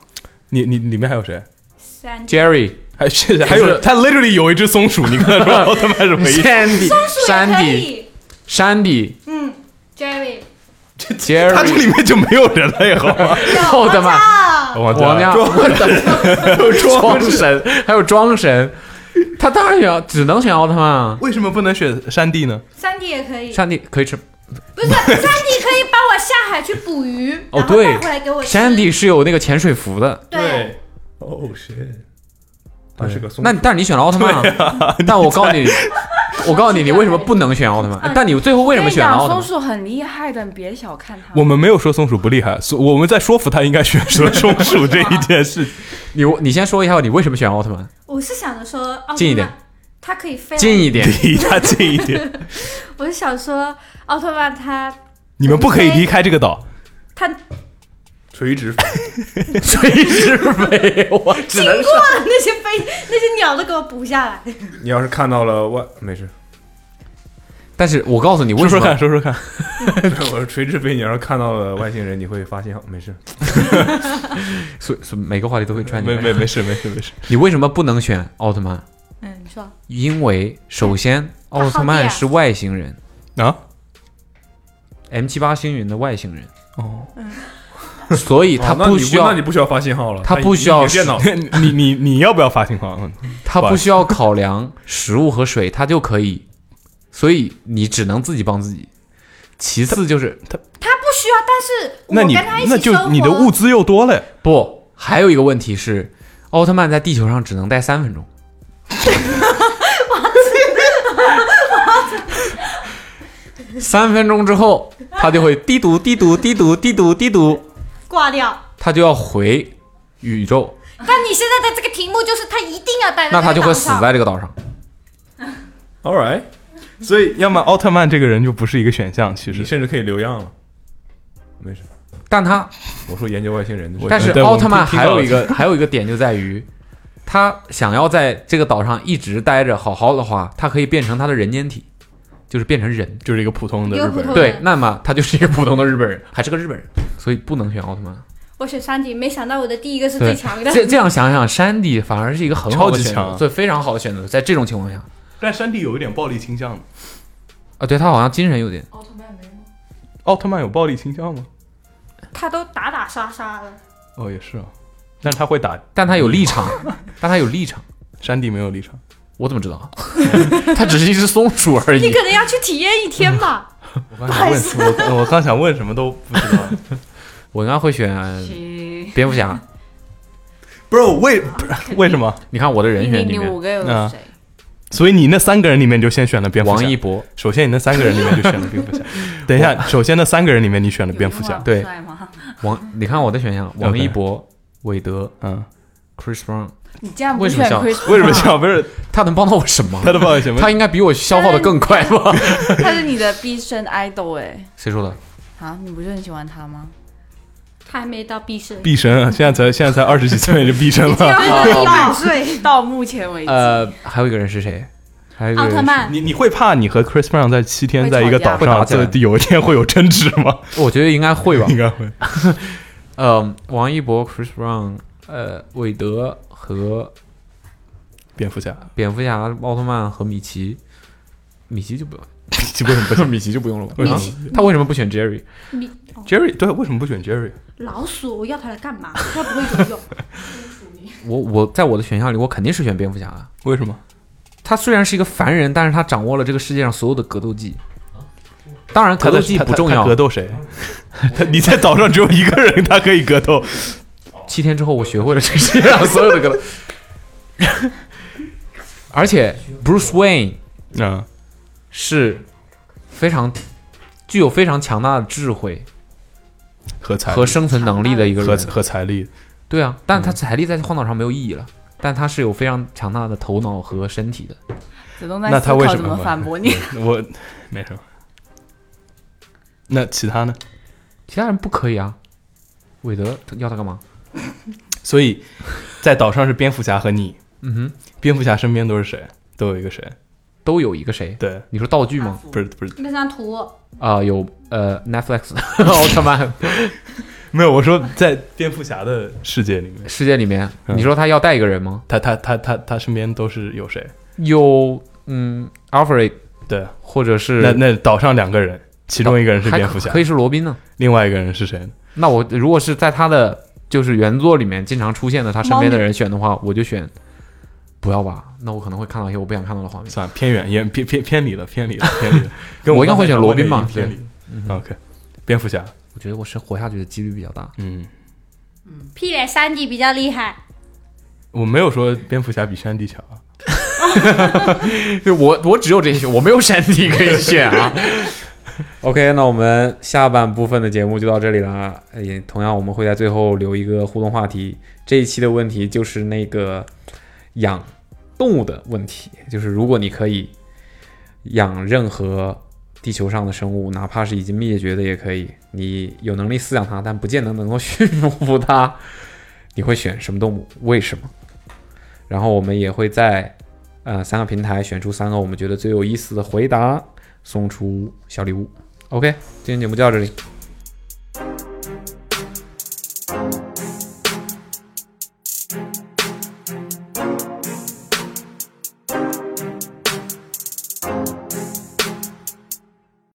S2: 你你里面还有谁？
S9: 三。
S5: ，Jerry、
S2: 还谢谢，还有他 literally 有一只松鼠，你跟他说奥特曼是唯一。
S5: Sandy、
S9: 松鼠也可
S5: Sandy、
S9: 以，
S5: Sandy、
S9: 嗯，Jerry，
S2: 他这里
S5: Jerry、
S2: 面就没有人类好吗？
S5: 奥特曼、
S9: 啊，
S2: 我
S5: 王亮、我的
S2: 装
S5: 哦装 神，还有装神，他当然选，只能选奥特曼啊。
S2: 为什么不能选山地呢？
S9: 三 D 也可以，
S5: 山地可以吃
S9: 哎不是三 D 可以帮我下海去捕鱼，
S5: 哦
S9: 然后
S5: 对
S9: 带回来给我吃。
S5: 山地是有那个潜水服的，
S9: 对，
S2: Oh,
S4: 哦、shit，它是个松鼠。
S5: 那但是你选了奥特曼啊，但我告诉 你，我告诉你，你为什么不能选奥特
S9: 嗯
S5: 曼？但你最后为什么
S6: 跟你
S5: 选了
S6: 讲，
S5: 奥特
S6: 松鼠
S5: 曼？
S6: 很厉害的，你别小看它。
S2: 我们没有说松鼠不厉害，所我们在说服他应该选择松鼠这一件事情。
S5: 你你先说一下你为什么选奥特曼？
S9: 我是想着说奥
S5: 近一
S9: 特
S5: 点
S9: 曼，它可以飞来。啊
S5: 近一点，
S2: 离他近一点，
S9: 我是想说奥特曼它
S2: 你们不可以离开这个岛。
S9: 它
S4: 垂直飞，
S5: 垂直飞，我只
S9: 经
S5: 能
S9: 过了那些飞那些鸟都给我捕下来。
S4: 你要是看到了外，没事。
S5: 但是我告诉你，为
S2: 说
S5: 什
S2: 说看，
S5: 么
S2: 说说看，
S4: 我说垂直飞，你要是看到了外星人，你会发现 没事。
S5: 所所每个话题都会穿
S2: 没
S5: 进
S2: 没
S5: 来。
S2: 没事没事没事。
S5: 你为什么不能选奥特曼？
S9: 嗯，你说
S5: 因为首先
S9: 啊
S5: 奥特曼是外星人
S2: 啊
S5: ，M 七八星云的外星人，
S2: 哦，
S5: 所以他
S4: 哦那你
S5: 需
S4: 那
S5: 要
S4: 你不需要发信号了，
S5: 他
S4: 已
S5: 不需要
S4: 已经有电脑。
S2: 哦 你你你要不要发信号？嗯
S5: 它
S2: 不好
S5: 不
S2: 意思
S5: 需要考量食物和水，它就可以，所以你只能自己帮自己。其次就是
S9: 它不需要，但是我
S2: 那你
S9: 跟它一
S2: 那
S9: 起
S2: 就
S9: 生活，
S2: 你的物资又多了呀。
S5: 不，还有一个问题是，奥特曼在地球上只能待 三分钟。三分钟之后，他就会滴嘟滴嘟滴嘟滴嘟滴嘟，
S9: 挂掉。
S5: 他就要回宇宙，
S9: 但你现在的这个题目就是它一定要带
S5: 那他就会死 在这个岛上。
S4: All right，
S2: 所以，要么奥特曼这个人就不是一个选项。其
S4: 你
S2: 实，
S4: 甚至可以留样了，没事。
S5: 但他
S4: 我说研究外星人的事，
S5: 但是
S2: 对我们
S5: 奥特曼
S2: 听
S5: 还有一
S2: 听到
S5: 个还有一个点就在于，他想要在这个岛上一直待着好好的话，他可以变成他的人间体，就是变成人。
S2: 就是一个普通的日
S9: 一个
S2: 本
S9: 普
S2: 人
S9: 通。
S5: 对，那么他就是一个普通的日本人，还是个日本人，所以不能选奥特曼。
S9: 我选三 D，没想到我的第一个是
S5: 对
S9: 最强的。
S5: 这这样想想，山地反而是一个很好的
S2: 超级
S5: 选择，
S2: 强
S5: 所以非常好的选择。在这种情况下，
S2: 但山地有一点暴力倾向的。
S5: 啊，对他好像精神有点，
S8: 奥特曼没吗？
S2: 奥特曼有暴力倾向吗？
S9: 他都打打杀杀了，
S2: 哦，也是啊。但是他会打，
S5: 但他有立 场，但他有立场，
S2: 山地没有立场。
S5: 我怎么知 道啊？他只是一只松鼠而
S9: 你
S5: 已。
S9: 可能要去体验一天吧。
S2: 我刚想问什么，我我刚想问什么都不知道。
S5: 我应该会选
S6: 七
S5: 蝙蝠侠。
S2: Bro，为不是为什么？
S5: 你看我的人
S6: 你
S5: 选
S6: 你
S5: 里面，
S6: 五个有
S2: 嗯
S6: 谁？
S2: 所以你那三个人里面就先选了蝙蝠
S5: 王
S2: 侠
S5: 一。博，
S2: 首先，你那三个人里面就选了蝙 蝠侠。等一下，首先那三个人里面你选了蝙蝠侠。
S5: 对
S6: 帅吗？
S5: 王，你看我的选项，王一博、韦德、
S2: 嗯，
S5: Chris Brown。
S6: 你竟然不
S5: 为什么
S6: 选
S5: 像
S6: Chris Brown 为什么像
S11: 不是
S5: 他能帮到我什么？
S11: 他能帮我什么
S5: 他应该比我消耗的更快 吧？
S6: 他是你的毕生 idol 哎、
S5: 谁说的？
S6: 啊，你不是很喜欢他 吗？
S9: 他还没到毕生，
S2: 毕生 啊，现在才现在才二十几岁就毕生了
S6: 到岁到目前为止，
S5: 呃，还有一个人是谁？还有一个人是
S9: 奥特曼
S2: 你你会怕你和 Chris Brown 在七天在一个岛
S5: 会打
S2: 上，
S5: 起来
S2: 就有一天会有争执吗？
S5: 我觉得应该 会吧，
S2: 应该会。
S5: 呃，王一博、Chris Brown、呃，韦德和
S2: 蝙蝠侠、
S5: 蝙蝠侠、奥特曼和米奇，米奇就不用，
S2: 米奇为什么不
S5: 米奇就不用了吧？
S2: 为什么
S5: 啊他为什么不选 Jerry？
S9: 你哦
S2: Jerry 对，为什么不选 Jerry？
S9: 老鼠，我要它来干嘛？它不会游泳。
S5: 我我在我的选项里，我肯定是选蝙蝠侠啊。
S2: 为什么？
S5: 他虽然是一个凡人，但是他掌握了这个世界上所有的格斗技。当然，格斗技
S2: 他在
S5: 不重
S2: 他
S5: 要
S2: 他。格斗谁？ 他你在岛上只有一个人，他可以格 斗。
S5: 七天之后，我学会了这个世界上所有的格斗。 而且，Bruce Wayne
S2: 啊，
S5: 是非常具有非常强大的智慧
S2: 和财力
S5: 和生存能力的一个
S2: 和
S5: 人。
S2: 和财力，嗯
S5: 对啊，但他财力在荒岛上没有意义了，但他是有非常强大的头脑和身体的。
S6: 子东在
S2: 那
S6: 思
S2: 他为
S6: 考
S2: 什
S6: 怎么
S2: 么
S6: 反驳你。？
S2: 我没什么。那其他呢？
S5: 其他人不可以啊。韦德要他干嘛？
S2: 所以在岛上是蝙蝠侠和你，
S5: 嗯哼，
S2: 蝙蝠侠身边都是谁？都有一个谁？
S5: 都有一个谁？
S2: 对，
S5: 你说道具吗？
S2: 不是不是，
S9: 那张图，
S5: 啊、有呃，Netflix 奥 特曼
S2: 没有，我说在蝙蝠侠的世界里面，
S5: 世界里面，
S2: 嗯
S5: 你说他要带一个人吗？
S2: 他他他他他身边都是有谁？
S5: 有嗯，Alfred
S2: 对，
S5: 或者是
S2: 那那岛上两个人，其中一个人是蝙蝠侠
S5: 还可，可以是罗宾呢。
S2: 另外一个人是谁呢？
S5: 那我如果是在他的就是原作里面经常出现的他身边的人选的话，我就选不要吧。那我可能会看到一些我不想看到的画面。
S2: 算了偏远，也偏偏偏离了，偏 离了，偏离了。跟
S5: 我应该会选罗宾吧嗯
S2: 吧？偏离了。OK，蝙蝠侠，
S5: 我觉得我是活下去的几率比较大。
S2: 嗯，
S9: 屁嘞，三 D 比较厉害。
S2: 我没有说蝙蝠侠比山地强啊。
S5: 就我我只有这些，我没有山地可以选啊。OK，那我们下半部分的节目就到这里啦。也同样，我们会在最后留一个互动话题。这一期的问题就是那个养动物的问题，就是如果你可以养任何地球上的生物，哪怕是已经灭绝的也可以，你有能力饲养它，但不见得能够 驯服它，你会选什么动物？为什么？然后我们也会在呃三个平台选出三个我们觉得最有意思的回答，送出小礼物。OK，今天节目就到这里，